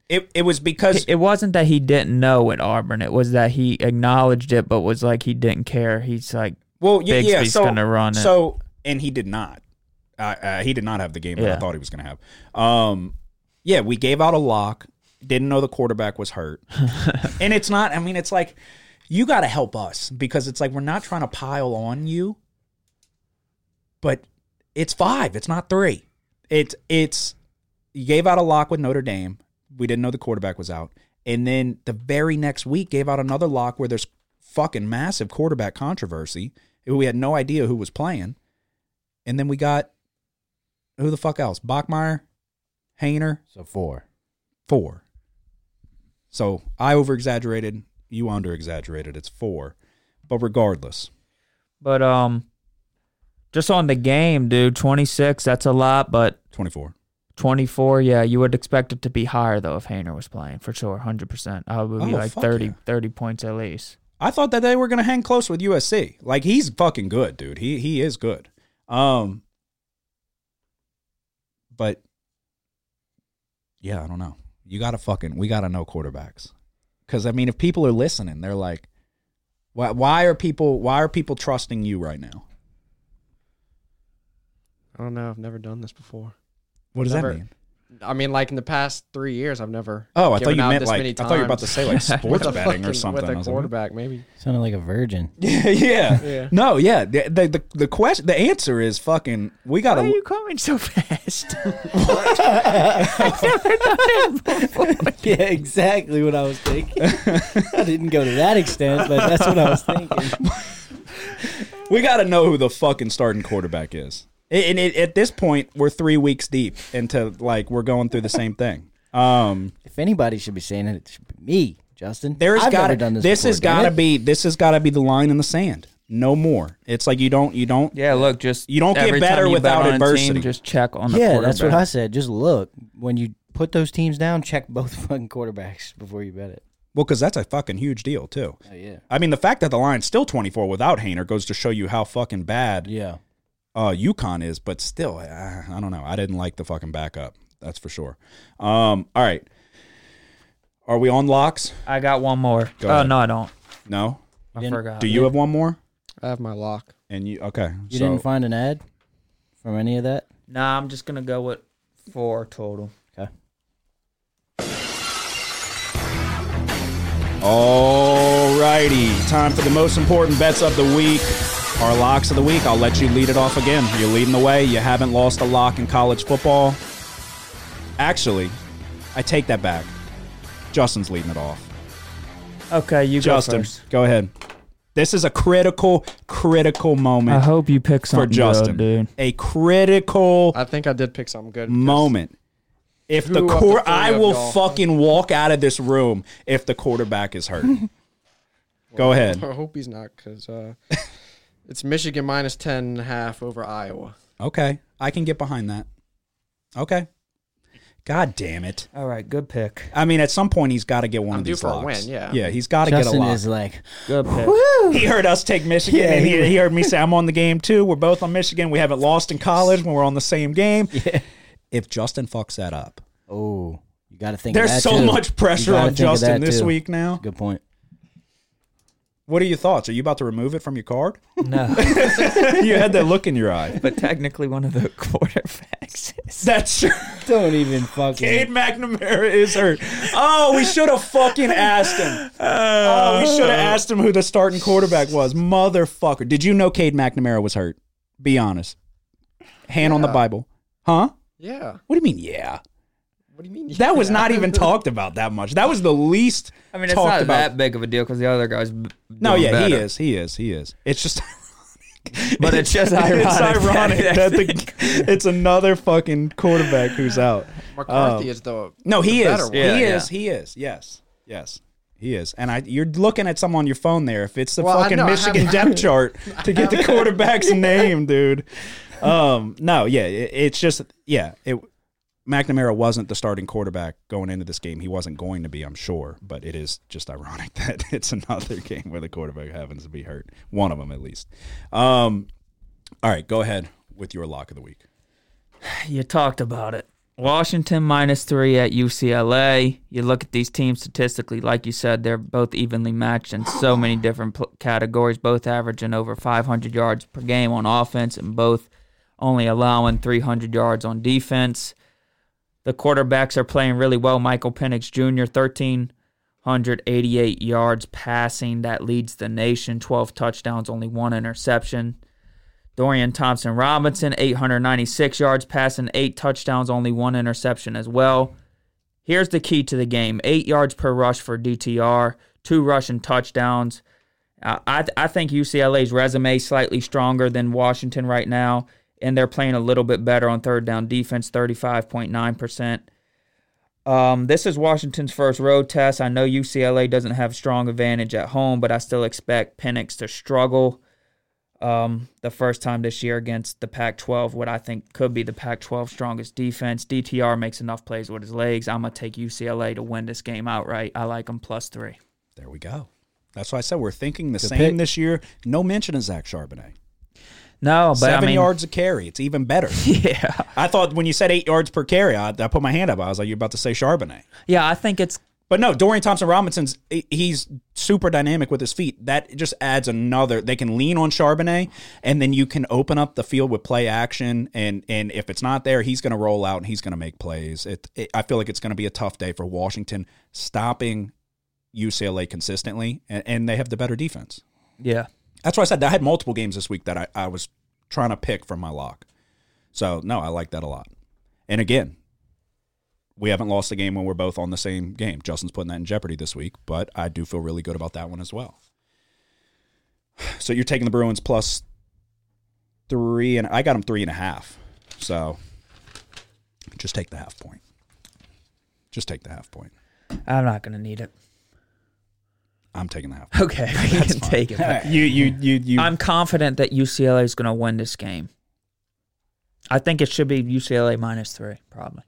C: It it was because
E: it wasn't that he didn't know at Auburn. It was that he acknowledged it, but was like he didn't care. He's like,
C: well yeah, yeah
E: Bigsby's
C: so
E: gonna run it.
C: so and he did not uh, uh, he did not have the game that I
E: Yeah.
C: thought he was going to have. Um, yeah, we gave out a lock. Didn't know the quarterback was hurt, and it's not. I mean, it's like you got to help us because it's like we're not trying to pile on you, but it's five. It's not three. It's it's you gave out a lock with Notre Dame. We didn't know the quarterback was out. And then the very next week gave out another lock where there's fucking massive quarterback controversy. We had no idea who was playing. And then we got who the fuck else? Bachmeyer, Hayner,
D: So four.
C: four. So I over exaggerated, you under exaggerated. It's four. But regardless,
E: but um, just on the game, dude, twenty six. That's a lot, but
C: 24.
E: twenty four. Yeah, you would expect it to be higher though if Hayner was playing for sure, hundred percent. I would be
C: Oh,
E: like
C: fuck
E: 30,
C: yeah.
E: 30 points at least.
C: I thought that they were going to hang close with USC. Like he's fucking good, dude. He he is good. Um but yeah, I don't know. You got to fucking we got to know quarterbacks. Cuz I mean if people are listening, they're like why why are people why are people trusting you right now?
F: I don't know. I've never done this before.
C: What does
F: Never-
C: that mean?
F: I mean, like in the past three years, I've never.
C: Oh, I thought
F: given
C: you
F: out
C: meant
F: this
C: like I
F: many
C: thought you were about to
F: times
C: say like
F: with
C: sports
F: a
C: betting or
F: fucking-
C: something. I
F: With a
C: was like, what?
F: quarterback, maybe.
D: Sounded like a virgin.
C: yeah, yeah,
F: Yeah.
C: No, yeah. The, the the the question, the answer is fucking. We got
E: Why are
C: to
E: you coming so fast?
D: yeah, exactly what I was thinking. I didn't go to that extent, but that's what I was thinking.
C: we got to know who the fucking starting quarterback is. And and it, at this point, we're three weeks deep into like we're going through the same thing. Um,
D: If anybody should be saying it, it should be me, Justin.
C: there's
D: I've
C: got
D: never
C: to
D: done
C: this. This
D: this. before,
C: has
D: damn
C: got to
D: it.
C: be. This has got to be the line in the sand. No more. It's like you don't. You don't.
E: yeah, look, just
C: You don't get
E: every time
C: better
E: you bet
C: without
E: on a team,
C: adversity.
E: just check on the
D: Yeah,
E: quarterback.
D: that's what I said. Just look when you put those teams down. Check both fucking quarterbacks before you bet it.
C: Well, because that's a fucking huge deal too.
D: Oh, yeah,
C: I mean, the fact that the line's still 24 without Hayner goes to show you how fucking bad
D: yeah.
C: uh, UConn is, but still, I, I don't know. I didn't like the fucking backup. That's for sure. Um, all right. Are we on locks?
E: I got one more.
C: Go
E: oh
C: ahead.
E: no, I don't.
C: No.
E: I
D: Didn't-
E: forgot.
C: Do you have one more?
F: I have my lock.
C: And you okay?
D: You
C: so
D: didn't find an ad from any of that.
E: Nah, I'm just gonna go with four total.
C: all righty, time for the most important bets of the week. Our locks of the week. I'll let you lead it off again. You're leading the way. You haven't lost a lock in college football. Actually, I take that back. Justin's leading it off.
E: Okay, you
C: Justin,
E: go first.
C: go ahead. This is a critical, critical moment.
E: I hope you pick
C: for
E: something
C: Justin.
E: good, dude.
C: A critical
F: I think I did pick something good. because
C: moment. If the
F: Who of the
C: core,
F: three
C: I
F: of
C: will
F: y'all?
C: fucking walk out of this room if the quarterback is hurt. Go ahead.
F: I hope he's not because uh, it's Michigan minus 10 and a half over Iowa.
C: Okay, I can get behind that. Okay. God damn it!
E: All right, good pick.
C: I mean, at some point he's got to get one
F: I'm
C: of
F: due
C: these
F: for a
C: locks.
F: win, yeah.
C: yeah, he's got to get a
D: Justin
C: lock.
D: is like,
E: Good pick.
C: he heard us take Michigan, and he, he heard me say, "I'm on the game too." We're both on Michigan. We haven't lost in college when we're on the same game. If Justin fucks that up,
D: oh, you You got to think. of
C: There's
D: that,
C: so
D: too.
C: much pressure
D: You gotta
C: on
D: think of that,
C: Justin this
D: too.
C: week now.
D: Good point.
C: What are your thoughts? Are you about to remove it from your card?
E: No,
C: you had that look in your eye.
E: but technically one of the quarterbacks. is-
C: That's true.
D: Don't even fucking.
C: Cade McNamara is hurt. Oh, we should have fucking asked him. Oh, we should have asked him who the starting quarterback was. Motherfucker. Did you know Cade McNamara was hurt? Be honest. Hand on the
F: Yeah.
C: Bible. Huh?
F: Yeah.
C: What do you mean, yeah?
F: What do you mean?
C: That was
F: yeah?
C: not even talked about that much. That was the least
E: I mean, it's
C: talked
E: not
C: about.
E: that big of a deal because the other guy's. b-
C: no,
E: doing
C: yeah, he
E: better.
C: is. He is. He is. It's just
E: But it's just
C: it's
E: ironic that
C: ironic
E: they
C: that the, it's another fucking quarterback who's out. Oh.
F: McCarthy is the
C: No, he is.
F: the better one.
C: He
E: Yeah, yeah.
C: is. He is. Yes. Yes. He is. And I you're looking at some on your phone there. If it's the
F: Well, I
C: fucking
F: know, I
C: Michigan
F: have-
C: depth chart to get the quarterback's name, dude. Um, no, yeah, it, it's just yeah, it McNamara wasn't the starting quarterback going into this game. He wasn't going to be, I'm sure, but it is just ironic that it's another game where the quarterback happens to be hurt. One of them at least. Um, all right, go ahead with your lock of the week.
E: You talked about it. Washington minus three at UCLA. You look at these teams statistically, like you said, they're both evenly matched in so many different pl- categories, both averaging over 500 yards per game on offense and both only allowing 300 yards on defense. The quarterbacks are playing really well. Michael Penix Jr., 1,388 yards passing. That leads the nation. 12 touchdowns, only one interception. Dorian Thompson Robinson, 896 yards passing, eight touchdowns, only one interception as well. Here's the key to the game eight yards per rush for DTR, two rushing touchdowns. Uh, I, I think UCLA's resume is slightly stronger than Washington right now, and they're playing a little bit better on third down defense, 35.9%. Um, this is Washington's first road test. I know UCLA doesn't have strong advantage at home, but I still expect Penix to struggle um, the first time this year against the Pac 12, what I think could be the Pac 12 strongest defense. DTR makes enough plays with his legs. I'm going to take UCLA to win this game outright. I like them plus three.
C: There we go. That's why I said we're thinking the
D: Good
C: same
D: pick.
C: this year. No mention of Zach Charbonnet.
E: No, but
C: Seven
E: I mean,
C: yards a carry. It's even better.
E: Yeah.
C: I thought when you said eight yards per carry, I, I put my hand up. I was like, you're about to say Charbonnet.
E: Yeah, I think it's
C: But no, Dorian Thompson Robinson's he- he's super dynamic with his feet. That just adds another. They can lean on Charbonnet, and then you can open up the field with play action. And and if it's not there, he's going to roll out and he's going to make plays. It, it, I feel like it's going to be a tough day for Washington stopping UCLA consistently, and, and they have the better defense.
E: yeah.
C: That's why I said I had multiple games this week that I, I was trying to pick from my lock. So no, I like that a lot. And again, we haven't lost a game when we're both on the same game. Justin's putting that in jeopardy this week, but I do feel really good about that one as well. So you're taking the Bruins plus three, and I got them three and a half. So just take the half point. Just take the half point.
E: I'm not going to need it.
C: I'm taking the half.
E: Okay, we can take it.
C: Point. You you you you.
E: I'm confident that UCLA is going to win this game. I think it should be UCLA minus three, probably.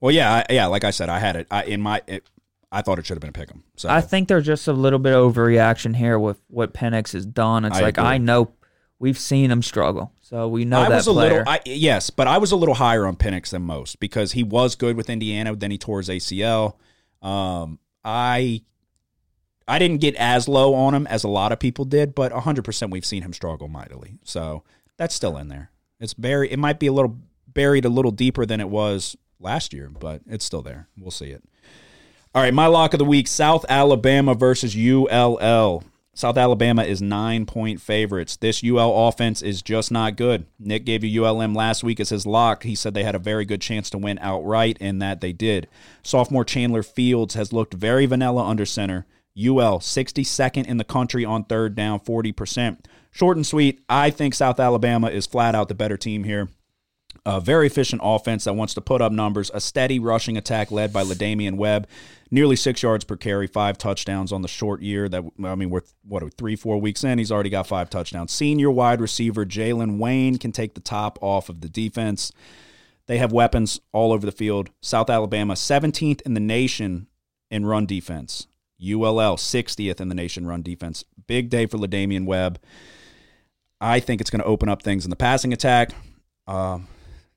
C: Well, yeah, I, yeah. Like I said, I had it. I in my, it, I thought it should have been a pick 'em. So
E: I think there's just a little bit of overreaction here with what Penix has done. It's
C: I
E: like
C: agree.
E: I know we've seen him struggle, so we know
C: I
E: that
C: was a
E: player.
C: little, I, yes, but I was a little higher on Penix than most because he was good with Indiana. Then he tore his ACL. Um, I, I didn't get as low on him as a lot of people did, but 100 percent we've seen him struggle mightily. So that's still in there. It's buried. It might be a little buried a little deeper than it was last year, but it's still there. We'll see it. All right, my lock of the week: South Alabama versus ULL. South Alabama is nine point favorites. This UL offense is just not good. Nick gave you ULM last week as his lock. He said they had a very good chance to win outright, and that they did. Sophomore Chandler Fields has looked very vanilla under center. UL 62nd in the country on third down, 40%. Short and sweet. I think South Alabama is flat out the better team here a very efficient offense that wants to put up numbers, a steady rushing attack led by LaDamian Webb, nearly six yards per carry, five touchdowns on the short year. That I mean, we're what are we, three, four weeks in, he's already got five touchdowns. Senior wide receiver Jalen Wayne can take the top off of the defense. They have weapons all over the field. South Alabama, 17th in the nation in run defense. ULL, 60th in the nation run defense. Big day for LaDamian Webb. I think it's going to open up things in the passing attack. Um,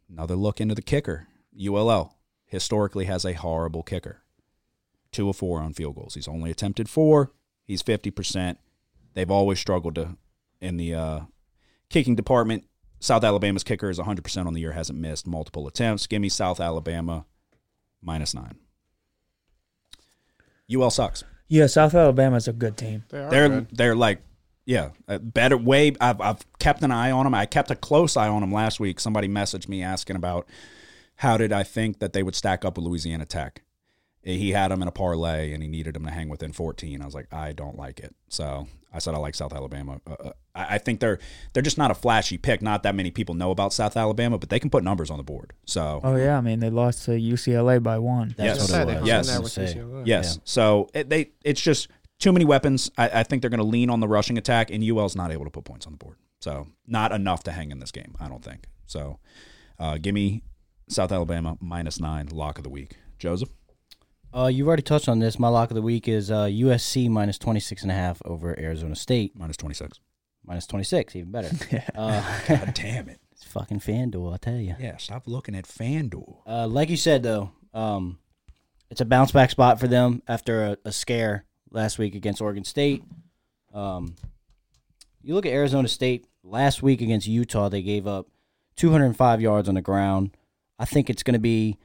C: Another look into the kicker, ULL. historically has a horrible kicker. Two of four on field goals. He's only attempted four. He's fifty percent. They've always struggled to in the uh, kicking department. South Alabama's kicker is 100% on the year, hasn't missed multiple attempts. Give me South Alabama minus nine. UL sucks.
E: Yeah, South Alabama's a good team.
F: They are
C: they're
F: good.
C: they're like yeah a better way I've, I've kept an eye on them i kept a close eye on them last week somebody messaged me asking about how did i think that they would stack up with louisiana tech Eh, he had them in a parlay and he needed them to hang within 14 i was like i don't like it so i said i like south alabama uh, uh, I, I think they're they're just not a flashy pick not that many people know about south alabama but they can put numbers on the board so
E: Oh yeah, I mean they lost to UCLA by one.
C: Yes.
D: That's
F: They
D: what it
F: hung in
D: was.
C: Yes.
F: there
D: I was
F: with
D: gonna say.
F: UCLA.
C: Yes. So it, they it's just too many weapons. I, I think they're going to lean on the rushing attack, and UL's not able to put points on the board. So not enough to hang in this game, I don't think. So uh, give me South Alabama minus nine lock of the week. Joseph,
D: Uh, you've already touched on this. My lock of the week is uh, USC minus 26 and a half over Arizona State
C: minus 26.
D: minus 26, even better. uh,
C: God damn it.
D: it's fucking FanDuel, I tell you.
C: Yeah, stop looking at FanDuel.
D: Uh, like you said, though, um, it's a bounce back spot for them after a, a scare last week against Oregon State. Um, you look at Arizona State last week against Utah, they gave up 205 yards on the ground. I think it's going to be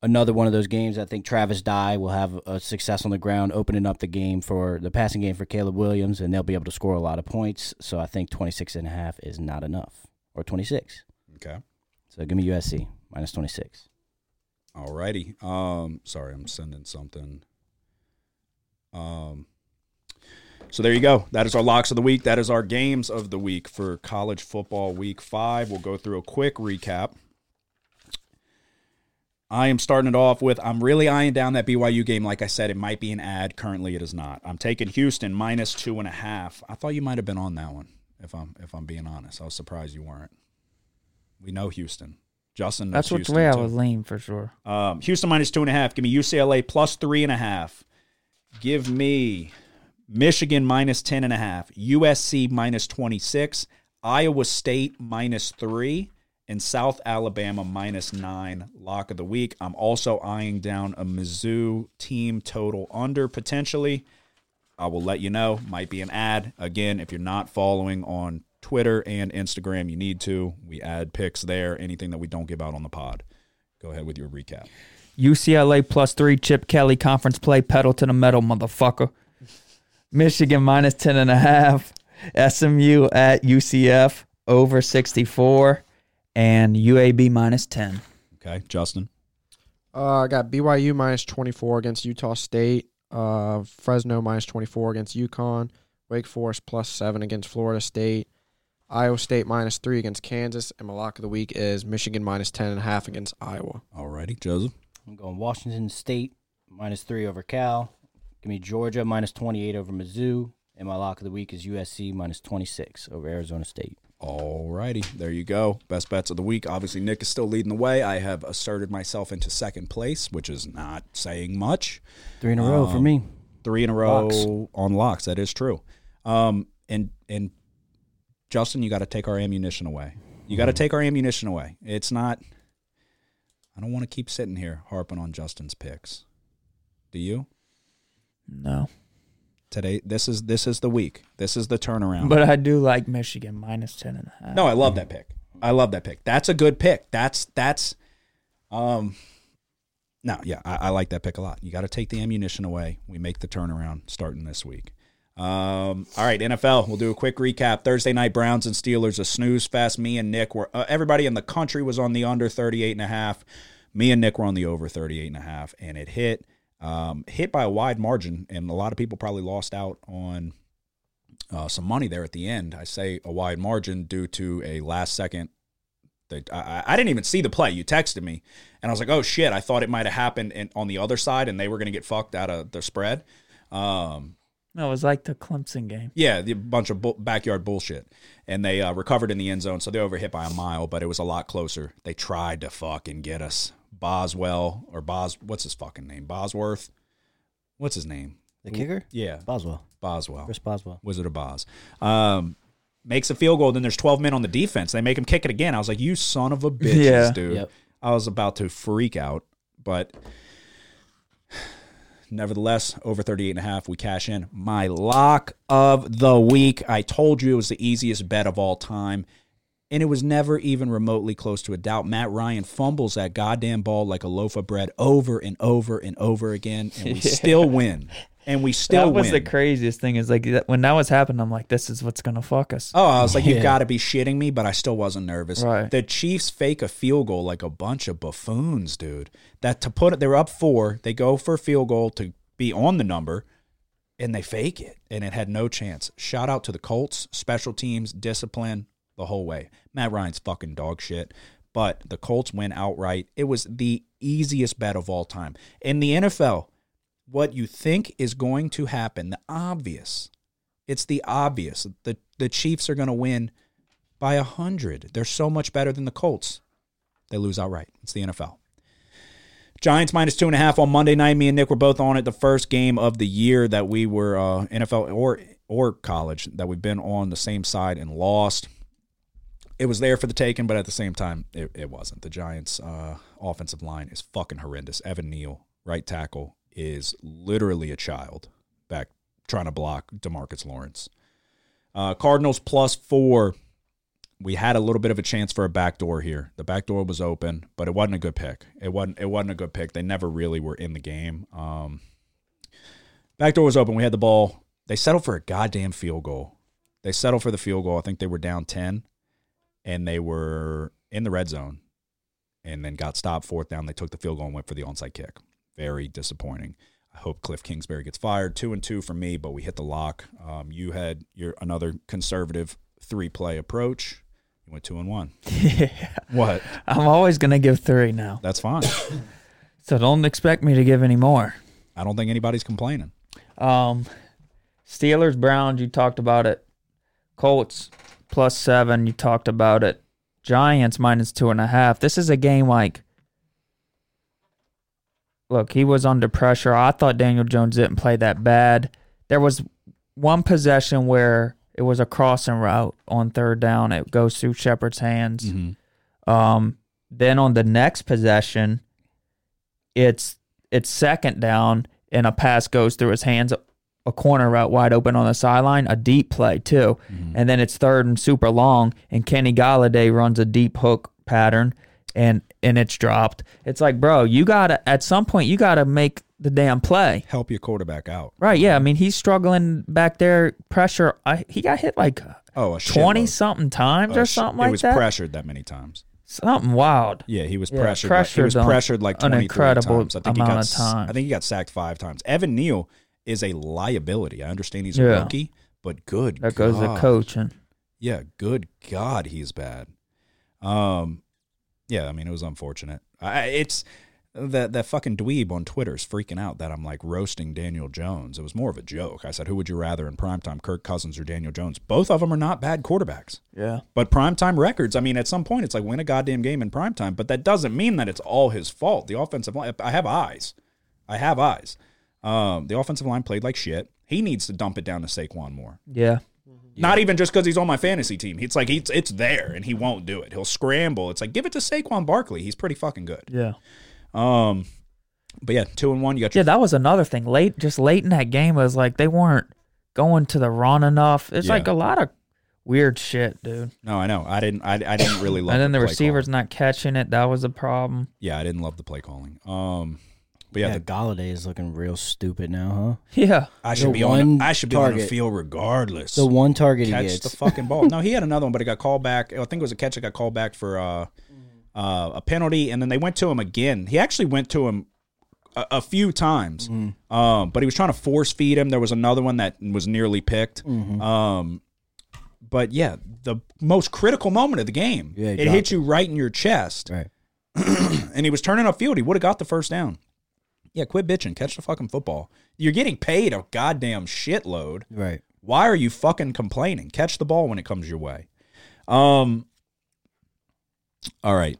D: another one of those games. I think Travis Dye will have a success on the ground, opening up the game for the passing game for Caleb Williams, and they'll be able to score a lot of points. So I think 26 and a half is not enough, or 26.
C: Okay.
D: So give me USC minus 26.
C: All righty. Um, sorry, I'm sending something. Um, so there you go. That is our locks of the week. That is our games of the week for college football week five. We'll go through a quick recap. I am starting it off with I'm really eyeing down that BYU game. Like I said, it might be an ad. Currently, it is not. I'm taking Houston minus two and a half. I thought you might have been on that one. If I'm if I'm being honest, I was surprised you weren't. We know Houston. Justin. knows
E: That's which
C: Houston,
E: way I
C: too.
E: would lean for sure.
C: Um, Houston minus two and a half. Give me UCLA plus three and a half. Give me Michigan minus ten and a half. USC minus twenty six. Iowa State minus three. And South Alabama minus nine lock of the week. I'm also eyeing down a Mizzou team total under potentially. I will let you know. Might be an ad. Again, if you're not following on Twitter and Instagram, you need to. We add picks there, anything that we don't give out on the pod. Go ahead with your recap.
E: UCLA plus three, Chip Kelly conference play, pedal to the metal, motherfucker. Michigan minus ten and a half. SMU at UCF over sixty four. And UAB minus ten.
C: Okay, Justin.
F: Uh, I got BYU minus 24 against Utah State. Uh, Fresno minus 24 against UConn. Wake Forest plus 7 against Florida State. Iowa State minus 3 against Kansas. And my lock of the week is Michigan minus 10.5 against Iowa.
C: Alrighty, Joseph.
D: I'm going Washington State minus three over Cal. Give me Georgia minus 28 over Mizzou. And my lock of the week is USC minus 26 over Arizona State.
C: Alrighty, there you go. Best bets of the week. Obviously, Nick is still leading the way. I have asserted myself into second place, which is not saying much.
D: Three in a row for me.
C: Three in a row on locks. That is true. Um, and and Justin, you got to take our ammunition away. You got to take our ammunition away. It's not. I don't want to keep sitting here harping on Justin's picks. Do you?
E: No.
C: Today, this is this is the week. This is the turnaround.
E: But I do like Michigan minus ten and a half.
C: No, I love that pick. I love that pick. That's a good pick. That's that's um no, yeah, I, I like that pick a lot. You gotta take the ammunition away. We make the turnaround starting this week. Um, all right, NFL. We'll do a quick recap. Thursday night, Browns and Steelers, a snooze fest. Me and Nick were, uh, everybody in the country was on the under 38 and a half. Me and Nick were on the over 38 and a half, and it hit, um, hit by a wide margin. And a lot of people probably lost out on uh, some money there at the end. I say a wide margin due to a last second. They, I, I- I didn't even see the play. You texted me, and I was like, "Oh shit!" I thought it might have happened in, on the other side, and they were going to get fucked out of the spread. Um,
E: No, it was like the Clemson game.
C: yeah, the bunch of bu- backyard bullshit, and they uh, recovered in the end zone, so they overhit by a mile, but it was a lot closer. They tried to fucking get us. Boswell or Bos, what's his fucking name? Bosworth, what's his name?
D: The kicker?
C: Yeah,
D: Boswell.
C: Boswell.
D: Chris Boswell.
C: Wizard of Oz. Um, makes a field goal. Then there's 12 men on the defense. They make him kick it again. I was like, you son of a bitches,
E: Yeah.
C: dude.
D: Yep.
C: I was about to freak out, But nevertheless, over 38 and a half, we cash in. My lock of the week. I told you it was the easiest bet of all time. And it was never even remotely close to a doubt. Matt Ryan fumbles that goddamn ball like a loaf of bread over and over and over again, and we still win. And we still
E: that was
C: win.
E: the craziest thing is like that, when that was happening, I'm like, this is what's gonna fuck us.
C: Oh, I was like,
D: Yeah.
C: you've got to be shitting me, but I still wasn't nervous.
E: Right.
C: The Chiefs fake a field goal like a bunch of buffoons, dude. That to put it, they were up four. They go for a field goal to be on the number, and they fake it, and it had no chance. Shout out to the Colts, special teams, discipline, the whole way. Matt Ryan's fucking dog shit. But the Colts win outright. It was the easiest bet of all time. In the NFL, what you think is going to happen, the obvious, it's the obvious. The the Chiefs are going to win by a hundred. They're so much better than the Colts. They lose outright. It's the NFL. Giants minus two and a half on Monday night. Me and Nick were both on it. The first game of the year that we were uh, NFL or or college that we've been on the same side and lost. It was there for the taking, but at the same time, it, it wasn't. The Giants' uh, offensive line is fucking horrendous. Evan Neal, right tackle, is literally a child back trying to block Demarcus Lawrence. Uh, Cardinals plus four. We had a little bit of a chance for a back door here. The back door was open, but it wasn't a good pick. It wasn't. It wasn't a good pick. They never really were in the game. Um, back door was open. We had the ball. They settled for a goddamn field goal. They settled for the field goal. I think they were down ten, and they were in the red zone, and then got stopped fourth down. They took the field goal and went for the onside kick. Very disappointing. I hope Cliff Kingsbury gets fired. Two and two for me, but we hit the lock. Um, you had your another conservative three play approach. You went two and one.
E: yeah.
C: What?
E: I'm always gonna give three now,
C: That's fine.
E: so don't expect me to give any more.
C: I don't think anybody's complaining.
E: Um, Steelers, Browns, you talked about it. Colts plus seven, you talked about it. Giants minus two and a half. This is a game like. Look, he was under pressure. I thought Daniel Jones didn't play that bad. There was one possession where it was a crossing route on third down. It goes through Shepard's hands. Um, then on the next possession, it's it's second down and a pass goes through his hands, a corner route wide open on the sideline, a deep play too, and then it's third and super long, and Kenny Galladay runs a deep hook pattern, and and it's dropped. It's like, bro, you gotta at some point you gotta make the damn play.
C: Help your quarterback out.
E: Right, yeah. I mean, he's struggling back there. Pressure. I, he got hit like
C: Oh, a
E: twenty
C: shitload.
E: something times
C: Uh,
E: or
C: sh-
E: something
C: It
E: like
C: was
E: that.
C: pressured that many times.
E: something wild.
C: Yeah, he was
E: Yeah,
C: pressured. like- he was
E: pressured, um,
C: pressured like
E: an
C: 23
E: incredible
C: times. I think he
E: amount
C: got,
E: of
C: s-
E: times.
C: I think he got sacked five times. Evan Neal is a liability. I understand he's a
E: Yeah.
C: rookie, but good.
E: That goes
C: God.
E: to coaching.
C: Yeah, good God, he's bad. Um, yeah, I mean it was unfortunate. I, it's that that fucking dweeb on Twitter is freaking out that I'm like roasting Daniel Jones. It was more of a joke. I said, who would you rather in primetime, Kirk Cousins or Daniel Jones? Both of them are not bad quarterbacks.
E: Yeah.
C: But primetime records, I mean, at some point, it's like win a goddamn game in primetime, but that doesn't mean that it's all his fault. The offensive line, I have eyes. I have eyes. Um, the offensive line played like shit. He needs to dump it down to Saquon more.
E: Yeah.
C: Not even just because he's on my fantasy team. It's like it's, it's there and he won't do it. He'll scramble. It's like give it to Saquon Barkley. He's pretty fucking good.
E: Yeah.
C: Um, but yeah, two and one. You got
E: Yeah,
C: your
E: that was another thing. Late, just late in that game, it was like they weren't going to the run enough. It's
C: Yeah.
E: like a lot of weird shit, dude.
C: no. I know. I didn't. I, I didn't really love.
E: and then the
C: play
E: receivers
C: calling.
E: not catching it. That was a problem.
C: Yeah, I didn't love the play calling. Um, but yeah,
D: Yeah,
C: the
D: Galladay is looking real stupid now,
E: Yeah.
C: I should
D: The
C: be on.
D: one
C: the- I should be on the
D: target.
C: field regardless.
D: huh? The one target he
C: catch
D: gets.
C: the fucking ball. No, he had another one, but it got called back. I think it was a catch that got called back for uh, uh, a penalty, and then they went to him again. He actually went to him a, a few times,
D: Mm-hmm.
C: um, but he was trying to force feed him. There was another one that was nearly picked.
D: Mm-hmm.
C: Um, but yeah, the most critical moment of the game,
D: Yeah, he
C: it
D: dropped
C: hit you right in your chest,
D: right.
C: and he was turning upfield. He would have got the first down. Yeah, quit bitching. Catch the fucking football. You're getting paid a goddamn shitload.
D: Right.
C: Why are you fucking complaining? Catch the ball when it comes your way. Um. All right.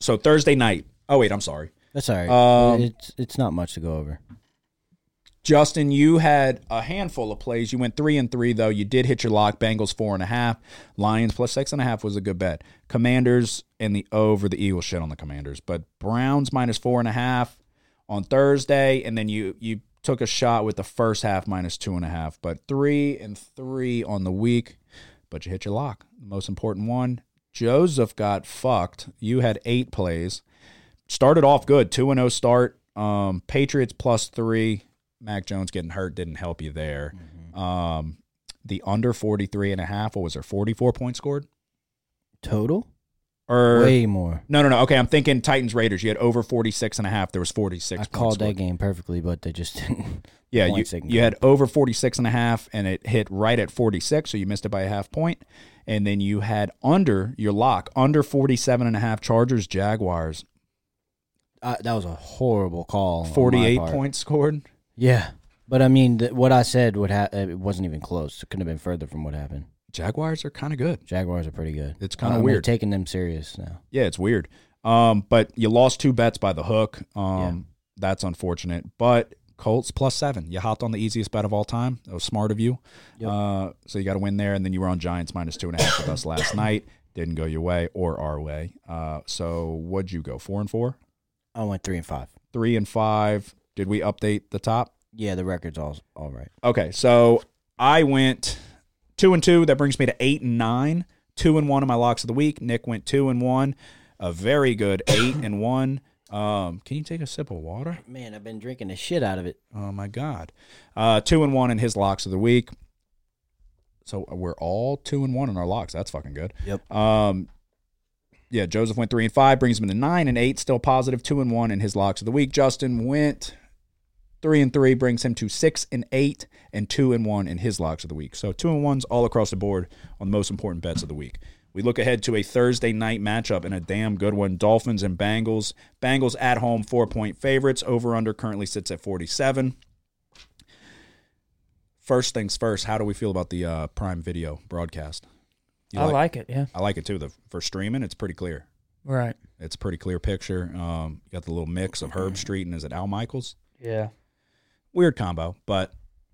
C: So Thursday night. Oh wait, I'm sorry.
D: That's all right.
C: Um,
D: it's it's not much to go over.
C: Justin, you had a handful of plays. You went three and three, though. You did hit your lock. Bengals four and a half. Lions plus six and a half was a good bet. Commanders and the over. The Eagles shit on the Commanders, but Browns minus four and a half on Thursday, and then you you took a shot with the first half minus two and a half, but three and three on the week. But you hit your lock. The most important one. Joseph got fucked. You had eight plays. Started off good, two and zero start. Um, Patriots plus three. Mac Jones getting hurt didn't help you there. Um, the under 43 and a half, what was there, 44 points scored?
D: Total?
C: Or
D: Way more.
C: No, no, no. Okay, I'm thinking Titans Raiders. You had over 46 and a half. There was 46
D: I
C: points
D: called that
C: scored.
D: game perfectly, but they just didn't.
C: Yeah, you,
D: points they can
C: you had over 46 and a half and it hit right at 46, so you missed it by a half point. And then you had under your lock, under 47 and a half Chargers Jaguars.
D: I, that was a horrible call. on Oh, my
C: 48
D: part.
C: points scored.
D: Yeah, but I mean, th- what I said would ha- it wasn't even close. It couldn't have been further from what happened.
C: Jaguars are kind of good.
D: Jaguars are pretty good.
C: It's kinda
D: I'm
C: weird.
D: Taking them serious now.
C: Yeah, it's weird. Um, but you lost two bets by the hook. Um, that's unfortunate. But Colts plus seven. You hopped on the easiest bet of all time. That was smart of you. Uh, so you got to win there, and then you were on Giants minus two and a half with us last night. Didn't go your way or our way. Uh, so what'd you go? Four and four,
D: I went three and five.
C: three and five. Did we update the top?
D: Yeah, the record's all all right.
C: Okay, so I went two and two. That brings me to eight and nine. Two and one on my locks of the week. Nick went two and one. A very good eight and one. Um, can you take a sip of water?
D: Man, I've been drinking the shit out of it.
C: Oh my God. Uh, two and one in his locks of the week. So we're all two and one in our locks. That's fucking good.
D: Yep.
C: Um, yeah, Joseph went three and five, brings him to nine and eight, still positive, two and one in his locks of the week. Justin went three and three, brings him to six and eight, and two and one in his locks of the week. So two and ones all across the board on the most important bets of the week. We look ahead to a Thursday night matchup and a damn good one. Dolphins and Bengals. Bengals at home, four point favorites. Over under currently sits at 47. First things first, how do we feel about the uh, Prime Video broadcast? You
E: I like it. Yeah.
C: I like it too. The for streaming, it's pretty clear.
E: Right.
C: It's a pretty clear picture. Um, you got the little mix of Herb Street and is it Al Michaels?
E: Yeah.
C: Weird combo, but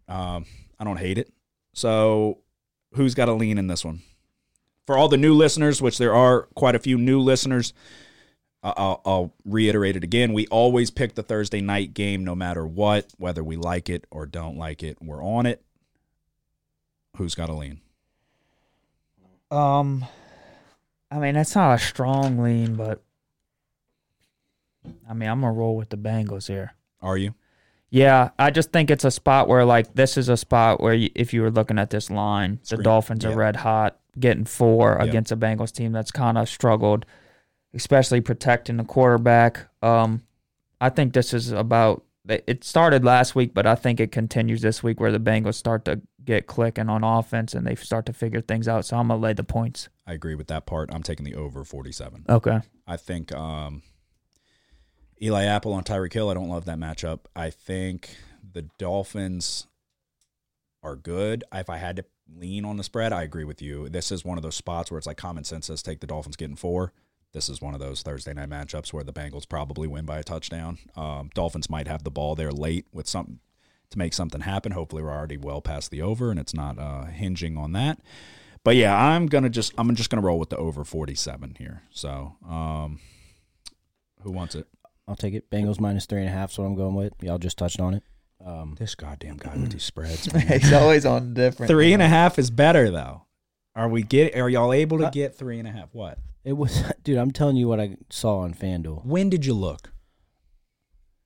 C: um, I don't hate it. So, who's got a lean in this one? For all the new listeners, which there are quite a few new listeners, I- I'll, I'll reiterate it again. We always pick the Thursday night game, no matter what, whether we like it or don't like it. We're on it. Who's got a lean?
E: Um, I mean that's not a strong lean, but I mean I'm gonna roll with the Bengals here.
C: Are you?
E: Yeah, I just think it's a spot where like this is a spot where you, if you were looking at this line,
C: Screen-
E: the Dolphins
C: yeah.
E: are red hot, getting four
C: Yeah.
E: against a Bengals team that's kind of struggled, especially protecting the quarterback. Um, I think this is about it started last week, but I think it continues this week where the Bengals start to get clicking on offense and they start to figure things out. So I'm gonna lay the points.
C: I agree with that part. I'm taking the over 47.
E: Okay.
C: I think um, Eli Apple on Tyreek Hill. I don't love that matchup. I think the Dolphins are good. If I had to lean on the spread, I agree with you. This is one of those spots where it's like common sense says take the Dolphins getting four. This is one of those Thursday night matchups where the Bengals probably win by a touchdown. Um, Dolphins might have the ball there late with something to make something happen. Hopefully, we're already well past the over and it's not uh, hinging on that. But yeah, I'm gonna just I'm just gonna roll with the over 47 here. So, um, who wants it?
D: I'll take it. Bengals minus three and a half is what I'm going with. Y'all just touched on it. Um,
C: This goddamn guy with these spreads.
E: He's always on different.
C: three and a half is better though. Are we get? Are y'all able to get three and a half? What?
D: it was, dude. I'm telling you what I saw on FanDuel.
C: When did you look?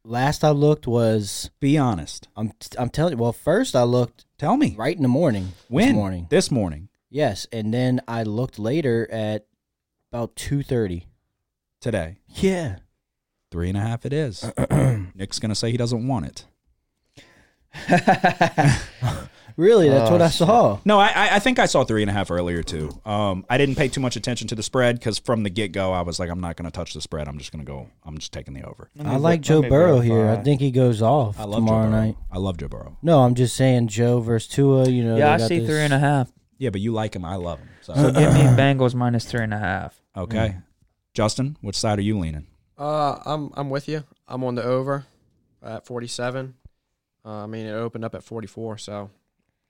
D: Last I looked was
C: Be honest.
D: I'm I'm telling you. Well, first I looked
C: Tell me
D: right in the morning.
C: when.
D: This morning.
C: This morning.
D: Yes, and then I looked later at about two thirty.
C: Today.
D: Yeah.
C: Three and a half. It is. Nick's gonna say he doesn't want it.
D: Really, that's what I saw.
C: No, I- I, I think I saw three and a half earlier too. Um, I didn't pay too much attention to the spread because from the get go, I was like, I'm not going to touch the spread. I'm just going to go. I'm just taking the over.
D: I like Joe Burrow here. I think he goes off
C: I love
D: tomorrow
C: Joe Burrow.
D: night.
C: I love Joe Burrow.
D: No, I'm just saying Joe versus Tua. You know,
E: Yeah, I
D: they got
E: see
D: this-
E: three and a half.
C: Yeah, but you like him. I love him.
E: So
C: So
E: give me Bengals minus three and a half.
C: okay, Justin, which side are you leaning?
F: Uh, I'm I'm with you. I'm on the over at 47. Uh, I mean, it opened up at 44, so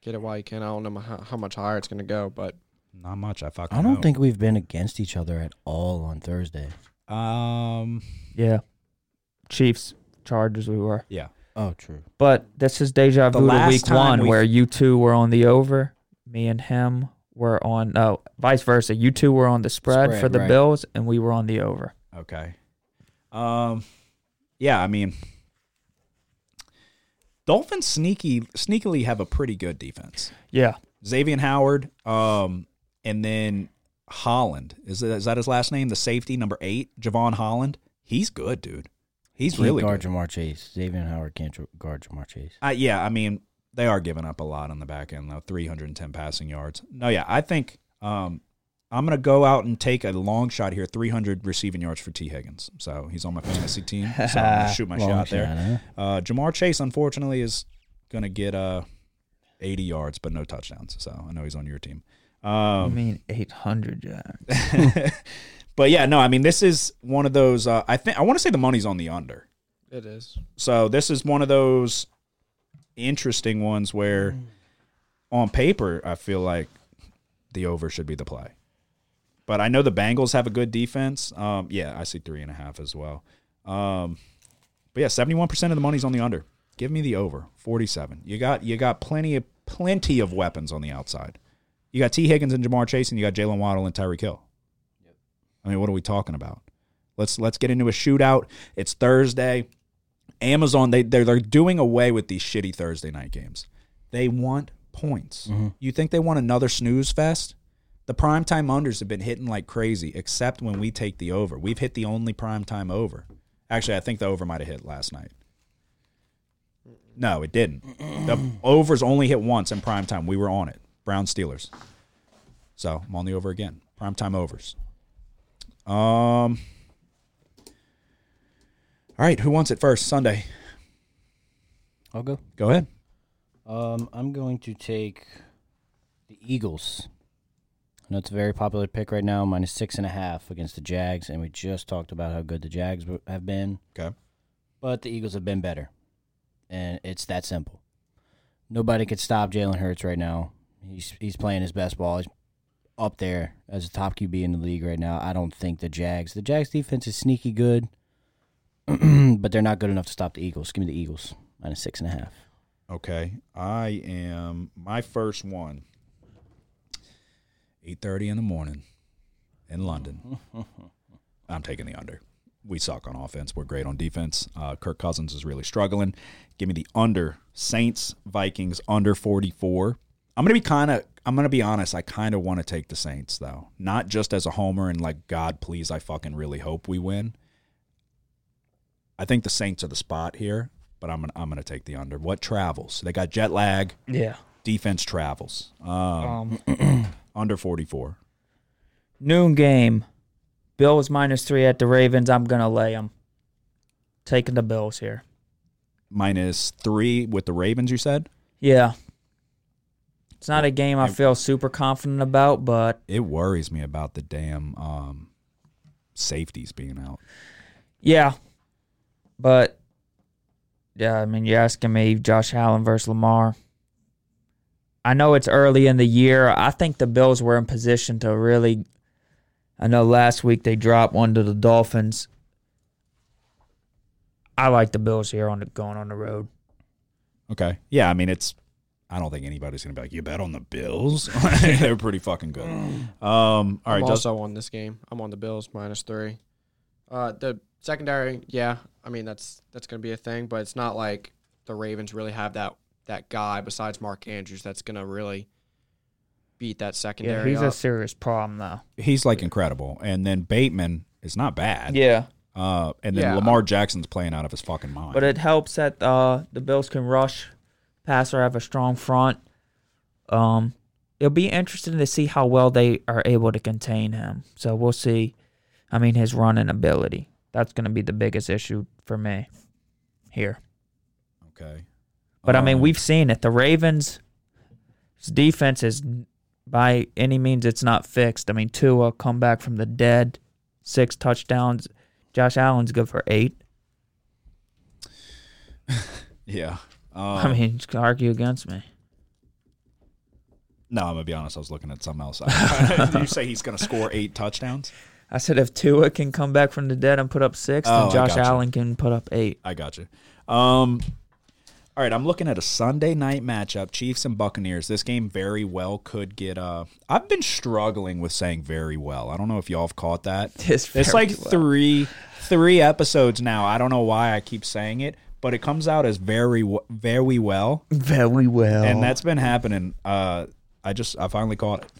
F: get it while you can. I don't know how, how much higher it's going to go, but
C: Not much. I fucking.
D: I don't
C: know.
D: think we've been against each other at all on Thursday.
C: Um.
E: Yeah. Chiefs, Chargers, we were.
C: Yeah.
D: Oh, true.
E: But this is deja
C: The
E: vu to
C: last
E: week
C: time
E: one,
C: we-
E: where you two were on the over, me and him were on no, vice versa. You two were on the spread,
D: Spread,
E: for the
D: right.
E: Bills, and we were on the over.
C: Okay. Um. Yeah. I mean, Dolphins sneaky sneakily have a pretty good defense.
E: Yeah,
C: Xavier Howard, um, and then Holland. Is that, is that his last name? The safety number eight, Javon Holland. He's good, dude. He's
D: Can't
C: really
D: guard
C: good.
D: Jamar Chase. Xavier Howard can't dr- guard Jamar Chase.
C: Uh, yeah, I mean they are giving up a lot on the back end though. Three hundred and ten passing yards. No, yeah, I think um, I'm gonna go out and take a long shot here. Three hundred receiving yards for T Higgins. So he's on my fantasy team. So I'm gonna shoot my
D: Long
C: shot there.
D: huh?
C: Uh, Jamar Chase, unfortunately, is going to get uh, 80 yards, but no touchdowns. So I know he's on your team.
E: I
C: Um,
E: mean eight hundred yards.
C: but yeah, no, I mean, this is one of those. Uh, I think I want to say the money's on the under.
F: it is.
C: So this is one of those interesting ones where, on paper, I feel like the over should be the play. But I know the Bengals have a good defense. Um, yeah, I see three and a half as well. Um, but yeah, seventy-one percent of the money's on the under. Give me the over forty-seven. You got you got plenty of plenty of weapons on the outside. You got T Higgins and Jamar Chase, and you got Jalen Waddle and Tyreek Hill. I mean, what are we talking about? Let's let's get into a shootout. It's Thursday. Amazon they they're, they're doing away with these shitty Thursday night games. They want points. You think they want another snooze fest? The primetime unders have been hitting like crazy, except when we take the over. We've hit the only primetime over. Actually, I think the over might have hit last night. No, it didn't. The overs only hit once in primetime. We were on it. Brown Steelers. So I'm on the over again. Primetime overs. Um. All right, who wants it first? Sunday.
D: I'll go.
C: Go ahead.
D: Um, I'm going to take the Eagles. I know it's a very popular pick right now, minus six and a half against the Jags, and we just talked about how good the Jags w- have been.
C: Okay.
D: But the Eagles have been better, and it's that simple. Nobody could stop Jalen Hurts right now. He's he's playing his best ball. He's up there as a top QB in the league right now. I don't think the Jags. The Jags defense is sneaky good, but they're not good enough to stop the Eagles. Give me the Eagles minus six and a half.
C: Okay. I am my first one. 8:30 in the morning in London. I'm taking the under. We suck on offense. We're great on defense. Uh, Kirk Cousins is really struggling. Give me the under. Saints Vikings under 44. I'm gonna be kind of. I'm gonna be honest. I kind of want to take the Saints though, not just as a homer and like God, please, I fucking really hope we win. I think the Saints are the spot here, but I'm gonna, I'm gonna take the under. What travels? They got jet lag.
E: Yeah.
C: Defense travels. Um,
E: Um,
C: under 44.
E: noon game. Bills minus three at the Ravens. I'm gonna lay them. Taking the Bills here.
C: Minus three with the Ravens, you said?
E: Yeah. It's not a game I feel super confident about, but
C: It worries me about the damn um, safeties being out.
E: Yeah. But yeah, I mean, you're asking me Josh Allen versus Lamar. I know it's early in the year. I think the Bills were in position to really. I know last week they dropped one to the Dolphins. I like the Bills here on the going on the road.
C: Okay. Yeah, I mean, it's. I don't think anybody's going to be like, you bet on the Bills? They're pretty fucking good. Um, all right,
F: I'm
C: Justin.
F: also on this game. I'm on the Bills minus three. Uh, the secondary, yeah, I mean that's that's gonna be a thing, but it's not like the Ravens really have that that guy besides Mark Andrews that's gonna really beat that
E: Yeah,
F: secondary.
E: he's a
F: up.
E: serious problem though.
C: He's like incredible. And then Bateman is not bad.
E: Yeah,
C: Uh, and then
F: Yeah.
C: Lamar Jackson's playing out of his fucking mind.
E: but it helps that uh, the Bills can rush, pass, or have a strong front. Um, it'll be interesting to see how well they are able to contain him. So we'll see. I mean, his running ability. That's going to be the biggest issue for me here.
C: okay.
E: But I mean,
C: Um,
E: we've seen it. The Ravens' defense is by any means it's not fixed. I mean, Tua come back from the dead, six touchdowns. Josh Allen's good for eight.
C: Yeah.
E: I mean, you could argue against me.
C: No, I'm gonna be honest. I was looking at something else. Did you say he's gonna score eight touchdowns?
E: I said if Tua can come back from the dead and put up six,
C: Oh, I
E: then Josh
C: gotcha.
E: Allen can put up eight.
C: I got you. Um, all right, I'm looking at a Sunday night matchup: Chiefs and Buccaneers. This game very well could get. Uh, I've been struggling with saying very well. I don't know if y'all have caught that.
E: It's
C: it's
E: very
C: like
E: well.
C: three three episodes now. I don't know why I keep saying it, but it comes out as very w- very well.
E: Very well.
C: and that's been happening. Uh, I just I finally caught it.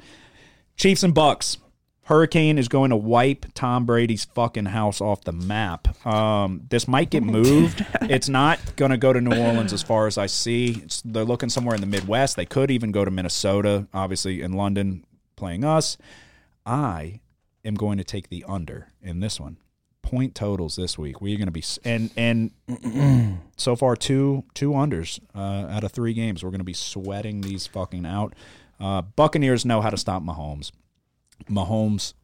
C: Chiefs and Bucks. Hurricane is going to wipe Tom Brady's fucking house off the map. Um, this might get moved. it's not going to go to New Orleans as far as I see. It's, they're looking somewhere in the Midwest. They could even go to Minnesota, obviously, in London playing us. I am going to take the under in this one. Point totals this week. We're going to be s- and and so far two two unders uh, out of three games. We're going to be sweating these fucking out. Uh, Buccaneers know how to stop Mahomes. Mahomes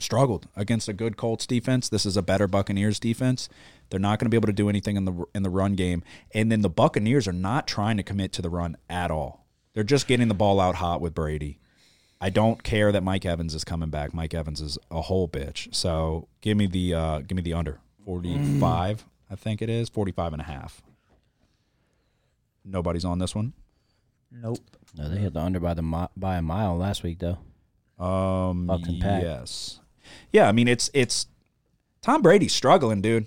C: struggled against a good Colts defense. This is a better Buccaneers defense. They're not going to be able to do anything in the in the run game, and then the Buccaneers are not trying to commit to the run at all. They're just getting the ball out hot with Brady. I don't care that Mike Evans is coming back. Mike Evans is a whole bitch. So give me the uh, give me the under 45, I think it is, 45 and a half. Nobody's on this one.
E: nope.
D: No, they hit the under by the mi- by a mile last week though.
C: Um
D: Fucking pack.
C: yes. Yeah, I mean it's it's Tom Brady's struggling, dude.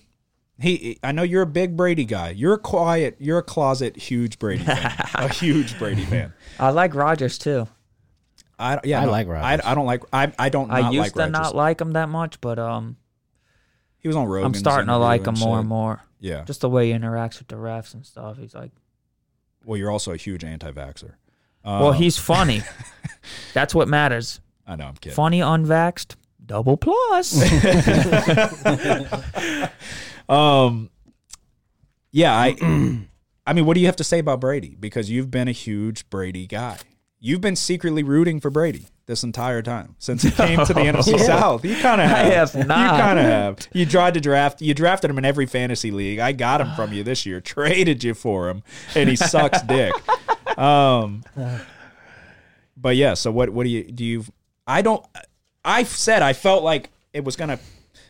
C: He I know you're a big Brady guy. You're a quiet, you're a closet huge Brady fan. a huge Brady fan.
E: I like Rogers too.
C: I yeah,
D: I
C: no,
D: like Rodgers.
C: I, I don't like I I don't
E: I
C: not
E: used
C: like
E: to
C: Rodgers.
E: not like him that much, but um,
C: He was on Rogan.
E: I'm starting to like him more and more.
C: Yeah.
E: Just the way he interacts with the refs and stuff. He's like,
C: Well, you're also a huge anti-vaxer. Oh.
E: well, he's funny. That's what matters.
C: I know I'm kidding.
E: Funny, unvaxxed, double plus.
C: Um, yeah, I. I mean, what do you have to say about Brady? Because you've been a huge Brady guy. You've been secretly rooting for Brady this entire time since he came to the NFC South. You kind of have.
E: have not.
C: You kind of have. You tried to draft. You drafted him in every fantasy league. I got him from you this year. Traded you for him, and he sucks dick. Um, but yeah. So what? What do you do? You? I don't. I said I felt like it was gonna.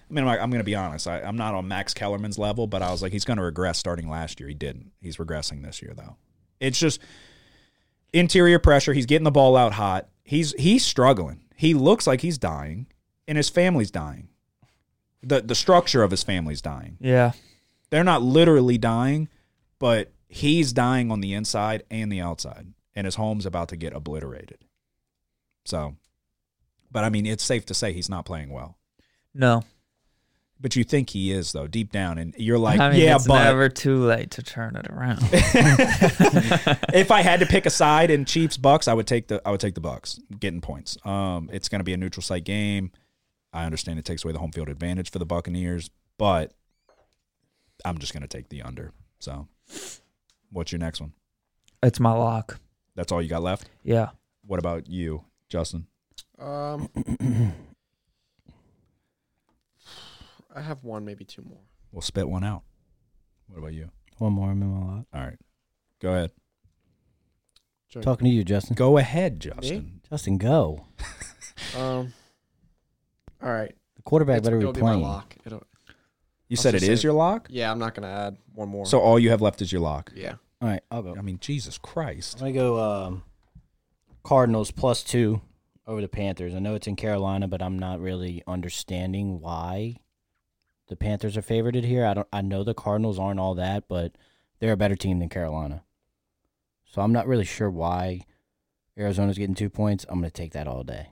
C: I mean, I'm, like, I'm gonna be honest. I, I'm not on Max Kellerman's level, but I was like, he's gonna regress starting last year. He didn't. He's regressing this year though. It's just interior pressure. He's getting the ball out hot. He's he's struggling. He looks like he's dying, and his family's dying. the The structure of his family's dying
E: yeah.
C: they're not literally dying, but he's dying on the inside and the outside, and his home's about to get obliterated. So, but I mean, it's safe to say he's not playing well.
E: No.
C: But you think he is though, deep down, and you're like,
E: I mean,
C: yeah,
E: it's
C: but
E: never too late to turn it around.
C: if I had to pick a side in Chiefs Bucks, I would take the I would take the Bucks getting points. Um, it's going to be a neutral site game. I understand it takes away the home field advantage for the Buccaneers, but I'm just going to take the under. So, what's your next one?
E: it's my lock.
C: That's all you got left.
E: Yeah.
C: What about you, Justin?
F: Um, I have one, maybe two more.
C: We'll spit one out. What about you?
D: One more, I'm in my lot.
C: All right. Go ahead.
F: Joke.
D: Talking to you, Justin.
C: Go ahead, Justin.
D: Justin, go.
F: Um, all right.
D: The quarterback
F: It's-
D: better
F: it'll
D: be
F: be my
D: playing.
F: lock. It'll-
C: You
F: I'll
C: said it
F: just
C: is
F: say-
C: your lock?
F: yeah, I'm not gonna add one more.
C: So all you have left is your lock.
F: yeah,
D: All right, I'll go.
C: I mean, Jesus Christ.
D: I'm gonna go um, Cardinals plus two over the Panthers. I know it's in Carolina, but I'm not really understanding why the Panthers are favored here. I don't. I know the Cardinals aren't all that, but they're a better team than Carolina. So I'm not really sure why Arizona's getting two points. I'm gonna take that all day.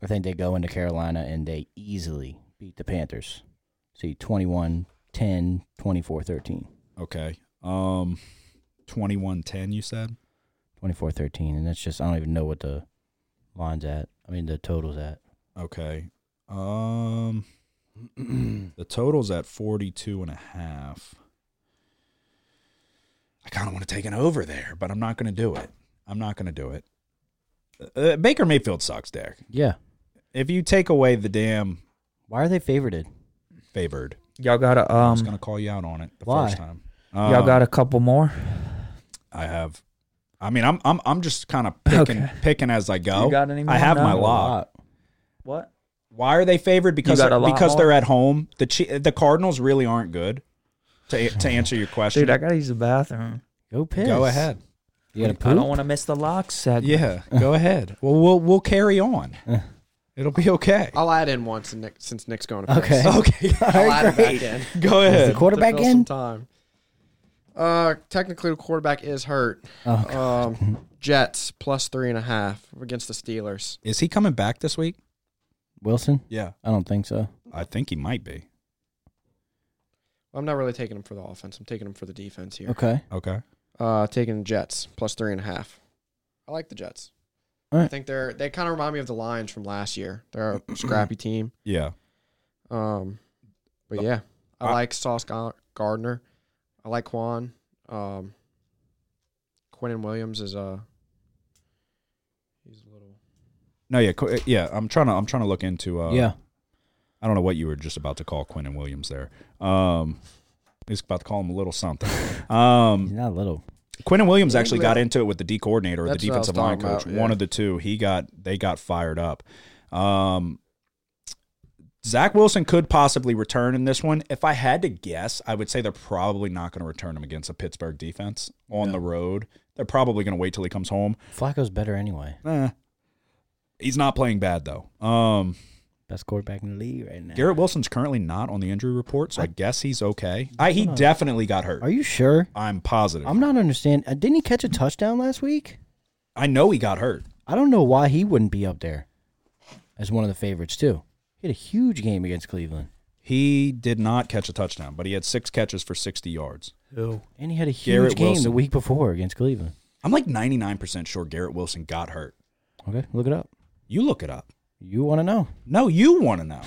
D: I think they go into Carolina and they easily beat the Panthers. See 21 10 24 13.
C: Okay. Um 2110 you said?
D: 24 13 and that's just i don't even know what the line's at i mean the total's at
C: Okay. Um the total's at 42 and a half. I kind of want to take an over there, but I'm not going to do it. I'm not going to do it. Uh, Baker Mayfield sucks, Derek.
D: yeah
C: If you take away the damn
D: why are they favorited
C: favored.
E: Y'all gotta
C: I was
E: um
C: going to call you out on it the
D: Why?
C: first time.
E: Y'all
C: Um,
E: got a couple more?
C: I have. I mean, I'm I'm I'm just kind of picking
E: Okay.
C: picking as I go.
E: You got any more?
C: I have
E: No?
C: my lock.
E: What?
C: Why are they favored? Because
E: got
C: they're,
E: a lot
C: because
E: more?
C: they're at home. The Chi- the Cardinals really aren't good. To to answer your question,
E: Dude, I gotta use the bathroom.
D: Go piss.
C: go ahead.
D: You gotta
E: I don't
D: poop.
E: want to miss the lock segment.
C: Yeah, go ahead. Well, we'll we'll carry on. It'll be okay.
F: I'll add in one since, Nick, since Nick's going to piss.
D: Okay.
C: Okay,
F: I'll add it back in.
C: go
D: Is the
C: ahead.
D: quarterback
F: to fill some
D: in?
F: time. Uh, technically, the quarterback is hurt.
D: Oh,
F: Um, Jets plus three and a half against the Steelers.
C: Is he coming back this week?
D: Wilson?
C: Yeah,
D: I don't think so.
C: I think he might be.
F: I'm not really taking him for the offense. I'm taking him for the defense here.
D: Okay.
C: Okay.
F: Uh, taking the Jets plus three and a half. I like the Jets.
D: All
F: I
D: right.
F: think they're they kind of remind me of the Lions from last year. They're a scrappy team.
C: Yeah.
F: Um, but yeah, I
C: I-
F: like Sauce Gar- Gardner. I like Quan. Um, Quentin Williams is uh, he's a little.
C: No. Yeah. co- Yeah. I'm trying to. I'm trying to look into. Uh,
D: yeah.
C: I don't know what you were just about to call Quinn and Williams there. Um, he's about to call him a little something.
D: He's
C: Um,
D: not little.
C: Quinn and Williams actually
F: Little.
C: got into it with the D coordinator or the
F: That's what I was
C: defensive line
F: talking about,
C: coach. One
F: yeah.
C: of the two. He got they got fired up. Um, Zach Wilson could possibly return in this one. If I had to guess, I would say they're probably not going to return him against a Pittsburgh defense on the road. They're probably going to wait till he comes home.
D: Flacco's better anyway.
C: Eh. He's not playing bad though. Um,
D: Best quarterback in the league right now.
C: Garrett Wilson's currently not on the injury report, so I, guess he's okay. I, he definitely got hurt.
D: Are you sure?
C: I'm positive.
D: I'm not understanding. Uh, didn't he catch a touchdown last week?
C: I know he got hurt.
D: I don't know why he wouldn't be up there as one of the favorites too. He had a huge game against Cleveland,
C: He did not catch a touchdown, but he had six catches for 60 yards.
D: and he had a huge
C: Garrett
D: game the
C: Wilson.
D: week before against Cleveland.
C: I'm like 99% sure Garrett Wilson got hurt.
D: Okay, look it up.
C: You look it up.
D: You want to know?
C: No, you want to know.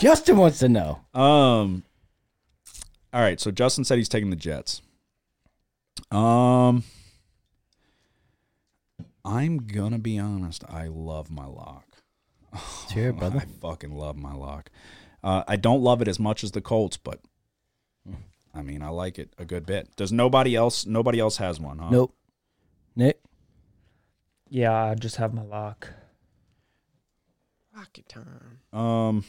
D: Justin wants to know.
C: um, all right, so Justin said he's taking the Jets. Um, I'm going to be honest. I love my lock.
D: It's here, brother.
C: I fucking love my lock. Uh, I don't love it as much as the Colts, but I mean, I like it a good bit. Does nobody else? Nobody else has one, huh?
D: Nope. Nick,
E: Yeah, I just have my lock.
F: Rocket time.
C: Um,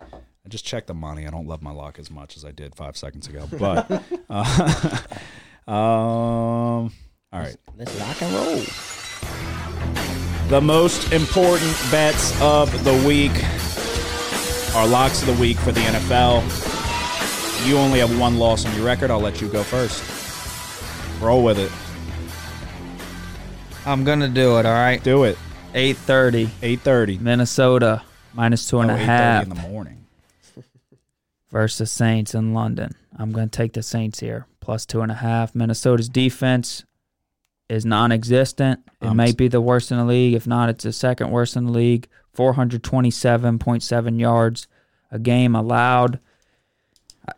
C: I just checked the money. I don't love my lock as much as I did five seconds ago, but uh, um, all right.
D: let's rock and roll.
C: The most important bets of the week are locks of the week for the NFL. You only have one loss on your record. I'll let you go first. Roll with it.
E: I'm gonna do it. All right.
C: Do it.
E: Eight thirty.
C: Eight thirty. Oh,
E: Minnesota minus two and a half
C: in the morning.
E: versus Saints in London. I'm gonna take the Saints here plus two and a half. Minnesota's defense is non-existent. It
C: I'm
E: may
C: s-
E: be the worst in the league. If not, it's the second worst in the league. 427.7 yards a game allowed.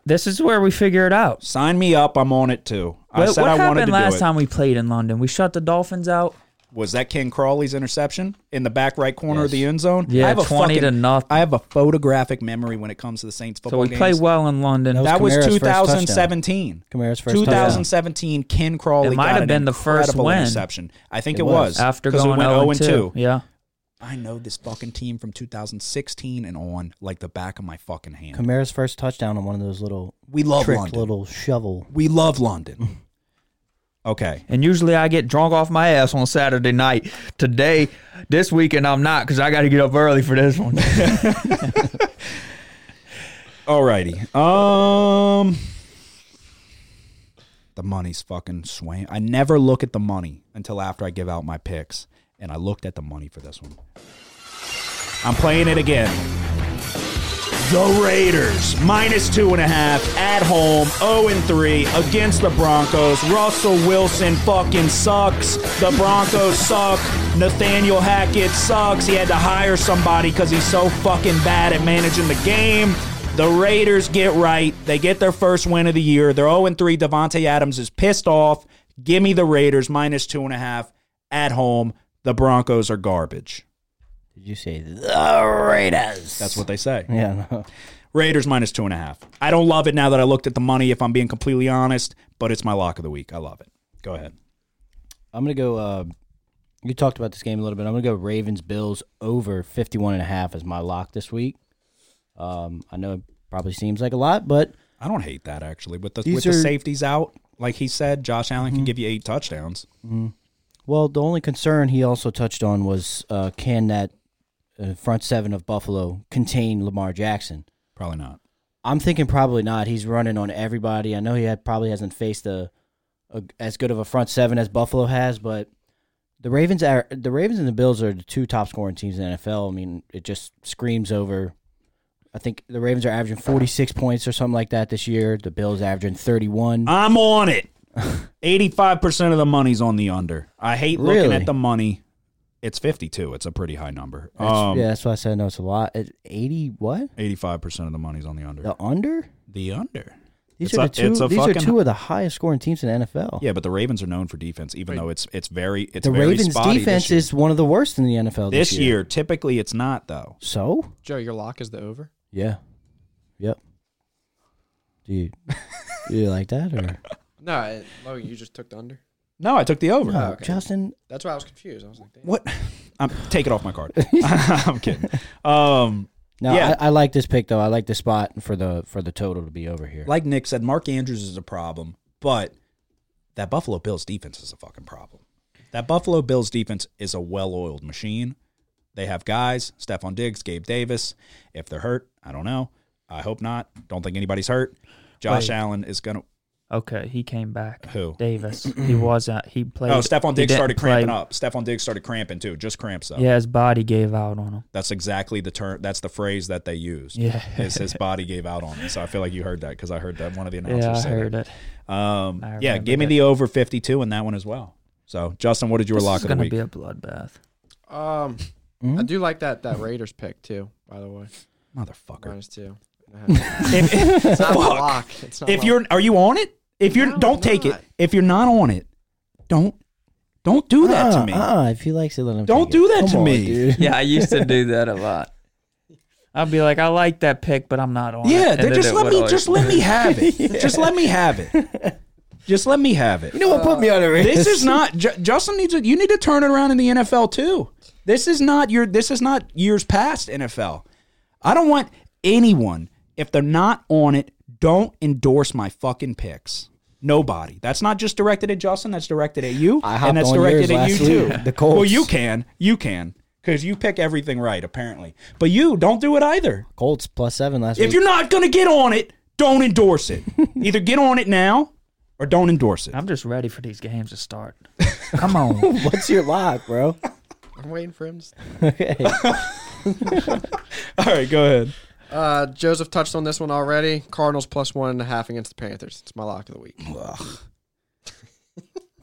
E: This is where we figure it out.
C: Sign me up. I'm on it too. I
E: What,
C: said
E: what
C: I wanted
E: happened
C: to
E: last
C: do it.
E: time we played in London? We shut the Dolphins out.
C: Was that Ken Crawley's interception in the back right corner of the end zone?
E: Yeah,
C: I have a
E: 20 to
C: fucking-
E: nothing.
C: I have a photographic memory when it comes to the Saints
E: So
C: football
E: we
C: games.
E: play well in London.
D: That
C: that was,
D: Kamara's first
C: 2017.
D: Kamara's first touchdown.
C: 2017, Ken Crawley
E: It might
C: got
E: have
C: an
E: been the first
C: incredible
E: win.
C: interception. I think it,
D: It
C: was,
D: was.
E: after
C: 'cause
E: going oh
C: it went 0 and 2.
E: Yeah.
C: I know this fucking team from 2016 and on like the back of my fucking hand.
D: Kamara's first touchdown on one of those little
C: we love
D: trick
C: London.
D: little shovel.
C: We love London. okay.
E: And usually I get drunk off my ass on Saturday night. Today, this weekend, I'm not because I got to get up early for this one.
C: Alrighty. Um The money's fucking swaying. I never look at the money until after I give out my picks. And I looked at the money for this one. I'm playing it again. The Raiders, minus two and a half, at home, 0 and 3, against the Broncos. Russell Wilson fucking sucks. The Broncos suck. Nathaniel Hackett sucks. He had to hire somebody because he's so fucking bad at managing the game. The Raiders get right. They get their first win of the year. They're 0 and 3. Devontae Adams is pissed off. Give me the Raiders, minus two and a half, at home. The Broncos are garbage.
D: Did you say the Raiders?
C: That's what they say.
D: Yeah. No.
C: Raiders minus two and a half. I don't love it now that I looked at the money, if I'm being completely honest, but it's my lock of the week. I love it. Go ahead.
D: I'm gonna go. Uh, you talked about this game a little bit. I'm gonna go Ravens Bills over 51 and a half as my lock this week. Um, I know it probably seems like a lot, but
C: I don't hate that actually. With the
D: These
C: with
D: are- Mm-hmm.
C: the safeties out, like he said, Josh Allen can give you eight touchdowns.
D: well, the only concern he also touched on was uh, can that uh, front seven of Buffalo contain Lamar Jackson?
C: Probably not.
D: I'm thinking probably not. He's running on everybody. I know he had, probably hasn't faced a, a as good of a front seven as Buffalo has, but the Ravens are the Ravens and the Bills are the two top scoring teams in the NFL. I mean, it just screams over. I think the Ravens are averaging 46 points or something like that this year. The Bills averaging 31.
C: I'm on it. 85% of the money's on the under. I hate looking
D: Really?
C: at the money. It's 52. It's a pretty high number.
D: That's-
C: Um,
D: yeah, that's why I said no. It's a lot. It's 80 what?
C: 85% of the money's on the under.
D: The under?
C: The under.
D: These
C: It's
D: are
C: a-
D: the two.
C: it's a
D: These are
C: fucking-
D: two of the highest scoring teams in the NFL.
C: Yeah, but the Ravens are known for defense, even though it's it's very it's
D: the
C: very
D: Ravens
C: spotty
D: defense
C: this year.
D: is one of the worst in the NFL
C: this
D: this,
C: year. Typically, it's not though.
D: So?
F: Joe, your lock is the over.
D: Yeah. Yep. Do you do you like that or
F: No, it, oh, you just took the under.
C: No, I took the over.
D: no,
F: okay.
D: Justin?
F: That's why I was confused. I was like, damn.
C: What? I'm take it off my card. I'm kidding. Um,
D: No,
C: Yeah.
D: I, I like this pick though. I like the spot for the for the total to be over here.
C: like Nick said, Mark Andrews is a problem, but that Buffalo Bills defense is a fucking problem. That Buffalo Bills defense is a well-oiled machine. They have guys, Stephon Diggs, Gabe Davis. If they're hurt, I don't know. I hope not. Don't think anybody's hurt. Josh
E: Wait.
C: Allen is gonna.
E: Okay, he came back.
C: Who?
E: Davis. he was out. He played.
C: Oh, Stephon Diggs
E: he didn't
C: started cramping
E: play.
C: up. Oh. Stephon Diggs started cramping too. Just cramps up.
E: Yeah, his body gave out on him.
C: That's exactly the term. That's the phrase that they used.
E: Yeah.
C: is his body gave out on him. So I feel like you heard that because I heard that one of the announcers.
E: Yeah, I
C: say that.
E: heard it.
C: Um,
E: I
C: yeah,
E: remember
C: give me
E: that.
C: the over 52 in that one as well. So, Justin, what did your
E: This
C: lock
E: is
C: of the
E: gonna
C: week?
E: be a bloodbath.
F: Um,
C: Hmm?
F: I do like that that Raiders pick too. By the way,
C: Motherfucker.
F: minus two. it's not my lock. It's not
C: If
F: my-
C: you're, are you on it? If you're,
F: No,
C: don't
F: I'm
C: take it.
F: not.
C: If you're not on it, don't, don't do that
D: uh,
C: to me.
D: Uh, if he likes it, let him.
C: Don't
D: take
C: do
D: it.
C: that
D: Come
C: to
D: on,
C: me.
D: dude.
E: Yeah, I used to do that a lot. I'd be like, I like that pick, but I'm not on. it.
C: yeah,
E: And
C: then
E: then
C: just
E: it
C: let
E: would
C: me,
E: always-
C: just let me have it. Just let me have it. Just let me have it.
D: You know what put me on a race?
C: This is not Ju- Justin needs. A, you need to turn it around in the NFL too. This is not your. This is not years past NFL. I don't want anyone if they're not on it. Don't endorse my fucking picks. Nobody. That's not just directed at Justin. That's directed at you,
D: I hopped
C: and that's
D: on
C: directed
D: yours
C: at you
D: last
C: too.
D: week, the Colts.
C: Well, you can. You can. Because you pick everything right, apparently. But you don't do it either.
D: Colts plus seven last
C: If
D: week.
C: you're not going to get on it, don't endorse it. Either get on it now or don't endorse it.
E: I'm just ready for these games to start. Come on.
D: What's your lock, bro?
F: I'm waiting for him. to-
D: okay.
C: All right, go ahead.
F: Uh, Joseph touched on this one already. Cardinals plus one and a half against the Panthers. It's my lock of the week.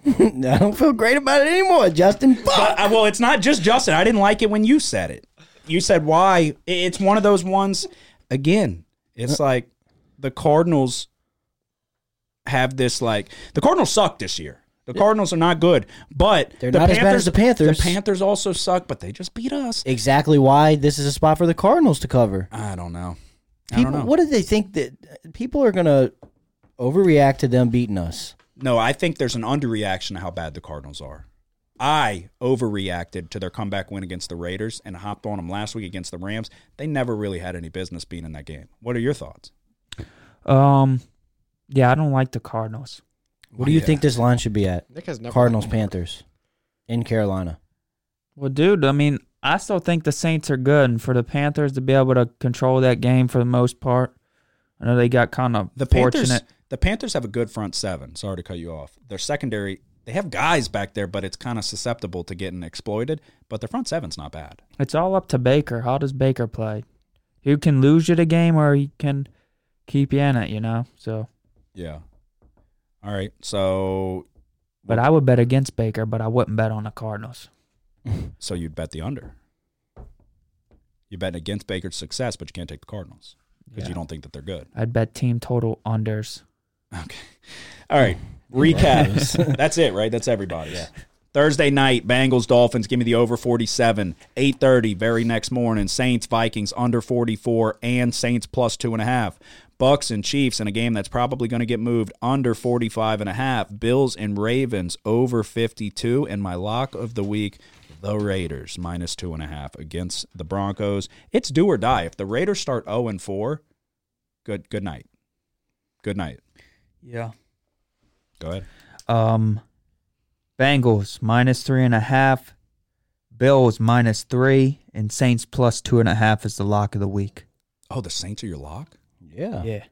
D: I don't feel great about it anymore, Justin. Fuck.
C: But, uh, well, it's not just Justin. I didn't like it when you said it. You said why? I- It's one of those ones. Again, it's like the Cardinals have this like the Cardinals suck this year. The Cardinals are not good, but
D: They're
C: the
D: not as bad as the Panthers.
C: The Panthers also suck, but they just beat us.
D: Exactly why this is a spot for the Cardinals to cover.
C: I don't know. I
D: People,
C: don't know.
D: what do they think that people are gonna overreact to them beating us?
C: No, I think there's an underreaction to how bad the Cardinals are. I overreacted to their comeback win against the Raiders and hopped on them last week against the Rams. They never really had any business being in that game. What are your thoughts?
E: Um, yeah, I don't like the Cardinals.
D: What do you
C: Yeah.
D: think this line should be at?
F: Nick has never
D: Cardinals Panthers in Carolina.
E: Well, dude, I mean, I still think the Saints are good, and for the Panthers to be able to control that game for the most part, I know they got kind of
C: The Panthers,
E: fortunate.
C: the Panthers have a good front seven. Sorry to cut you off. Their secondary, they have guys back there, but it's kind of susceptible to getting exploited. But their front seven's not bad.
E: It's all up to Baker. How does Baker play? Who can lose you the game, or he can keep you in it? You know, so.
C: Yeah. All right. So,
E: But I would bet against Baker, but I wouldn't bet on the Cardinals.
C: so you'd bet the under. You're betting against Baker's success, but you can't take the Cardinals because you
E: Yeah.
C: don't think that they're good.
E: I'd bet team total unders.
C: Okay. All right. Recap. That's it, right? That's everybody. Thursday night, Bengals, Dolphins, give me the over 47. 8.30, very next morning, Saints, Vikings, under 44, and Saints plus 2.5. Bucks and Chiefs in a game that's probably going to get moved under 45 and a half. Bills and Ravens over 52. And my lock of the week, the Raiders minus 2.5 against the Broncos. It's do or die. If the Raiders start 0 and 4, good, good night. Good night.
E: Yeah.
C: Go ahead.
E: Um, Bengals minus three and a half, Bills minus three, and Saints plus two and a half is the lock of the week.
C: Oh, the Saints are your lock?
D: Yeah.
E: Yeah.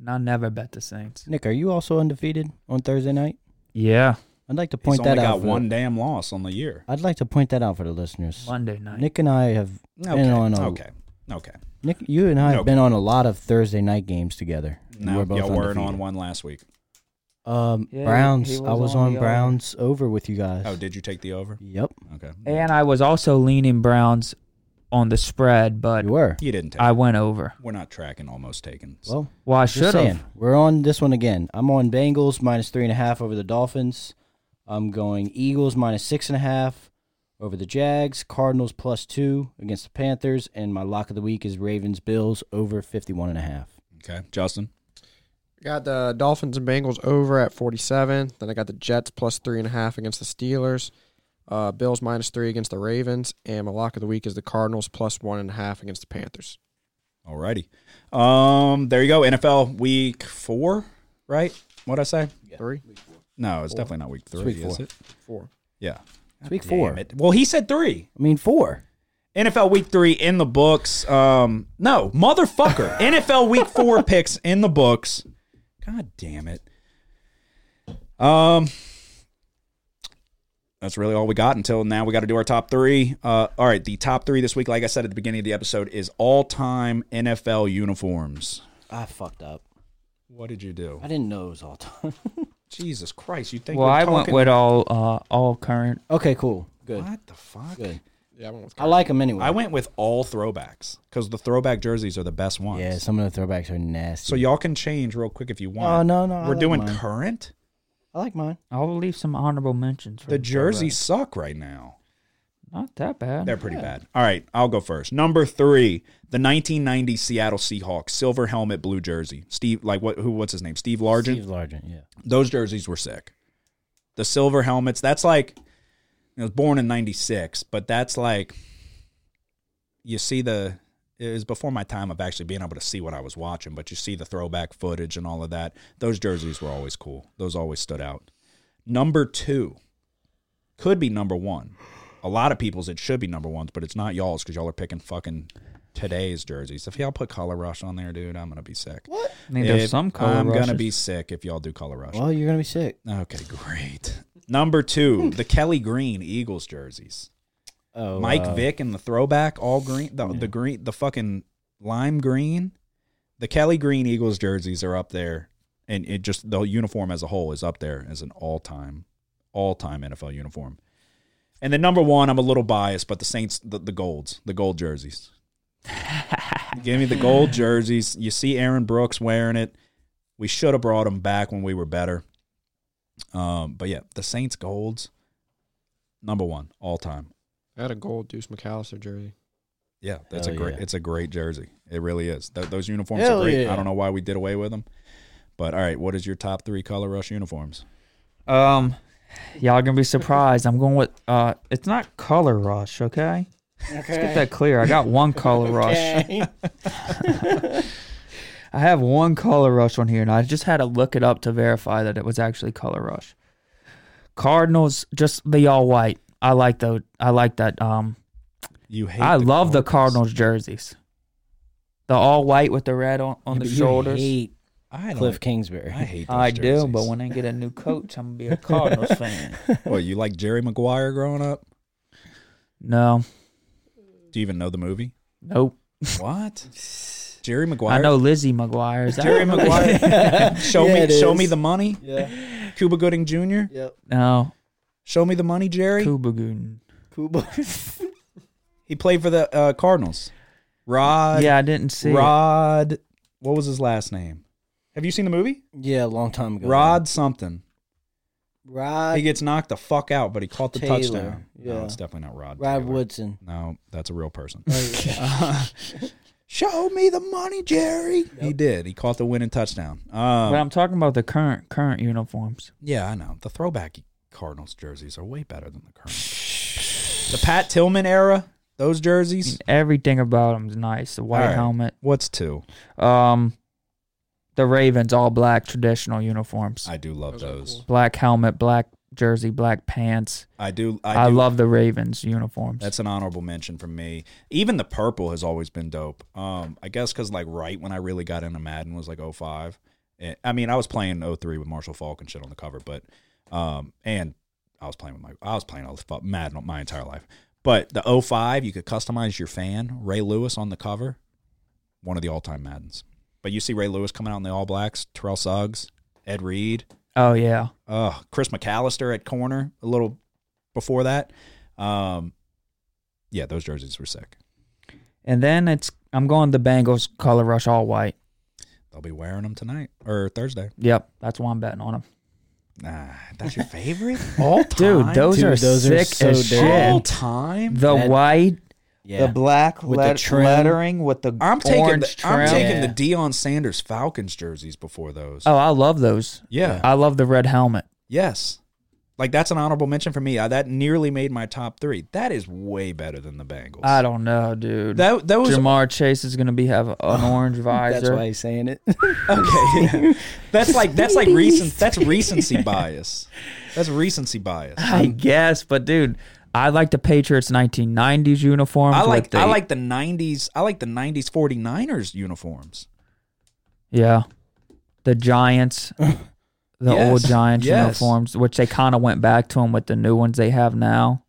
E: And I never bet the Saints.
D: Nick, are you also undefeated on Thursday night?
E: Yeah.
D: I'd like to point
C: He's
D: that
C: only
D: out.
C: got
D: for the-
C: one damn loss on the year.
D: I'd like to point that out for the listeners.
E: Monday night.
D: Nick and I have
C: Okay.
D: been on a,
C: okay. Okay.
D: Nick, you and I have
C: Okay.
D: been on a lot of Thursday night games together. and
C: No, y'all weren't
D: undefeated.
C: on one last week.
D: Um,
E: Yeah,
D: Browns.
E: he was
D: I was
E: on
D: on
E: the over.
D: Browns over with you guys.
C: Oh, did you take the over?
D: Yep,
C: Okay.
E: And I was also leaning Browns on the spread, but
D: you were.
C: you didn't take
E: I
C: it.
E: went over.
C: We're not tracking almost taken. So-
D: Well,
E: Well, I
D: just
E: should
D: saying.
E: have.
D: We're on this one again. I'm on Bengals minus three and a half over the Dolphins. I'm going Eagles minus six and a half over the Jags. Cardinals plus two against the Panthers. And my lock of the week is Ravens Bills over 51 and a half.
C: okay. Justin.
F: Got the Dolphins and Bengals over at 47. Then I got the Jets plus three and a half against the Steelers. Uh, Bills minus three against the Ravens. And my lock of the week is the Cardinals plus one and a half against the Panthers.
C: Alrighty. Um, there you go. NFL week four, right? What'd I say?
F: Three?
C: No, it's definitely not week three,
D: week four.
C: is it?
F: Four.
C: Yeah.
D: It's week
C: Damn
D: four.
C: it. Well, he said three.
D: I mean, four.
C: NFL Week Three in the books. Um, no, motherfucker. NFL Week Four picks in the books. God damn it. Um, that's really all we got until now. We got to do our top three. Uh, all right, the top three this week, like I said at the beginning of the episode, is all-time NFL uniforms.
D: I fucked up.
C: What did you do?
D: I didn't know it was all time.
C: Jesus Christ! You think?
E: Well,
C: we're
E: I went
C: talking-
E: with all uh, all current.
D: okay, cool. Good.
C: what the fuck?
D: Good.
F: Yeah, I went with
D: I like them anyway.
C: I went with all throwbacks because the throwback jerseys are the best ones.
D: Yeah, some of the throwbacks are nasty.
C: So y'all can change real quick if you want.
D: Oh, no, no, I
C: We're
D: like
C: doing
D: mine.
C: current.
D: I like mine.
E: I'll leave some honorable mentions. For
C: The jerseys
E: jerseys,
C: suck right now.
E: not that bad.
C: They're pretty bad. All right, I'll go first. Number three, the 1990 Seattle Seahawks silver helmet, blue jersey. Steve, like what? Who? What's his name? Steve Largent.
D: Steve Largent, yeah.
C: Those jerseys were sick. The silver helmets. That's like I was born in '96, but that's like you see the. It was before my time of actually being able to see what I was watching, but you see the throwback footage and all of that. Those jerseys were always cool. Those always stood out. Number two could be number one. A lot of people's it should be number ones, but it's not y'all's because y'all are picking fucking today's jerseys. If y'all put color rush on there, dude, I'm gonna be sick. What?
E: I mean, there's some color
C: I'm gonna
E: rushes.
C: be sick if y'all do color rush.
D: Well, you're going to be sick.
C: Okay, great. Number two, the Kelly Green Eagles jerseys.
D: Oh,
C: Mike
D: uh,
C: Vick and the throwback, all green, the, the green, the fucking lime green. The Kelly Green Eagles jerseys are up there, and it just the uniform as a whole is up there as an all time, all time NFL uniform. And then number one, I'm a little biased, but the Saints, the, the golds, the gold jerseys. Give me the gold jerseys. You see Aaron Brooks wearing it. We should have brought him back when we were better. Um, but yeah, the Saints golds, number one all time.
F: I had a gold Deuce McAllister jersey.
C: Yeah, that's
D: Hell
C: a great.
D: yeah.
C: It's a great jersey. It really is. Th- those uniforms
D: Hell
C: are great.
D: yeah.
C: I don't know why we did away with them, but all right. What is your top three color rush uniforms?
E: Um, y'all are gonna be surprised. I'm going with uh, it's not color rush. Okay, let's get that clear. I got one color rush. I have one color rush on here, and I just had to look it up to verify that it was actually color rush. Cardinals, just the all white. I like the I like that. Um,
C: You hate.
E: I love the
C: Cardinals.
E: Cardinals jerseys. The all white with the red on, on
D: Yeah,
E: the
D: but you
E: shoulders.
D: hate
C: I
D: Cliff
C: don't.
D: Kingsbury.
C: I hate. Those
E: I do,
C: jerseys.
E: but when I get a new coach, I'm gonna be a Cardinals fan.
C: Well, you like Jerry Maguire growing up?
E: No,
C: Do you even know the movie?
E: nope.
C: What? Jerry Maguire.
E: I know Lizzie McGuire. Is that
C: Jerry Maguire. show
D: Yeah, it
C: me. Show
D: is.
C: me the money.
D: yeah.
C: Cuba Gooding Jr.
D: Yep.
E: No,
C: Show me the money, Jerry.
E: Kubagoon.
D: Kuba.
C: He played for the uh, Cardinals. Rod.
E: Yeah, I didn't see. it.
C: Rod. What was his last name? Have you seen the movie?
D: yeah, a long time ago.
C: Rod something.
D: Rod
C: He gets knocked the fuck out, but he caught the
D: Uh, Taylor,
C: touchdown. No,
D: yeah.
C: it's definitely not Rod.
D: Rod
C: Taylor.
D: Woodson.
C: No, that's a real person. Uh, show me the money, Jerry. He did. He caught the winning touchdown. Um,
E: but I'm talking about the current current uniforms.
C: yeah, I know. The throwback Cardinals jerseys are way better than the current. the Pat Tillman era, those jerseys.
E: Everything about them is nice. The white
C: All right.
E: helmet.
C: What's two?
E: Um, the Ravens all black traditional uniforms.
C: I do love those.
E: black helmet, black jersey, black pants.
C: I do. I,
E: I,
C: do.
E: love the Ravens uniforms.
C: That's an honorable mention from me. Even the purple has always been dope. Um, I guess because like right when I really got into Madden was like 05. And- I mean, I was playing 03 with Marshall Falk and shit on the cover, but um, and I was playing with my I was playing all the fu- Madden my entire life. But the 05, you could customize your fan Ray Lewis on the cover, one of the all time Maddens. But you see Ray Lewis coming out in the All Blacks, Terrell Suggs, Ed Reed
E: oh yeah,
C: uh, Chris McAllister at corner a little before that. Um, yeah, those jerseys were sick.
E: and then it's I'm going the Bengals color rush all white.
C: They'll be wearing them tonight or Thursday.
E: Yep, that's why I'm betting on them.
C: Nah, that's your favorite all time,
E: Dude, those
D: Dude,
E: are
D: those are
E: sick
D: so
E: as
D: dirty.
E: shit.
C: all time.
E: The
D: That-
E: white,
D: Yeah.
E: black
D: With the let- trim. lettering,
E: with the
C: I'm taking the, I'm taking
D: Yeah.
C: the Dion Sanders Falcons jerseys before those.
E: oh, I love those.
C: Yeah.
E: I love the red helmet.
C: Yes, like that's an honorable mention for me. Uh, that nearly made my top three. That is way better than the Bengals.
E: I don't know, dude.
C: that that was
E: Jamar Chase is gonna be have an orange visor.
D: That's why he's saying it.
C: okay. yeah. That's like that's like recent. That's recency bias. That's recency bias.
E: I guess, but dude, I like the Patriots 1990s uniforms.
C: I
E: with
C: like
E: the,
C: I like the '90s. I like the '90s 49ers uniforms.
E: yeah, the Giants, the old
C: Yes,
E: Giants
C: yes.
E: uniforms, which they kind of went back to them with the new ones they have now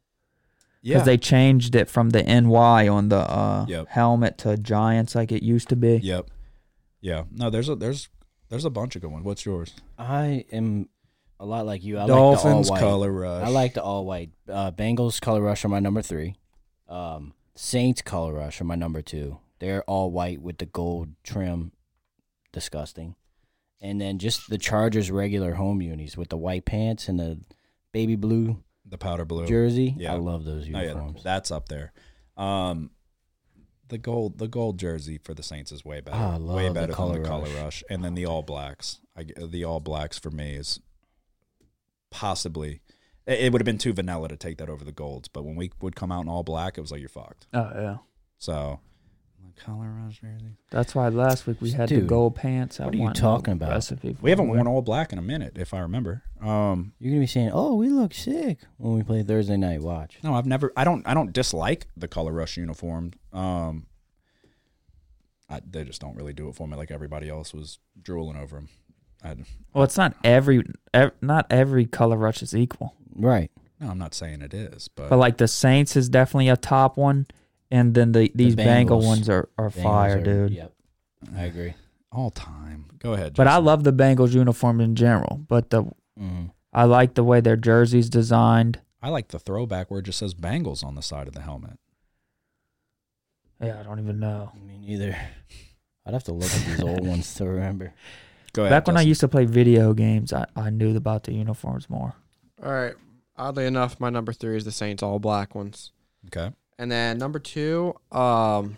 C: Yeah,
E: because they changed it from the NY on the uh,
C: Yep.
E: helmet to Giants like it used to be.
C: Yep. Yeah. No, there's a there's there's a bunch of good ones. What's yours?
D: I am a lot like you. I
C: Dolphins
D: like the all white.
C: color rush.
D: I like the all white. Uh, Bengals color rush are my number three. Um, Saints color rush are my number two. They're all white with the gold trim. Disgusting. And then just the Chargers regular home unis with the white pants and the baby blue
C: the powder blue.
D: jersey.
C: Oh, Yeah.
D: I love those
C: Oh, yeah,
D: uniforms.
C: that's up there. Um, the gold the gold jersey for the Saints is way better.
D: Ah, I
C: way
D: love the
C: better than
D: color
C: the color
D: rush.
C: rush. And then the all blacks. I g the all blacks for me is possibly. It it would have been too vanilla to take that over the golds, but when we would come out in all black, it was like you're fucked.
E: Oh yeah,
C: So, color rush jersey.
E: that's why last week we had the
D: Dude,
E: gold pants. I
D: what are you
E: want a
D: talking about?
E: Recipe for
C: We haven't
E: one.
C: worn all black in a minute, if I remember. Um,
D: You're gonna be saying, "Oh, we look sick" when we play Thursday night. Watch.
C: no, I've never. I don't. I don't dislike the color rush uniform. Um, I, they just don't really do it for me. Like everybody else was drooling over them. I,
E: Well, it's not every, ev- not every color rush is equal,
D: Right.
C: no, I'm not saying it is, but,
E: but like the Saints is definitely a top one, and then the these Bengal
D: Bengals.
E: ones are, are
D: Bengals
E: fire,
D: are-
E: dude.
D: Yep. I agree.
C: all time. Go ahead.
E: But I
C: Jason.
E: love the Bengals uniform in general. But the
D: Mhm.
E: I like the way their jerseys designed.
C: I like the throwback where it just says Bengals on the side of the helmet.
E: Yeah, I don't even know.
D: Me neither. I'd have to look at these old ones to remember.
C: Go ahead.
E: Back when I
C: Justin.
E: used to play video games, I, I knew about the uniforms more.
F: All right. Oddly enough, my number three is the Saints all black ones.
C: Okay.
F: And then number two, um,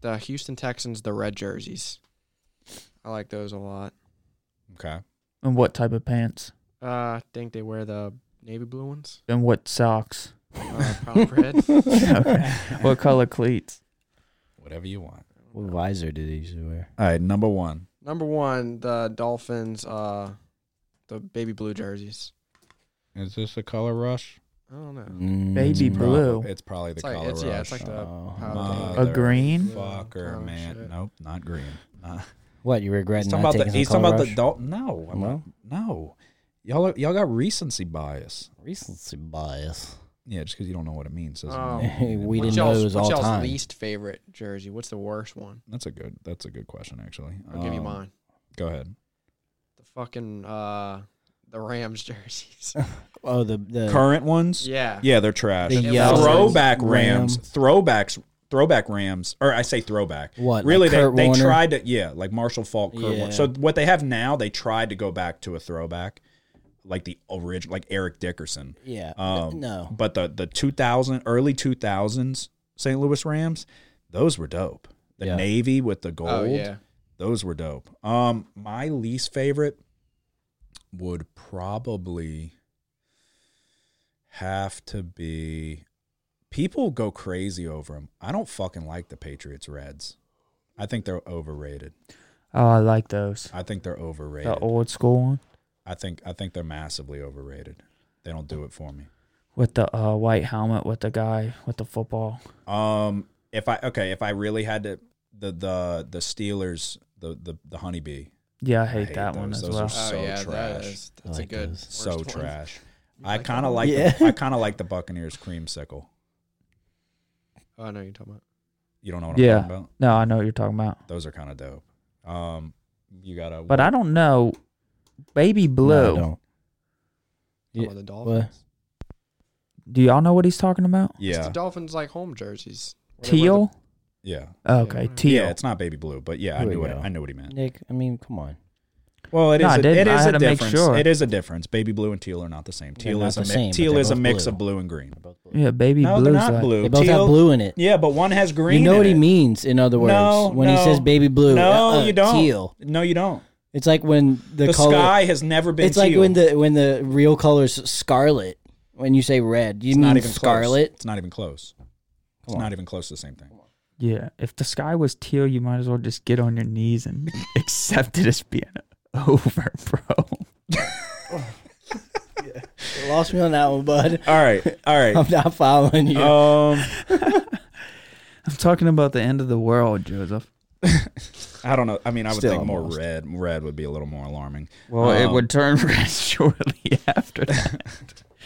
F: the Houston Texans, the red jerseys. I like those a lot.
C: Okay.
E: And what type of pants?
F: Uh, I think they wear the navy blue ones.
E: And what socks?
F: Uh, probably red.
E: what color cleats?
C: Whatever you want.
D: What visor did these wear?
C: All right. Number one.
F: Number one, the Dolphins, uh, the baby blue jerseys.
C: Is this a color rush?
F: I don't know.
E: Baby
D: Mm.
E: blue.
C: It's probably the
F: It's like-
C: color
F: it's-
C: rush.
F: yeah, it's like the-
D: Oh.
F: Uh,
E: A green?
C: Fucker,
F: Oh,
C: man.
F: shit.
C: Nope, not green. Uh,
D: What you regret
C: he's
D: not
C: talking about the.
D: taking
C: He's
D: some
C: talking about the
D: color rush?
C: adult. No, I'm not,
D: No?
C: no. Y'all, are, y'all got recency bias.
D: recency bias.
C: Yeah, just because you don't know what it means. doesn't
F: Oh.
C: mean-
D: Hey, we
C: Wow.
F: What's
D: didn't know it
F: y'all's-
D: was
F: what's
D: all
F: y'all's
D: time.
F: least favorite jersey? What's the worst one?
C: That's a good. That's a good question, actually.
F: I'll give you
C: Um,
F: mine.
C: Go ahead.
F: The fucking uh, the Rams jerseys.
D: Oh, the the
C: Current ones.
F: yeah.
C: Yeah, they're trash.
D: The
F: It
D: yellow
F: was-
C: throwback Rams.
D: Ram.
C: Throwbacks. Throwback Rams, or I say throwback.
D: What, like
C: Really,
D: Kurt
C: they, they
D: Warner?
C: tried to. Yeah, like Marshall Falk. Kurt Warner.
D: Yeah.
C: So what they have now, they tried to go back to a throwback. like the original, like Eric Dickerson.
D: Yeah.
C: Um,
D: no.
C: But the the 2000 early 2000s St. Louis Rams, those were dope. The
D: Yeah.
C: navy with the gold,
F: Oh yeah.
C: those were dope. Um, my least favorite would probably have to be. People go crazy over them. I don't fucking like the Patriots Reds. I think they're overrated.
E: Oh, I like those.
C: I think they're overrated.
E: The old school one
C: I think I think they're massively overrated. They don't do it for me.
E: with the uh, white helmet with the guy with the football.
C: Um, if I okay, if I really had to, the the the Steelers, the the the honeybee,
E: Yeah, I hate,
C: hate
E: that one
C: those.
E: as
C: Those are
E: well.
C: So
F: oh yeah. That
C: trash.
F: is, that's
D: like
F: a good.
D: those.
F: worst
C: so
F: one.
C: trash.
F: You
C: I
F: like
C: kind
F: that
C: of
F: one?
C: like
D: Yeah.
C: the, I kind of like the Buccaneers creamsicle.
F: Oh, I know you're talking about.
C: You don't know what I'm
E: Yeah.
C: talking about?
E: No, I know what you're talking about,
C: Those are kind of dope. Um, you gotta.
E: but I don't know. Baby
D: No, I
E: blue.
D: don't.
F: Talking
D: Yeah,
F: about the
D: well,
F: Dolphins.
E: Do y'all know what he's talking about?
F: It's
C: yeah,
F: the Dolphins like home jerseys. Where they wear
E: Teal. Oh,
C: yeah,
E: Okay,
F: Yeah.
E: teal.
C: yeah. It's not baby blue, but yeah, I
D: There we
C: knew what
D: go.
C: I knew what he meant.
D: Nick, I mean, come on.
C: Well, it is
E: No, I
C: a,
E: didn't.
C: it
E: I
C: is
E: had
C: a
E: to make
C: difference.
E: sure.
C: It is a difference. Baby blue and teal are not the same.
D: They're
C: Teal
D: not
C: is a
D: the
C: mi-
D: same, but
C: teal
D: they're
C: is a
D: both
C: mix
D: blue.
C: of blue and green.
E: Yeah, baby
C: No,
E: blue's
C: they're not
E: like-
C: blue.
D: They both
C: teal,
D: have blue in it.
C: Yeah, but one has green.
D: You know
C: in
D: what he
C: it.
D: means, in other words,
C: No,
D: when he
C: no.
D: says baby blue.
C: No,
D: uh,
C: you don't.
D: Teal.
C: No, you don't.
D: It's like when the,
C: The,
D: color.
C: sky has never been.
D: it's like
C: teal.
D: when the when the real color's scarlet. When you say red, you
C: It's
D: mean
C: not even
D: scarlet.
C: Close. It's not even close. It's
D: on.
C: not even close to the same thing.
E: Yeah, if the sky was teal, you might as well just get on your knees and accept it as being over, bro.
D: You lost me on that one, bud.
C: All right, all right.
D: I'm not following you.
C: Um,
E: I'm talking about the end of the world, Joseph.
C: I don't know. I mean, I would
D: Still
C: think more
D: almost.
C: red. Red would be a little more alarming.
E: Well, it
C: Um,
E: would turn red shortly after that.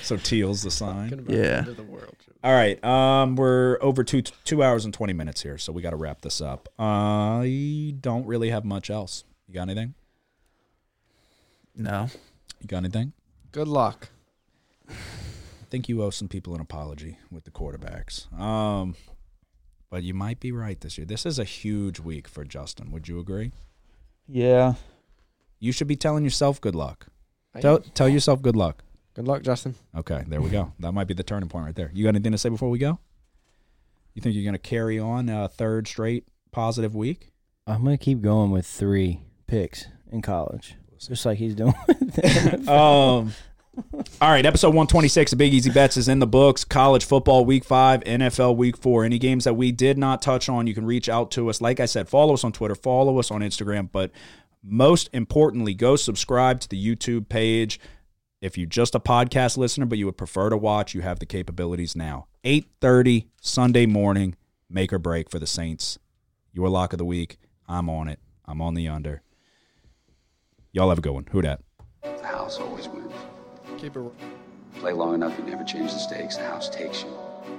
C: So teal's the sign.
F: Talking about the
E: Yeah.
F: end of the world.
C: All right. Um, we're over two two hours and twenty minutes here, so we got to wrap this up. I don't really have much else. You got anything?
E: no.
C: You got anything?
F: Good luck.
C: I think you owe some people an apology with the quarterbacks. Um, but you might be right this year. This is a huge week for Justin. Would you agree?
E: Yeah.
C: You should be telling yourself good luck.
F: I
C: Tell
F: am.
C: tell yourself good luck.
F: Good luck, Justin.
C: Okay, there we go. That might be the turning point right there. You got anything to say before we go? You think you're going to carry on a third straight positive week?
D: I'm gonna keep going with three picks in college, just like he's doing. with the
C: Um, all right, episode 126 of Big Easy Bets is in the books. College football week five, NFL week four. Any games that we did not touch on, you can reach out to us. Like I said, follow us on Twitter, follow us on Instagram, but most importantly, go subscribe to the YouTube page. If you're just a podcast listener, but you would prefer to watch, you have the capabilities now. 8:30 Sunday morning, make or break for the Saints. Your lock of the week. I'm on it. I'm on the under. Y'all have a good one. Who dat?
A: The house always wins.
F: Keep it.
A: Play long enough, you never change the stakes. The house takes you.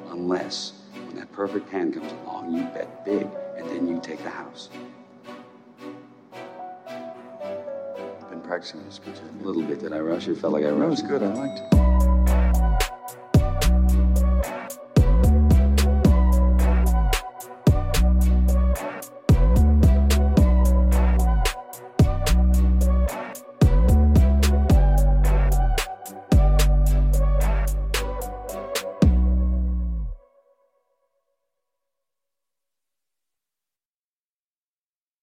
A: Unless, when that perfect hand comes along, you bet big, and then you take the house.
G: I've been practicing this good too.
A: A little bit that I rush, it felt like I rushed.
G: That was good. I liked it.